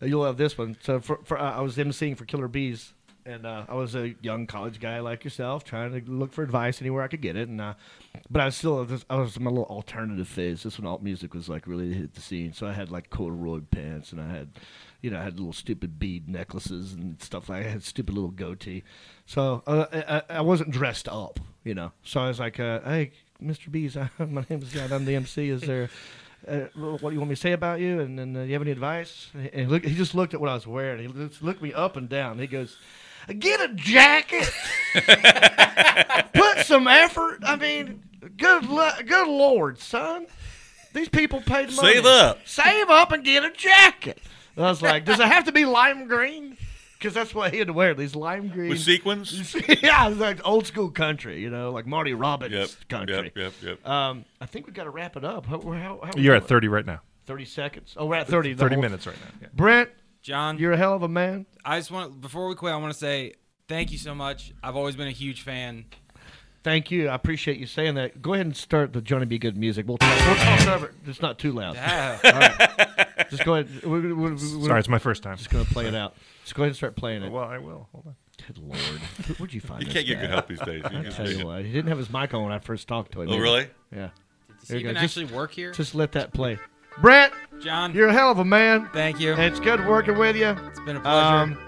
[SPEAKER 5] You'll love this one. So for, for uh, I was emceeing for Killer Bees, and uh, I was a young college guy like yourself, trying to look for advice anywhere I could get it. And uh, but I was still this, I was in my little alternative phase. This when alt music was like really hit the scene. So I had like corduroy pants, and I had, you know, I had little stupid bead necklaces and stuff like. I had stupid little goatee. So uh, I, I- I wasn't dressed up, you know. So I was like, uh, hey, Mr. Bees, I, my name is I'm the MC. Is there? uh, well, what do you want me to say about you? And then, uh, you have any advice? And he- And he, look, he just looked at what I was wearing. He just looked me up and down. He goes, Get a jacket. Put some effort. I mean, good, lu- good Lord, son. These people paid money.
[SPEAKER 6] Save up.
[SPEAKER 5] Save up and get a jacket. And I was like, Does it have to be lime green? Because that's what he had to wear, these lime green.
[SPEAKER 6] with sequins.
[SPEAKER 5] yeah, it was like old school country, you know, like Marty Robbins
[SPEAKER 6] Yep.
[SPEAKER 5] country. Uh,
[SPEAKER 6] Yep. Yep. Yep.
[SPEAKER 5] Um, I think we got to wrap it up. How, how, how we
[SPEAKER 3] You're
[SPEAKER 5] doing?
[SPEAKER 3] at 30 right now.
[SPEAKER 5] 30 seconds. Oh, we're at 30. the
[SPEAKER 3] 30
[SPEAKER 5] whole-
[SPEAKER 3] minutes right now. Yeah.
[SPEAKER 5] Brent,
[SPEAKER 6] Um,
[SPEAKER 7] John,
[SPEAKER 5] you're a hell of a man.
[SPEAKER 7] I just want before we quit, I want to say thank you so much. I've always been a huge fan.
[SPEAKER 5] Thank you. I appreciate you saying that. Go ahead and start the Johnny B. Good music. We'll talk, we'll talk over it. It's not too loud.
[SPEAKER 7] Yeah.
[SPEAKER 5] Just go ahead. We're, we're- we're- we're
[SPEAKER 3] Sorry, it's my first time.
[SPEAKER 5] just going to play it out. Just go ahead and start playing it.
[SPEAKER 3] Well, I will. Hold on.
[SPEAKER 5] Good Lord. Where'd you find
[SPEAKER 6] You
[SPEAKER 5] this
[SPEAKER 6] can't get
[SPEAKER 5] guy?
[SPEAKER 6] good help these days. You
[SPEAKER 5] I
[SPEAKER 6] just
[SPEAKER 5] tell
[SPEAKER 6] take
[SPEAKER 5] you
[SPEAKER 6] it.
[SPEAKER 5] what, he didn't have his mic on when I first talked to him.
[SPEAKER 6] Oh,
[SPEAKER 5] either.
[SPEAKER 6] really?
[SPEAKER 5] Yeah.
[SPEAKER 7] Does
[SPEAKER 5] There
[SPEAKER 7] he
[SPEAKER 5] you Oh, go.
[SPEAKER 7] even
[SPEAKER 5] Just-
[SPEAKER 7] actually work here?
[SPEAKER 5] Just let that play. Brent,
[SPEAKER 7] John,
[SPEAKER 5] you're a hell of a man.
[SPEAKER 7] thank you.
[SPEAKER 5] And It's good working with you.
[SPEAKER 7] It's been a pleasure.
[SPEAKER 5] Um,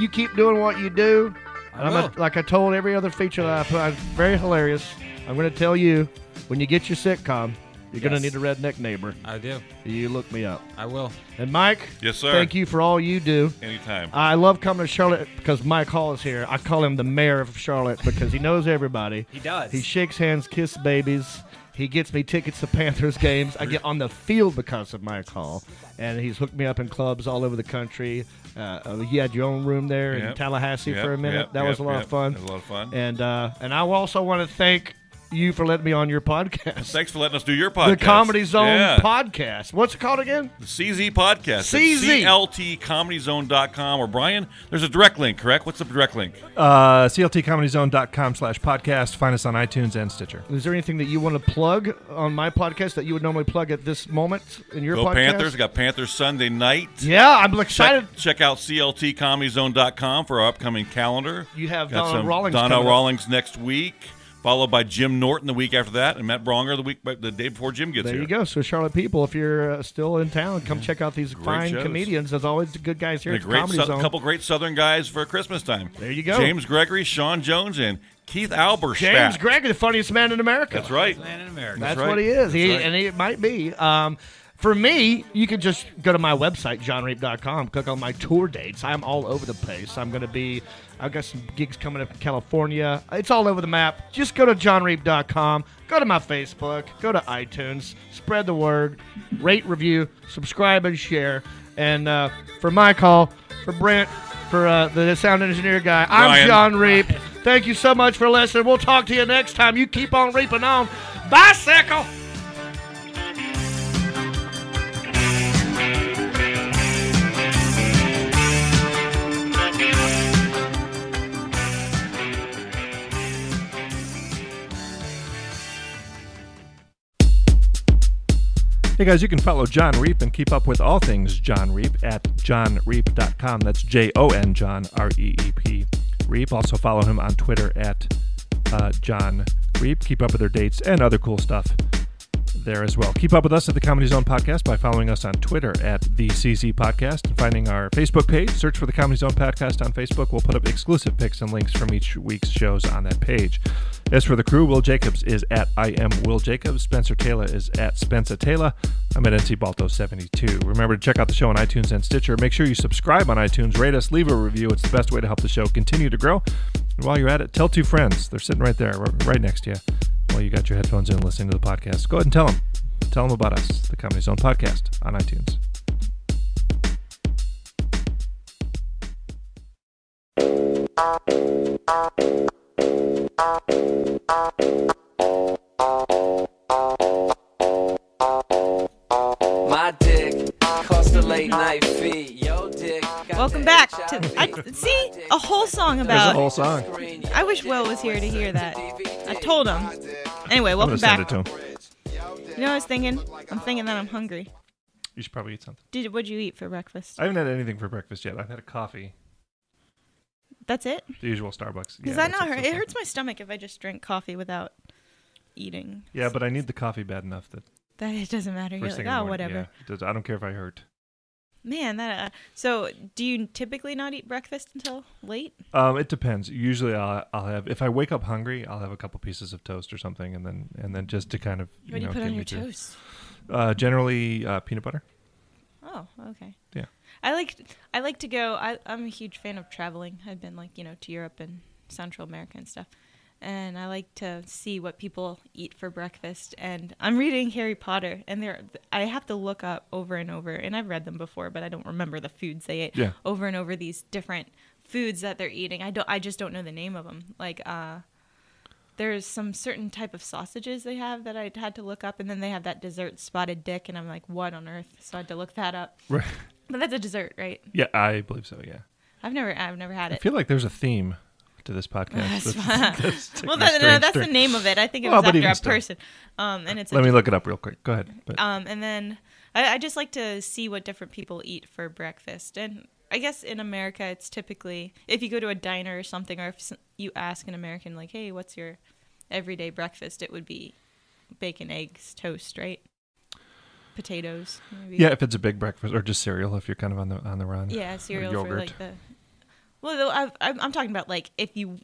[SPEAKER 5] you keep doing what you do.
[SPEAKER 7] I
[SPEAKER 5] I'm a-
[SPEAKER 7] will.
[SPEAKER 5] like I told every other feature that I put, I'm very hilarious. I'm going to tell you when you get your sitcom, you're going to need
[SPEAKER 7] Yes.
[SPEAKER 5] a redneck neighbor.
[SPEAKER 7] I do.
[SPEAKER 5] You look me up.
[SPEAKER 7] I will.
[SPEAKER 5] And Mike,
[SPEAKER 6] Yes, sir.
[SPEAKER 5] thank you for all you do.
[SPEAKER 6] Anytime.
[SPEAKER 5] I love coming to Charlotte because Mike Hall is here. I call him the mayor of Charlotte because he knows everybody.
[SPEAKER 7] He does.
[SPEAKER 5] He shakes hands, kiss babies. He gets me tickets to Panthers games. I get on the field because of Mike Hall, and he's hooked me up in clubs all over the country. Uh, uh, you had your own room there in
[SPEAKER 6] Yep.
[SPEAKER 5] Tallahassee
[SPEAKER 6] Yep,
[SPEAKER 5] for a minute.
[SPEAKER 6] yep,
[SPEAKER 5] that was a
[SPEAKER 6] yep,
[SPEAKER 5] lot
[SPEAKER 6] yep.
[SPEAKER 5] of fun.
[SPEAKER 6] That was a lot of fun.
[SPEAKER 5] And uh, and I also want to thank you for letting me on your podcast,
[SPEAKER 6] Thanks for letting us do your podcast.
[SPEAKER 5] the Comedy Zone
[SPEAKER 6] Yeah.
[SPEAKER 5] podcast. What's it called again?
[SPEAKER 6] The CZ podcast.
[SPEAKER 5] CZ.
[SPEAKER 6] CLTcomedyzone.com. Or, Brian, there's a direct link, correct? What's the direct link?
[SPEAKER 3] Uh, CLTComedyZone.com slash podcast. Find us on iTunes and Stitcher.
[SPEAKER 5] Is there anything that you want to plug on my podcast that you would normally plug at this moment in your
[SPEAKER 6] Go
[SPEAKER 5] podcast?
[SPEAKER 6] Panthers. We got Panthers Sunday night.
[SPEAKER 5] Yeah, I'm
[SPEAKER 6] Check,
[SPEAKER 5] excited.
[SPEAKER 6] check out CLTcomedyzone.com for our upcoming calendar.
[SPEAKER 5] You have
[SPEAKER 6] Got
[SPEAKER 5] Donald
[SPEAKER 6] some
[SPEAKER 5] Rawlings
[SPEAKER 6] Donnell
[SPEAKER 5] coming up.
[SPEAKER 6] Rawlings next week, followed by Jim Norton the week after that, and Matt Bronger the week the day before Jim gets
[SPEAKER 5] There
[SPEAKER 6] here.
[SPEAKER 5] you go. So, Charlotte people, if you're uh, still in town, come check out these fine
[SPEAKER 6] shows.
[SPEAKER 5] comedians. As always, the good guys here
[SPEAKER 6] And a
[SPEAKER 5] at the
[SPEAKER 6] great
[SPEAKER 5] Comedy
[SPEAKER 6] sou-
[SPEAKER 5] Zone.
[SPEAKER 6] couple great Southern guys for Christmas time.
[SPEAKER 5] There you go.
[SPEAKER 6] James Gregory, Sean Jones, and Keith Albert.
[SPEAKER 5] James Gregory, the funniest man in America.
[SPEAKER 6] That's right.
[SPEAKER 7] Man in America.
[SPEAKER 5] That's,
[SPEAKER 6] right.
[SPEAKER 5] what he is. He,
[SPEAKER 6] That's right.
[SPEAKER 5] And he might be. Um, for me, you can just go to my website, johnreap.com, click on my tour dates. I'm all over the place. I'm going to be, I've got some gigs coming up in California. It's all over the map. Just go to johnreap.com, go to my Facebook, go to iTunes, spread the word, rate, review, subscribe, and share. And uh, for my call, for Brent, for uh, the sound engineer guy, I'm
[SPEAKER 6] Ryan.
[SPEAKER 5] John Reap. Thank you so much for listening. We'll talk to you next time. You keep on reaping on. Bicycle!
[SPEAKER 3] Hey guys, you can follow John Reap and keep up with all things John Reap at johnreap.com. That's J O N John R E E P Reap. Also follow him on Twitter at uh, John Reap. Keep up with their dates and other cool stuff there as well. Keep up with us at the Comedy Zone Podcast by following us on Twitter at the CZ Podcast and finding our Facebook page. Search for the Comedy Zone Podcast on Facebook. We'll put up exclusive pics and links from each week's shows on that page. As for the crew, Will Jacobs is at I am Will Jacobs. Spencer Taylor is at Spencer Taylor. I'm at NC Balto 72. Remember to check out the show on iTunes and Stitcher. Make sure you subscribe on iTunes, rate us, leave a review. It's the best way to help the show continue to grow. And while you're at it, tell two friends. They're sitting right there, r- right next to you while you got your headphones in listening to the podcast. Go ahead and tell them. Tell them about us, the Comedy Zone podcast on iTunes.
[SPEAKER 8] My dick cost a late night fee. Yo dick. got
[SPEAKER 4] Welcome
[SPEAKER 8] the
[SPEAKER 4] back to
[SPEAKER 8] HIV.
[SPEAKER 4] I, see a whole song
[SPEAKER 3] There's a
[SPEAKER 4] about.
[SPEAKER 3] whole song.
[SPEAKER 8] Green,
[SPEAKER 4] I wish Will was here to hear that. I told him. Anyway,
[SPEAKER 3] I'm gonna
[SPEAKER 4] welcome
[SPEAKER 3] send
[SPEAKER 4] back.
[SPEAKER 3] it to him.
[SPEAKER 4] You know, what I was thinking. I'm thinking that I'm hungry.
[SPEAKER 3] You should probably eat something.
[SPEAKER 4] Did what'd you eat for breakfast?
[SPEAKER 3] I haven't had anything for breakfast yet. I've had a coffee,
[SPEAKER 4] That's it.
[SPEAKER 3] the usual Starbucks.
[SPEAKER 4] Because
[SPEAKER 3] Yeah,
[SPEAKER 4] I
[SPEAKER 3] that's
[SPEAKER 4] know
[SPEAKER 3] it.
[SPEAKER 4] it, it hurts my stomach if I just drink coffee without eating.
[SPEAKER 3] Yeah, but I need the coffee bad enough that
[SPEAKER 4] That it doesn't matter. You're
[SPEAKER 3] first thing.
[SPEAKER 4] like,
[SPEAKER 3] in the
[SPEAKER 4] oh,
[SPEAKER 3] morning-
[SPEAKER 4] whatever.
[SPEAKER 3] Yeah, it does- I don't care if I hurt.
[SPEAKER 4] Man, that. Uh, so, do you typically not eat breakfast until late?
[SPEAKER 3] Um, it depends. Usually, I'll, I'll have if I wake up hungry, I'll have a couple pieces of toast or something, and then and then just to kind of you
[SPEAKER 4] What do
[SPEAKER 3] know,
[SPEAKER 4] you put
[SPEAKER 3] get
[SPEAKER 4] on
[SPEAKER 3] me
[SPEAKER 4] your
[SPEAKER 3] through.
[SPEAKER 4] toast?
[SPEAKER 3] Uh, generally, uh, peanut butter.
[SPEAKER 4] Oh, okay.
[SPEAKER 3] Yeah.
[SPEAKER 4] I like I like to go. I, I'm a huge fan of traveling. I've been like you know to Europe and Central America and stuff, and I like to see what people eat for breakfast. And I'm reading Harry Potter, and there I have to look up over and over. And I've read them before, but I don't remember the foods they ate.
[SPEAKER 3] Yeah.
[SPEAKER 4] Over and over these different foods that they're eating. I don't. I just don't know the name of them. Like uh, there's some certain type of sausages they have that I had to look up, and then they have that dessert spotted dick, and I'm like, what on earth? So I had to look that up.
[SPEAKER 3] Right.
[SPEAKER 4] But that's a dessert, right?
[SPEAKER 3] Yeah, I believe so. Yeah,
[SPEAKER 4] I've never, I've never had
[SPEAKER 3] I
[SPEAKER 4] it.
[SPEAKER 3] feel like there's a theme to this podcast. That's- that's taking
[SPEAKER 4] Well,
[SPEAKER 3] a
[SPEAKER 4] that, no,
[SPEAKER 3] strange
[SPEAKER 4] that's
[SPEAKER 3] turn.
[SPEAKER 4] the name of it. I think it
[SPEAKER 3] Well,
[SPEAKER 4] was
[SPEAKER 3] but even
[SPEAKER 4] after a
[SPEAKER 3] still.
[SPEAKER 4] person, um, and it's a
[SPEAKER 3] Let me look it up real quick. Go ahead. But
[SPEAKER 4] Um, and then I, I just like to see what different people eat for breakfast. And I guess in America, it's typically if you go to a diner or something, or if s- you ask an American, like, hey, what's your everyday breakfast? It would be bacon, eggs, toast, right? Potatoes. Maybe.
[SPEAKER 3] yeah, if it's a big breakfast or just cereal, if you're kind of on the on the run.
[SPEAKER 4] Yeah,
[SPEAKER 3] or
[SPEAKER 4] cereal for
[SPEAKER 3] yogurt.
[SPEAKER 4] like the. Well, though, I've, I'm I'm talking about like if you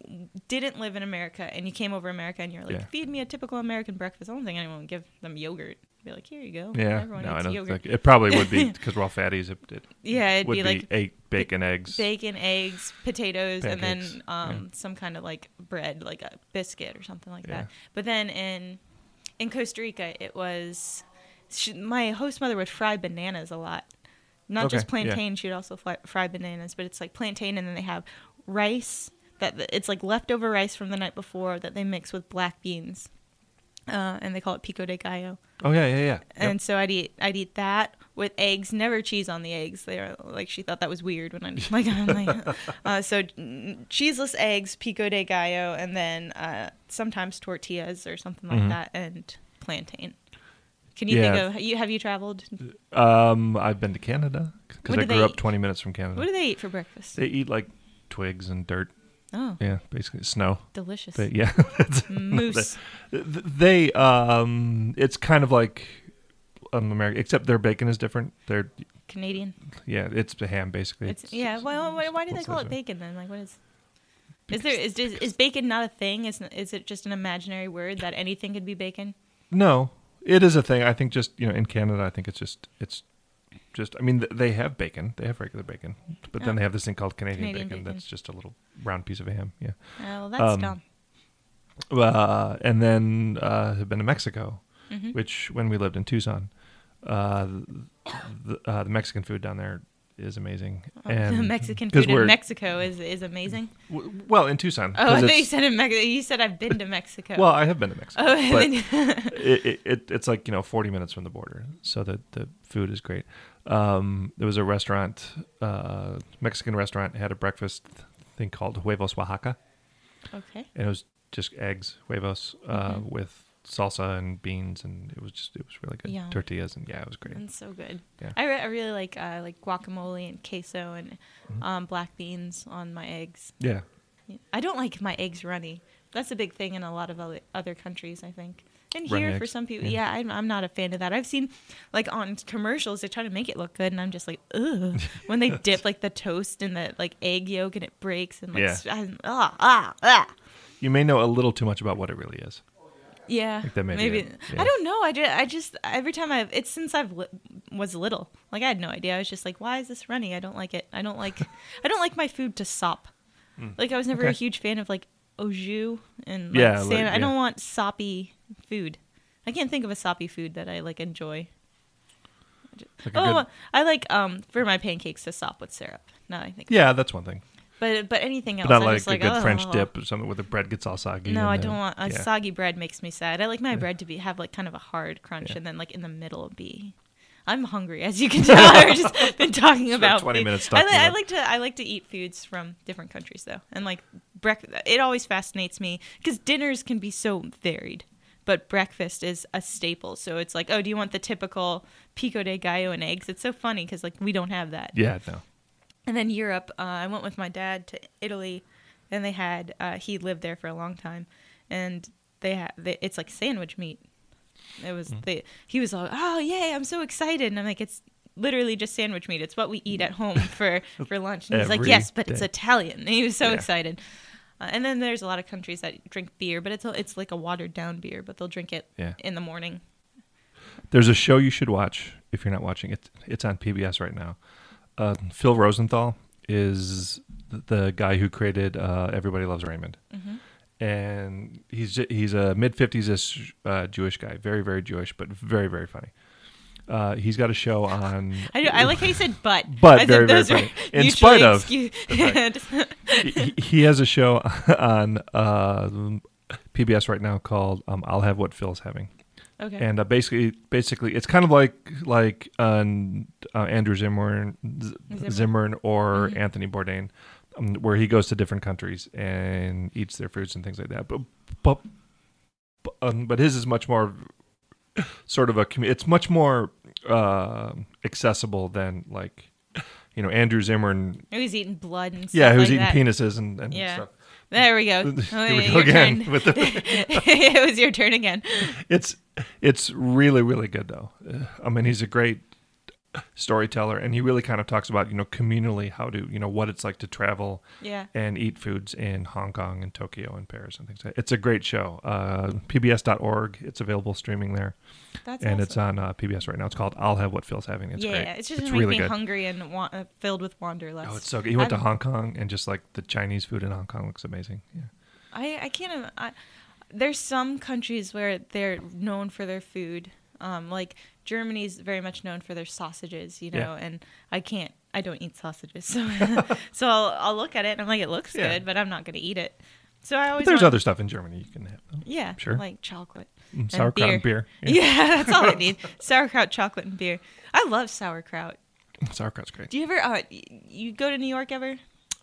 [SPEAKER 4] didn't live in America and you came over America and you're like,
[SPEAKER 3] Yeah.
[SPEAKER 4] feed me a typical American breakfast. I don't think anyone would give them yogurt. Be like, here you go.
[SPEAKER 3] yeah,
[SPEAKER 4] Everyone
[SPEAKER 3] no, I
[SPEAKER 4] eats
[SPEAKER 3] don't
[SPEAKER 4] yogurt.
[SPEAKER 3] think it probably would be because we're all fatties. It, it
[SPEAKER 4] Yeah, it'd
[SPEAKER 3] would
[SPEAKER 4] be like
[SPEAKER 3] eight bacon eggs.
[SPEAKER 4] bacon, eggs, potatoes,
[SPEAKER 3] Pancakes,
[SPEAKER 4] and then um, some kind of like bread, like a biscuit or something like
[SPEAKER 3] Yeah.
[SPEAKER 4] that. But then in in Costa Rica, it was she, my host mother would fry bananas a lot, not just
[SPEAKER 3] Okay, yeah.
[SPEAKER 4] plantain. She'd also fly, fry bananas, but it's like plantain, and then they have rice that that- it's like leftover rice from the night before that they mix with black beans, uh, and they call it pico de gallo.
[SPEAKER 3] Oh yeah, yeah, yeah. Yep.
[SPEAKER 4] And so I'd eat I'd eat that with eggs, never cheese on the eggs. They are like she thought that was weird when I like I'm like uh, so mm, cheeseless eggs, pico de gallo, and then uh, sometimes tortillas or something like that, and plantain. Can you
[SPEAKER 3] Mm-hmm. Yeah.
[SPEAKER 4] think of you have you traveled?
[SPEAKER 3] Um, I've been to Canada because
[SPEAKER 4] What
[SPEAKER 3] I
[SPEAKER 4] do
[SPEAKER 3] grew
[SPEAKER 4] they
[SPEAKER 3] up
[SPEAKER 4] eat?
[SPEAKER 3] 20 minutes from Canada.
[SPEAKER 4] What do they eat for breakfast?
[SPEAKER 3] they eat like twigs and dirt.
[SPEAKER 4] oh,
[SPEAKER 3] Yeah, basically snow.
[SPEAKER 4] delicious
[SPEAKER 3] But yeah, that's-
[SPEAKER 4] Mm. moose.
[SPEAKER 3] th- they um, it's kind of like um, America, except their bacon is different. They're
[SPEAKER 4] Canadian.
[SPEAKER 3] yeah, it's the ham basically.
[SPEAKER 4] It's, yeah. Why, why, why do they
[SPEAKER 3] it's-
[SPEAKER 4] call it bacon then? Like, what is? Is there is is, is bacon not a thing? Is is it just an imaginary word that anything could be bacon?
[SPEAKER 3] No, it is a thing. I think just you know in Canada, I think it's just it's just. I mean, th- they have bacon. They have regular bacon, but then they have this thing called Canadian,
[SPEAKER 4] Oh. Canadian
[SPEAKER 3] bacon,
[SPEAKER 4] bacon.
[SPEAKER 3] That's just a little round piece of ham. Yeah,
[SPEAKER 4] Oh, well, that's
[SPEAKER 3] Um,
[SPEAKER 4] dumb.
[SPEAKER 3] uh, and then uh, have been to Mexico,
[SPEAKER 4] Mm-hmm.
[SPEAKER 3] which when we lived in Tucson, uh, the, uh, the Mexican food down there is amazing. and
[SPEAKER 4] Oh, Mexican
[SPEAKER 3] 'cause
[SPEAKER 4] food in
[SPEAKER 3] we're-
[SPEAKER 4] Mexico is, is amazing.
[SPEAKER 3] w- well, in Tucson.
[SPEAKER 4] Oh,
[SPEAKER 3] 'cause
[SPEAKER 4] I thought you
[SPEAKER 3] it's-
[SPEAKER 4] said in Mexico. You said I've been to Mexico.
[SPEAKER 3] Well, I have been to Mexico.
[SPEAKER 4] Oh, and
[SPEAKER 3] but
[SPEAKER 4] then you-
[SPEAKER 3] it, it, it, it's like you know 40 minutes from the border, so the the food is great. Um, there was a restaurant, uh, Mexican restaurant, had a breakfast thing called huevos Oaxaca,
[SPEAKER 4] okay.
[SPEAKER 3] and it was just eggs, huevos, uh,
[SPEAKER 4] Mm-hmm.
[SPEAKER 3] with salsa and beans, and it was just it was really good.
[SPEAKER 4] Yum.
[SPEAKER 3] Tortillas and yeah, it was great.
[SPEAKER 4] That's so good.
[SPEAKER 3] Yeah.
[SPEAKER 4] I, re- I really like uh, like guacamole and queso and
[SPEAKER 3] Mm-hmm.
[SPEAKER 4] um, black beans on my eggs.
[SPEAKER 3] Yeah,
[SPEAKER 4] I don't like my eggs runny. That's a big thing in a lot of other- other countries, I think. And
[SPEAKER 3] Runny
[SPEAKER 4] here, for
[SPEAKER 3] eggs,
[SPEAKER 4] some people,
[SPEAKER 3] yeah.
[SPEAKER 4] yeah, I'm, I'm not a fan of that. I've seen, like, on commercials, they try to make it look good, and I'm just like, ugh. when they dip, like, the toast in the, like, egg yolk and it breaks, and, like,
[SPEAKER 3] Yeah.
[SPEAKER 4] s- I'm, ah, ah, ah.
[SPEAKER 3] you may know a little too much about what it really is.
[SPEAKER 4] Yeah,
[SPEAKER 3] that may be
[SPEAKER 4] maybe.
[SPEAKER 3] it, yeah.
[SPEAKER 4] I don't know. I just, I just every time I've it's since I've li- was little. Like I had no idea. I was just like, why is this runny? I don't like it. I don't like. I don't like my food to sop. Like I was never a
[SPEAKER 3] Hmm. Okay.
[SPEAKER 4] huge fan of like au jus and like,
[SPEAKER 3] Yeah, like-
[SPEAKER 4] salmon. I
[SPEAKER 3] yeah.
[SPEAKER 4] don't want soppy food. I can't think of a soppy food that I like enjoy.
[SPEAKER 3] Like a
[SPEAKER 4] Oh,
[SPEAKER 3] good-
[SPEAKER 4] I like um for my pancakes to sop with syrup. Now that I think,
[SPEAKER 3] yeah, that's one thing.
[SPEAKER 4] but but anything else,
[SPEAKER 3] But not
[SPEAKER 4] I'm
[SPEAKER 3] like
[SPEAKER 4] just "Oh."
[SPEAKER 3] a good French
[SPEAKER 4] "Ugh."
[SPEAKER 3] dip or something where the bread gets all soggy.
[SPEAKER 4] No,
[SPEAKER 3] and
[SPEAKER 4] I
[SPEAKER 3] then-
[SPEAKER 4] don't want a
[SPEAKER 3] yeah.
[SPEAKER 4] soggy bread makes me sad. I like my bread to be have like kind of a hard crunch and then like in the middle be. I'm hungry, as you can tell. I've just been talking about
[SPEAKER 3] 20
[SPEAKER 4] food.
[SPEAKER 3] minutes
[SPEAKER 4] I,
[SPEAKER 3] talking
[SPEAKER 4] li- I
[SPEAKER 3] about-
[SPEAKER 4] like to I like to eat foods from different countries though, and like breakfast. It always fascinates me because dinners can be so varied, but breakfast is a staple. So it's like, oh, do you want the typical pico de gallo and eggs? It's so funny because like we don't have that.
[SPEAKER 3] Yeah, no.
[SPEAKER 4] And then Europe, uh, I went with my dad to Italy, and they had uh, he lived there for a long time, and they had they, it's like sandwich meat. It was
[SPEAKER 3] Hmm.
[SPEAKER 4] they he was like, oh yay, I'm so excited, and I'm like, it's literally just sandwich meat. It's what we eat at home for for lunch. And he's like,
[SPEAKER 3] Every
[SPEAKER 4] yes, but it's
[SPEAKER 3] day.
[SPEAKER 4] Italian. And he was so
[SPEAKER 3] Yeah.
[SPEAKER 4] excited. Uh, and then there's a lot of countries that drink beer, but it's a, it's like a watered down beer, but they'll drink it
[SPEAKER 3] Yeah.
[SPEAKER 4] in the morning.
[SPEAKER 3] There's a show you should watch if you're not watching it. It's on PBS right now. Uh, Phil Rosenthal is th- the guy who created uh, Everybody Loves Raymond,
[SPEAKER 4] Mm-hmm.
[SPEAKER 3] and he's ju- he's a mid fifties ish uh, Jewish guy, very very Jewish, but very very funny. Uh, he's got a show on.
[SPEAKER 4] I, do, I like how you said but.
[SPEAKER 3] But
[SPEAKER 4] I
[SPEAKER 3] very, very
[SPEAKER 4] think those are
[SPEAKER 3] funny. In
[SPEAKER 4] mutually
[SPEAKER 3] spite of-
[SPEAKER 4] excuse-
[SPEAKER 3] He- he, he has a show on uh, PBS right now called um, "I'll Have What Phil's Having,"
[SPEAKER 4] Okay.
[SPEAKER 3] and uh, basically, basically, it's kind of like like uh, uh, Andrew Zimmern, Z-
[SPEAKER 4] Zimmern.
[SPEAKER 3] Zimmern or
[SPEAKER 4] Mm-hmm.
[SPEAKER 3] Anthony Bourdain, um, where he goes to different countries and eats their foods and things like that. But but but, um, but his is much more sort of a commu- it's much more uh, accessible than like you know Andrew Zimmern.
[SPEAKER 4] He was eating blood and stuff
[SPEAKER 3] Yeah, who's
[SPEAKER 4] like
[SPEAKER 3] eating
[SPEAKER 4] that.
[SPEAKER 3] penises and, and
[SPEAKER 4] Yeah.
[SPEAKER 3] stuff.
[SPEAKER 4] There we go. Oh,
[SPEAKER 3] Here we
[SPEAKER 4] Your
[SPEAKER 3] go again
[SPEAKER 4] turn.
[SPEAKER 3] with the
[SPEAKER 4] it was your turn again.
[SPEAKER 3] it's it's really really good though Uh, i mean he's a great storyteller and he really kind of talks about you know communally how to you know what it's like to travel
[SPEAKER 4] Yeah.
[SPEAKER 3] and eat foods in hong kong and tokyo and paris and things like that it's a great show uh, pbs.org it's available streaming there
[SPEAKER 4] That's
[SPEAKER 3] and
[SPEAKER 4] awesome.
[SPEAKER 3] it's on uh, pbs right now it's called i'll have what phil's having it's
[SPEAKER 4] yeah,
[SPEAKER 3] great
[SPEAKER 4] yeah, it's just
[SPEAKER 3] it's
[SPEAKER 4] gonna make
[SPEAKER 3] really
[SPEAKER 4] me
[SPEAKER 3] good
[SPEAKER 4] hungry and wa- uh, filled with wanderlust.
[SPEAKER 3] oh it's so good he went
[SPEAKER 4] I'm-
[SPEAKER 3] to hong kong and just like the chinese food in hong kong looks amazing yeah
[SPEAKER 4] I, I can't. im- I, there's some countries where they're known for their food. Um, like Germany's very much known for their sausages, you know,
[SPEAKER 3] Yeah.
[SPEAKER 4] and I can't. I don't eat sausages, so so I'll, I'll look at it and I'm like, it looks
[SPEAKER 3] Yeah.
[SPEAKER 4] good, but I'm not gonna eat it. So I always
[SPEAKER 3] but there's
[SPEAKER 4] want-
[SPEAKER 3] other stuff in germany you can have
[SPEAKER 4] yeah,
[SPEAKER 3] sure. Mm,
[SPEAKER 4] like chocolate, and
[SPEAKER 3] sauerkraut and beer.
[SPEAKER 4] Yeah. that's all I need: sauerkraut, chocolate, and beer. I love sauerkraut.
[SPEAKER 3] sauerkraut's great
[SPEAKER 4] Do you ever uh, y- you go to New York ever?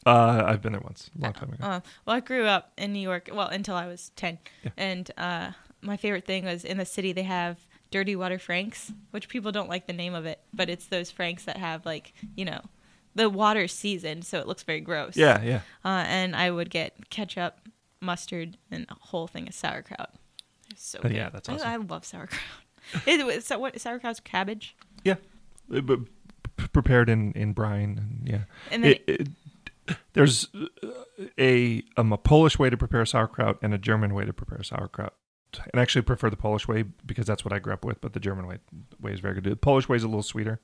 [SPEAKER 3] uh, i've been there once a long time ago
[SPEAKER 4] Uh, well, I grew up in New York. Well, until I was ten, and uh, my favorite thing was in the city they have Dirty Water Franks, which people don't like the name of it, but it's those Franks that have like you know the water seasoned, so it looks very gross.
[SPEAKER 3] yeah yeah
[SPEAKER 4] Uh, and I would get ketchup, mustard, and a whole thing of sauerkraut. It's so
[SPEAKER 3] Oh,
[SPEAKER 4] good.
[SPEAKER 3] yeah, that's
[SPEAKER 4] I-
[SPEAKER 3] awesome.
[SPEAKER 4] I, love sauerkraut. It was, so what sauerkraut's cabbage?
[SPEAKER 3] Yeah, Uh, but p- prepared in in brine. And yeah,
[SPEAKER 4] And then-
[SPEAKER 3] It- it- there's uh, a um, a Polish way to prepare sauerkraut and a German way to prepare sauerkraut. And I actually prefer the Polish way because that's what I grew up with. But the German way way is very good. The Polish way is a little sweeter.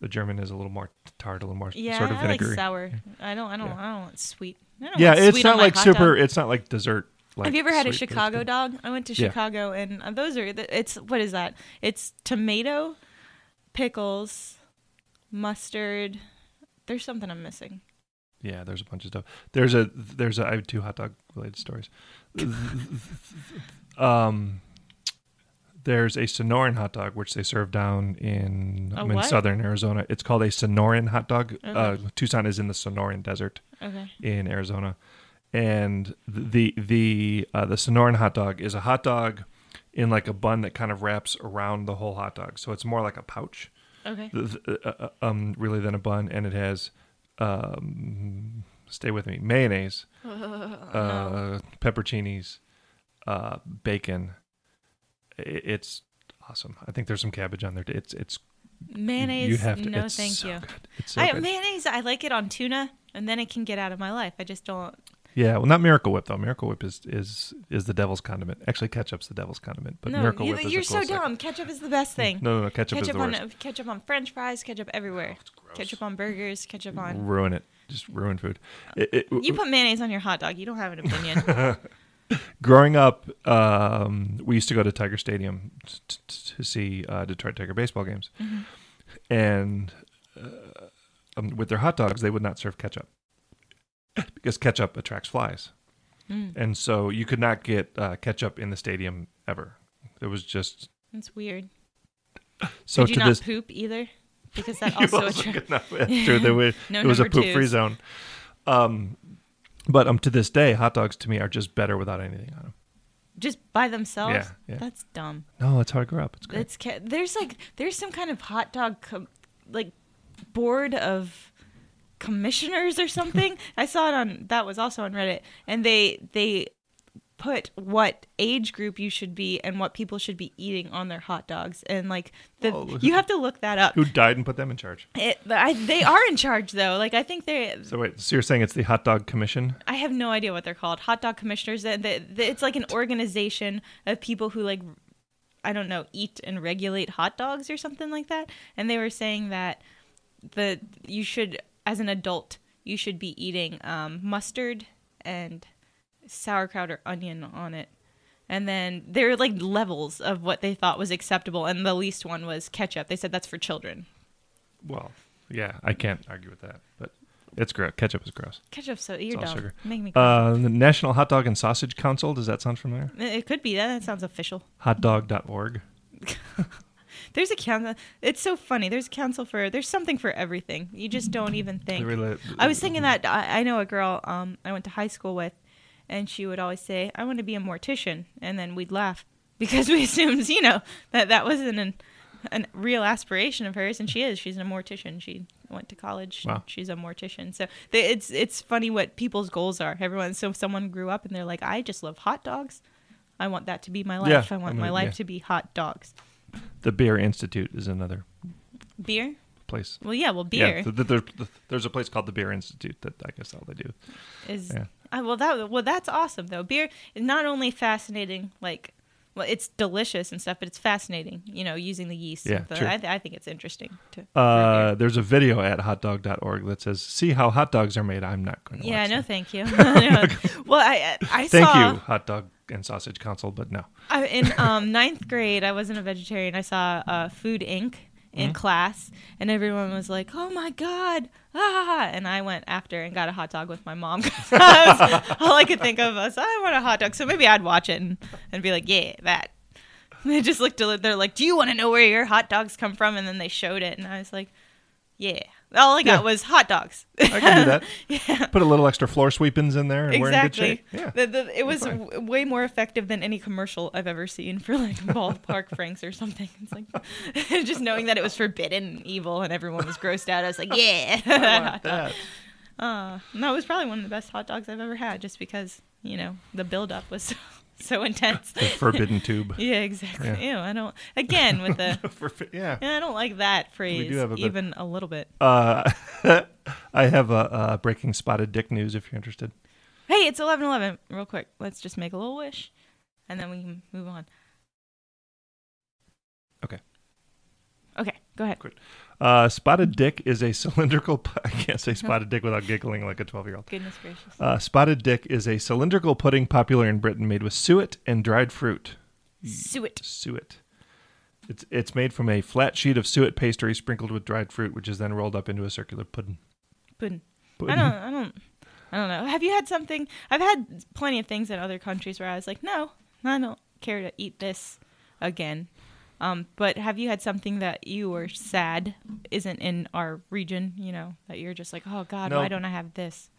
[SPEAKER 3] The German is a little more tart, a little more
[SPEAKER 4] Yeah,
[SPEAKER 3] sort of
[SPEAKER 4] I like
[SPEAKER 3] vinegary.
[SPEAKER 4] sour. I don't. I don't.
[SPEAKER 3] Yeah.
[SPEAKER 4] I don't want sweet. I don't
[SPEAKER 3] yeah,
[SPEAKER 4] want
[SPEAKER 3] it's
[SPEAKER 4] sweet on
[SPEAKER 3] not
[SPEAKER 4] my
[SPEAKER 3] like
[SPEAKER 4] hot
[SPEAKER 3] super.
[SPEAKER 4] dog.
[SPEAKER 3] It's not like dessert. Like
[SPEAKER 4] Have you ever had a
[SPEAKER 3] sweet, but it's
[SPEAKER 4] Chicago
[SPEAKER 3] good.
[SPEAKER 4] dog? I went to
[SPEAKER 3] Yeah.
[SPEAKER 4] Chicago, and uh, those are the, it's what is that? It's tomato, pickles, mustard. There's something I'm missing.
[SPEAKER 3] Yeah, there's a bunch of stuff. There's a there's a I have two hot dog related stories. um, there's a Sonoran hot dog which they serve down in
[SPEAKER 4] A
[SPEAKER 3] I'm in
[SPEAKER 4] what?
[SPEAKER 3] southern Arizona. It's called a Sonoran hot dog. Uh,
[SPEAKER 4] Okay.
[SPEAKER 3] Tucson is in the Sonoran Desert
[SPEAKER 4] Okay.
[SPEAKER 3] in Arizona, and the the uh, the Sonoran hot dog is a hot dog in like a bun that kind of wraps around the whole hot dog, so it's more like a pouch
[SPEAKER 4] Okay.
[SPEAKER 3] th- th- uh, uh, um, really than a bun, and it has, um, stay with me, mayonnaise, uh, pepperoncinis, uh, bacon. I it's awesome. I think there's some cabbage on there. It's it's
[SPEAKER 4] Mayonnaise.
[SPEAKER 3] You have to.
[SPEAKER 4] no,
[SPEAKER 3] it's
[SPEAKER 4] thank
[SPEAKER 3] so
[SPEAKER 4] you.
[SPEAKER 3] Good. It's so
[SPEAKER 4] I,
[SPEAKER 3] good.
[SPEAKER 4] mayonnaise. I like it on tuna, and then it can get out of my life. I just don't.
[SPEAKER 3] Yeah, well, not Miracle Whip though. Miracle Whip is is is the devil's condiment. Actually, ketchup's the devil's condiment, but
[SPEAKER 4] No,
[SPEAKER 3] Miracle
[SPEAKER 4] you,
[SPEAKER 3] Whip is
[SPEAKER 4] you're
[SPEAKER 3] a
[SPEAKER 4] so
[SPEAKER 3] close second.
[SPEAKER 4] dumb. Ketchup is the best thing.
[SPEAKER 3] No, no, no. Ketchup, is
[SPEAKER 4] ketchup
[SPEAKER 3] the
[SPEAKER 4] on
[SPEAKER 3] worst. Oh,
[SPEAKER 4] ketchup on French fries. Ketchup everywhere. ketchup on burgers. Ketchup on.
[SPEAKER 3] Ruin it. Just ruin food. It- it-
[SPEAKER 4] You put mayonnaise on your hot dog. You don't have an opinion.
[SPEAKER 3] growing up, um, we used to go to Tiger Stadium t- t- to see uh, Detroit Tiger baseball games,
[SPEAKER 4] Mm-hmm.
[SPEAKER 3] and uh, um, with their hot dogs, they would not serve ketchup because ketchup attracts flies,
[SPEAKER 4] Mm.
[SPEAKER 3] and so you could not get uh, ketchup in the stadium ever. It was just
[SPEAKER 4] That's weird.
[SPEAKER 3] so
[SPEAKER 4] Did you
[SPEAKER 3] to
[SPEAKER 4] not
[SPEAKER 3] this.
[SPEAKER 4] poop either? Because that
[SPEAKER 3] You
[SPEAKER 4] also,
[SPEAKER 3] also
[SPEAKER 4] attra-
[SPEAKER 3] could not- that's true. There was,
[SPEAKER 4] No
[SPEAKER 3] it was a
[SPEAKER 4] number
[SPEAKER 3] poop free
[SPEAKER 4] twos.
[SPEAKER 3] zone. Um, but um, to this day, hot dogs to me are just better without anything on them.
[SPEAKER 4] just by themselves.
[SPEAKER 3] Yeah, yeah.
[SPEAKER 4] That's dumb.
[SPEAKER 3] No, that's how I grew up. It's great.
[SPEAKER 4] That's ca- there's like there's some kind of hot dog com- like board of commissioners or something. I saw it on that was also on Reddit, and they they put what age group you should be and what people should be eating on their hot dogs, and like the
[SPEAKER 3] Whoa.
[SPEAKER 4] you have to look that up.
[SPEAKER 3] Oh. Who died and put them in charge?
[SPEAKER 4] It, I, they are in charge though. Like I think they
[SPEAKER 3] So wait, so you're saying it's the hot dog commission?
[SPEAKER 4] I have no idea what they're called. Hot dog commissioners. That that- that- It's like an organization of people who like, I don't know, eat and regulate hot dogs or something like that. And they were saying that the you should, as an adult, you should be eating um, mustard and sauerkraut or onion on it. And then there were like levels of what they thought was acceptable, and the least one was ketchup. They said that's for children.
[SPEAKER 3] Well, yeah, I can't argue with that. But It's gross. Ketchup is gross.
[SPEAKER 4] Ketchup soda. You're
[SPEAKER 3] all
[SPEAKER 4] dumb.
[SPEAKER 3] sugar.
[SPEAKER 4] Make me.
[SPEAKER 3] Uh, the National Hot Dog and Sausage Council. Does that sound familiar?
[SPEAKER 4] it could be that. That sounds official.
[SPEAKER 3] Hotdog.org.
[SPEAKER 4] There's a council. It's so funny. There's a council for. There's something for everything. You just don't even think.
[SPEAKER 3] Really-
[SPEAKER 4] I was thinking that I, I know a girl um, I went to high school with, and she would always say, "I want to be a mortician," and then we'd laugh because we assumed, you know, that that wasn't an, an real aspiration of hers, and she is. She's a mortician. She went to college.
[SPEAKER 3] Wow.
[SPEAKER 4] She's a mortician. So they, it's it's funny what people's goals are. Everyone. So if someone grew up and they're like, "I just love hot dogs," I want that to be my life.
[SPEAKER 3] Yeah,
[SPEAKER 4] I want
[SPEAKER 3] I mean,
[SPEAKER 4] my life
[SPEAKER 3] yeah.
[SPEAKER 4] to be hot dogs.
[SPEAKER 3] The Beer Institute is another
[SPEAKER 4] Beer.
[SPEAKER 3] place.
[SPEAKER 4] Well, yeah. Well, beer.
[SPEAKER 3] Yeah, th- th- there- th- there's a place called the Beer Institute that I guess all they do.
[SPEAKER 4] is
[SPEAKER 3] Yeah.
[SPEAKER 4] uh, well that well that's awesome though beer is not only fascinating like well it's delicious and stuff but it's fascinating you know using the yeast
[SPEAKER 3] Yeah,
[SPEAKER 4] and the,
[SPEAKER 3] true.
[SPEAKER 4] I, th- I think it's interesting to
[SPEAKER 3] Uh, there's a video at hotdog.org that says, "See how hot dogs are made." I'm not going to.
[SPEAKER 4] yeah
[SPEAKER 3] watch
[SPEAKER 4] no
[SPEAKER 3] that.
[SPEAKER 4] thank you No. well i i I
[SPEAKER 3] Thank
[SPEAKER 4] saw
[SPEAKER 3] you, hot dog and sausage council, but no.
[SPEAKER 4] I, in um, ninth grade, I wasn't a vegetarian. I saw uh, Food Inc. in class, and everyone was like, "Oh my god!" Ah! And I went after and got a hot dog with my mom. 'cause I was- all I could think of was, "I want a hot dog." So maybe I'd watch it and, and be like, "Yeah, that." And they just looked. at- They're like, "Do you want to know where your hot dogs come from?" And then they showed it, and I was like, "Yeah." All I got was hot dogs.
[SPEAKER 3] I can do that. Put a little extra floor sweepings in there, and we're in
[SPEAKER 4] Exactly.
[SPEAKER 3] good shape. Yeah.
[SPEAKER 4] The- the- it was w- way more effective than any commercial I've ever seen for like ballpark franks or something. It's like just knowing that it was forbidden and evil and everyone was grossed out. I was like, yeah. Uh,
[SPEAKER 3] That.
[SPEAKER 4] no, it was probably one of the best hot dogs I've ever had, just because you know the buildup was so, so intense.
[SPEAKER 3] The forbidden tube.
[SPEAKER 4] yeah, exactly.
[SPEAKER 3] Yeah.
[SPEAKER 4] Ew, I don't. Again with the.
[SPEAKER 3] Forbi- yeah.
[SPEAKER 4] I don't like that phrase
[SPEAKER 3] have a good-
[SPEAKER 4] even a little bit.
[SPEAKER 3] Uh, I have a, uh breaking spotted dick news if you're interested.
[SPEAKER 4] hey, it's eleven eleven. Real quick, let's just make a little wish, and then we can move on.
[SPEAKER 3] Okay.
[SPEAKER 4] Okay, go ahead.
[SPEAKER 3] Uh, spotted dick is a cylindrical. pu- I can't say spotted dick without giggling like a 12 year old.
[SPEAKER 4] Goodness gracious.
[SPEAKER 3] Uh, spotted dick is a cylindrical pudding popular in Britain made with suet and dried fruit.
[SPEAKER 4] Suet.
[SPEAKER 3] Suet. It's it's made from a flat sheet of suet pastry sprinkled with dried fruit, which is then rolled up into a circular pudding.
[SPEAKER 4] Pudding. I
[SPEAKER 3] Pudding.
[SPEAKER 4] don't I don't I don't know. Have you had something I've had plenty of things in other countries where I was like, No, I don't care to eat this again. Um, but have you had something that you were sad isn't in our region, you know, that you're just like, Oh God,
[SPEAKER 3] No.
[SPEAKER 4] why don't I have this?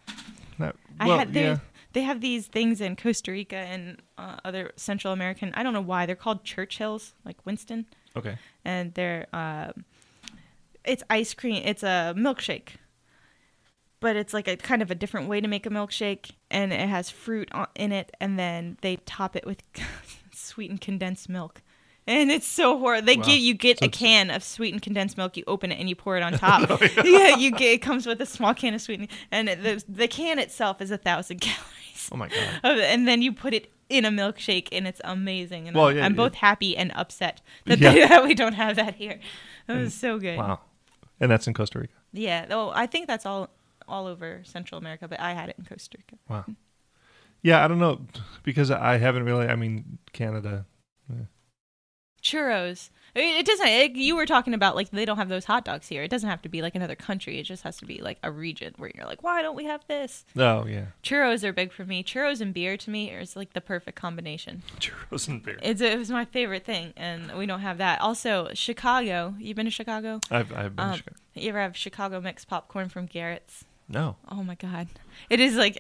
[SPEAKER 3] Not-
[SPEAKER 4] I
[SPEAKER 3] well,
[SPEAKER 4] had they,
[SPEAKER 3] yeah.
[SPEAKER 4] they have these things in Costa Rica and uh, other Central American. I don't know why they're called Churchills, like Winston.
[SPEAKER 3] Okay.
[SPEAKER 4] and they're um, it's ice cream. It's a milkshake, but it's like a kind of a different way to make a milkshake, and it has fruit on, in it, and then they top it with sweetened condensed milk. And it's so horrible. They give you get a can of sweetened condensed milk. You open it and you pour it on top. yeah. you get it comes with a small can of sweetened, and it, the the can itself is a thousand calories.
[SPEAKER 3] Oh my god.
[SPEAKER 4] Of- and then you put it in a milkshake and it's amazing and
[SPEAKER 3] Well,
[SPEAKER 4] I'm,
[SPEAKER 3] yeah,
[SPEAKER 4] I'm
[SPEAKER 3] yeah.
[SPEAKER 4] both happy and upset that,
[SPEAKER 3] Yeah. Mm.
[SPEAKER 4] they, that we don't have that here that was so good
[SPEAKER 3] Wow. And that's in Costa Rica.
[SPEAKER 4] yeah oh i think that's all all over central america but i had it in costa rica
[SPEAKER 3] Wow. Yeah, I don't know because I haven't really. I mean, Canada.
[SPEAKER 4] churros I mean, it doesn't it, you were talking about like they don't have those hot dogs here it doesn't have to be like another country it just has to be like a region where you're like why don't we have this
[SPEAKER 3] Oh yeah,
[SPEAKER 4] churros are big for me churros and beer to me is like the perfect combination
[SPEAKER 3] churros and beer.
[SPEAKER 4] It's it was my favorite thing, and we don't have that. Also, Chicago. You been to Chicago?
[SPEAKER 3] I've I've been to
[SPEAKER 4] Um,
[SPEAKER 3] Chicago.
[SPEAKER 4] You ever have Chicago mixed popcorn from Garrett's?
[SPEAKER 3] No.
[SPEAKER 4] Oh my god, it is like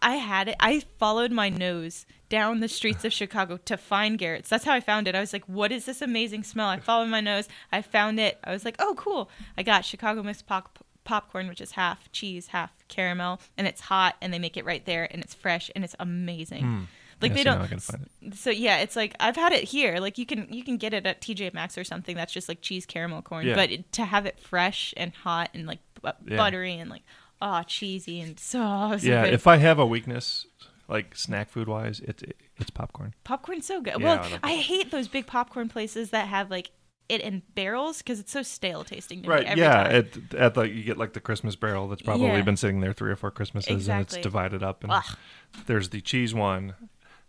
[SPEAKER 4] I had it. I followed my nose down the streets of Chicago to find Garrett's. That's how I found it. I was like, "What is this amazing smell?" I followed my nose. I found it. I was like, "Oh, cool!" I got Chicago mixed pop- popcorn, which is half cheese, half caramel, and it's hot, and they make it right there, and it's fresh, and it's amazing. Like
[SPEAKER 3] Hmm. Yeah, so
[SPEAKER 4] they
[SPEAKER 3] now
[SPEAKER 4] don't.
[SPEAKER 3] I gotta find it.
[SPEAKER 4] So yeah, it's like I've had it here. Like you can you can get it at TJ Maxx or something. That's just like cheese caramel corn.
[SPEAKER 3] Yeah.
[SPEAKER 4] But it, to have it fresh and hot and like uh, bu-
[SPEAKER 3] Yeah.
[SPEAKER 4] buttery and like oh cheesy and so, so
[SPEAKER 3] Yeah,
[SPEAKER 4] good.
[SPEAKER 3] if I have a weakness, like snack food wise, it's it, it's popcorn.
[SPEAKER 4] popcorn's so good.
[SPEAKER 3] Yeah, I
[SPEAKER 4] well,
[SPEAKER 3] love
[SPEAKER 4] I hate those big popcorn places that have like it in barrels because it's so stale tasting to me. Every
[SPEAKER 3] yeah.
[SPEAKER 4] time.
[SPEAKER 3] At, at like you get like the Christmas barrel that's probably
[SPEAKER 4] Yeah.
[SPEAKER 3] been sitting there three or four Christmases and
[SPEAKER 4] Exactly.
[SPEAKER 3] it's divided up and
[SPEAKER 4] Ugh.
[SPEAKER 3] there's the cheese one.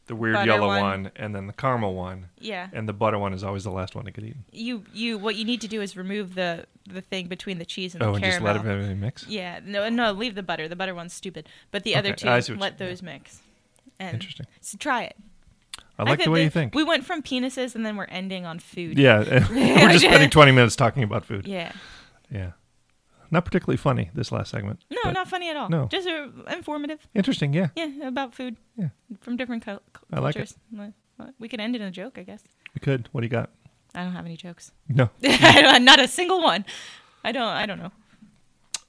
[SPEAKER 3] the weird
[SPEAKER 4] Butter
[SPEAKER 3] yellow
[SPEAKER 4] one.
[SPEAKER 3] one, and then the caramel one,
[SPEAKER 4] Yeah.
[SPEAKER 3] and the butter one is always the last one to get eaten.
[SPEAKER 4] you you what you need to do is remove the the thing between the cheese and
[SPEAKER 3] Oh,
[SPEAKER 4] the
[SPEAKER 3] and
[SPEAKER 4] caramel.
[SPEAKER 3] just let everything mix.
[SPEAKER 4] Yeah, no, no, leave the butter. The butter one's stupid, but the other
[SPEAKER 3] Okay, I see
[SPEAKER 4] two,
[SPEAKER 3] what
[SPEAKER 4] let
[SPEAKER 3] you-
[SPEAKER 4] those mix. And
[SPEAKER 3] Interesting.
[SPEAKER 4] So try it.
[SPEAKER 3] I like the way you think.
[SPEAKER 4] We went from penises and then we're ending on food.
[SPEAKER 3] yeah, we're just spending 20 minutes talking about food.
[SPEAKER 4] Yeah.
[SPEAKER 3] Yeah. Not particularly funny this last segment.
[SPEAKER 4] No,
[SPEAKER 3] but
[SPEAKER 4] not funny at all.
[SPEAKER 3] no.
[SPEAKER 4] Just uh, informative.
[SPEAKER 3] interesting. Yeah,
[SPEAKER 4] Yeah, about food.
[SPEAKER 3] Yeah.
[SPEAKER 4] From different cul-
[SPEAKER 3] I like it.
[SPEAKER 4] cultures. Well, We could end it in a joke, I guess.
[SPEAKER 3] we could. What do you got?
[SPEAKER 4] I don't have any jokes.
[SPEAKER 3] No.
[SPEAKER 4] Not a single one. I don't. I don't know.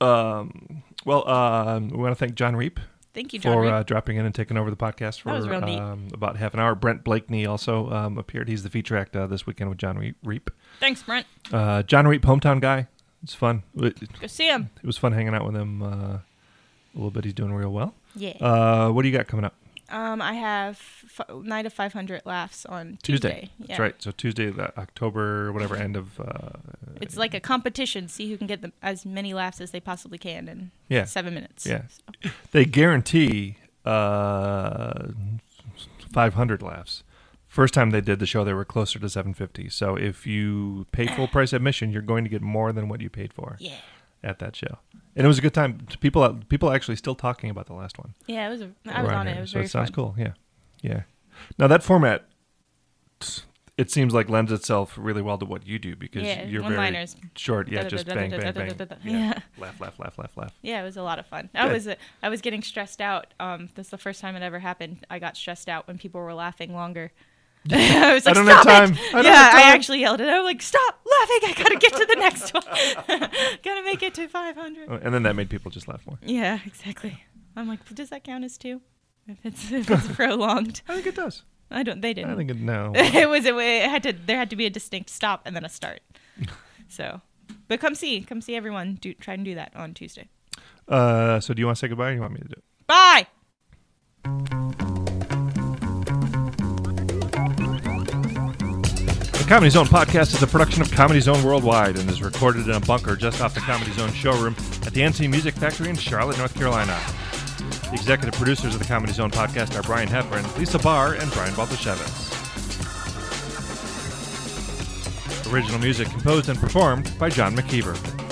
[SPEAKER 3] Well, um, we want to thank John Reap
[SPEAKER 4] Thank you, John.
[SPEAKER 3] for
[SPEAKER 4] Reed.
[SPEAKER 3] uh, dropping in and taking over the podcast for
[SPEAKER 4] That was real neat.
[SPEAKER 3] um, about half an hour. Brent Blakeney also um, appeared. He's the feature act uh, this weekend with John Re- Reap.
[SPEAKER 4] Thanks, Brent.
[SPEAKER 3] Uh, John Reap, hometown guy. It's fun. It, it
[SPEAKER 4] Go see him.
[SPEAKER 3] was fun hanging out with him uh, a little bit. He's doing real well.
[SPEAKER 4] Yeah.
[SPEAKER 3] Uh, what do you got coming up?
[SPEAKER 4] Um, I have f- night of 500 laughs on
[SPEAKER 3] Tuesday.
[SPEAKER 4] Tuesday.
[SPEAKER 3] That's right. So Tuesday, the October, whatever, end of. Uh,
[SPEAKER 4] It's like a competition. See who can get the, as many laughs as they possibly can in
[SPEAKER 3] Yeah.
[SPEAKER 4] seven minutes.
[SPEAKER 3] Yeah.
[SPEAKER 4] So,
[SPEAKER 3] they guarantee uh, 500 laughs. First time they did the show, they were closer to 750. So if you pay full price admission, you're going to get more than what you paid for
[SPEAKER 4] yeah.
[SPEAKER 3] at that show. And it was a good time. People uh, people are actually still talking about the last one.
[SPEAKER 4] Yeah. It was. A, I was
[SPEAKER 3] Right
[SPEAKER 4] on it.
[SPEAKER 3] here.
[SPEAKER 4] It was
[SPEAKER 3] so
[SPEAKER 4] very
[SPEAKER 3] it sounds
[SPEAKER 4] fun.
[SPEAKER 3] cool. Yeah, yeah. Now that format, it seems like lends itself really well to what you do because
[SPEAKER 4] Yeah,
[SPEAKER 3] you're very
[SPEAKER 4] one-liners.
[SPEAKER 3] short. Yeah,
[SPEAKER 4] Da- da-
[SPEAKER 3] just
[SPEAKER 4] da-
[SPEAKER 3] bang,
[SPEAKER 4] da-
[SPEAKER 3] bang,
[SPEAKER 4] da- da-
[SPEAKER 3] bang.
[SPEAKER 4] da- da- da-
[SPEAKER 3] Yeah,
[SPEAKER 4] yeah.
[SPEAKER 3] laugh, laugh, laugh, laugh, laugh.
[SPEAKER 4] Yeah, it was a lot of fun. I
[SPEAKER 3] Good.
[SPEAKER 4] was uh, I was getting stressed out. Um, this is the first time it ever happened. I got stressed out when people were laughing longer. I was
[SPEAKER 3] I
[SPEAKER 4] like,
[SPEAKER 3] don't have
[SPEAKER 4] stop
[SPEAKER 3] time.
[SPEAKER 4] it!
[SPEAKER 3] I don't
[SPEAKER 4] yeah,
[SPEAKER 3] have
[SPEAKER 4] I
[SPEAKER 3] time.
[SPEAKER 4] actually yelled it. I'm like, stop laughing! I gotta get to the next one. gotta make it to 500.
[SPEAKER 3] Oh, And then that made people just laugh more.
[SPEAKER 4] Yeah, exactly. I'm like, does that count as two? If it's if it's prolonged,
[SPEAKER 3] I think it does.
[SPEAKER 4] I don't. They
[SPEAKER 3] I
[SPEAKER 4] didn't.
[SPEAKER 3] think it no.
[SPEAKER 4] it was a way. It had to. There had to be a distinct stop and then a start. So, but come see, come see everyone. Do try and do that on Tuesday.
[SPEAKER 3] Uh, so do you want to say goodbye or do you want me to do it?
[SPEAKER 4] Bye.
[SPEAKER 3] The Comedy Zone podcast is a production of Comedy Zone Worldwide and is recorded in a bunker just off the Comedy Zone showroom at the NC Music Factory in Charlotte, North Carolina. The executive producers of the Comedy Zone podcast are Brian Heffern, Lisa Barr, and Brian Baltashevitz. Original music composed and performed by John McKeever.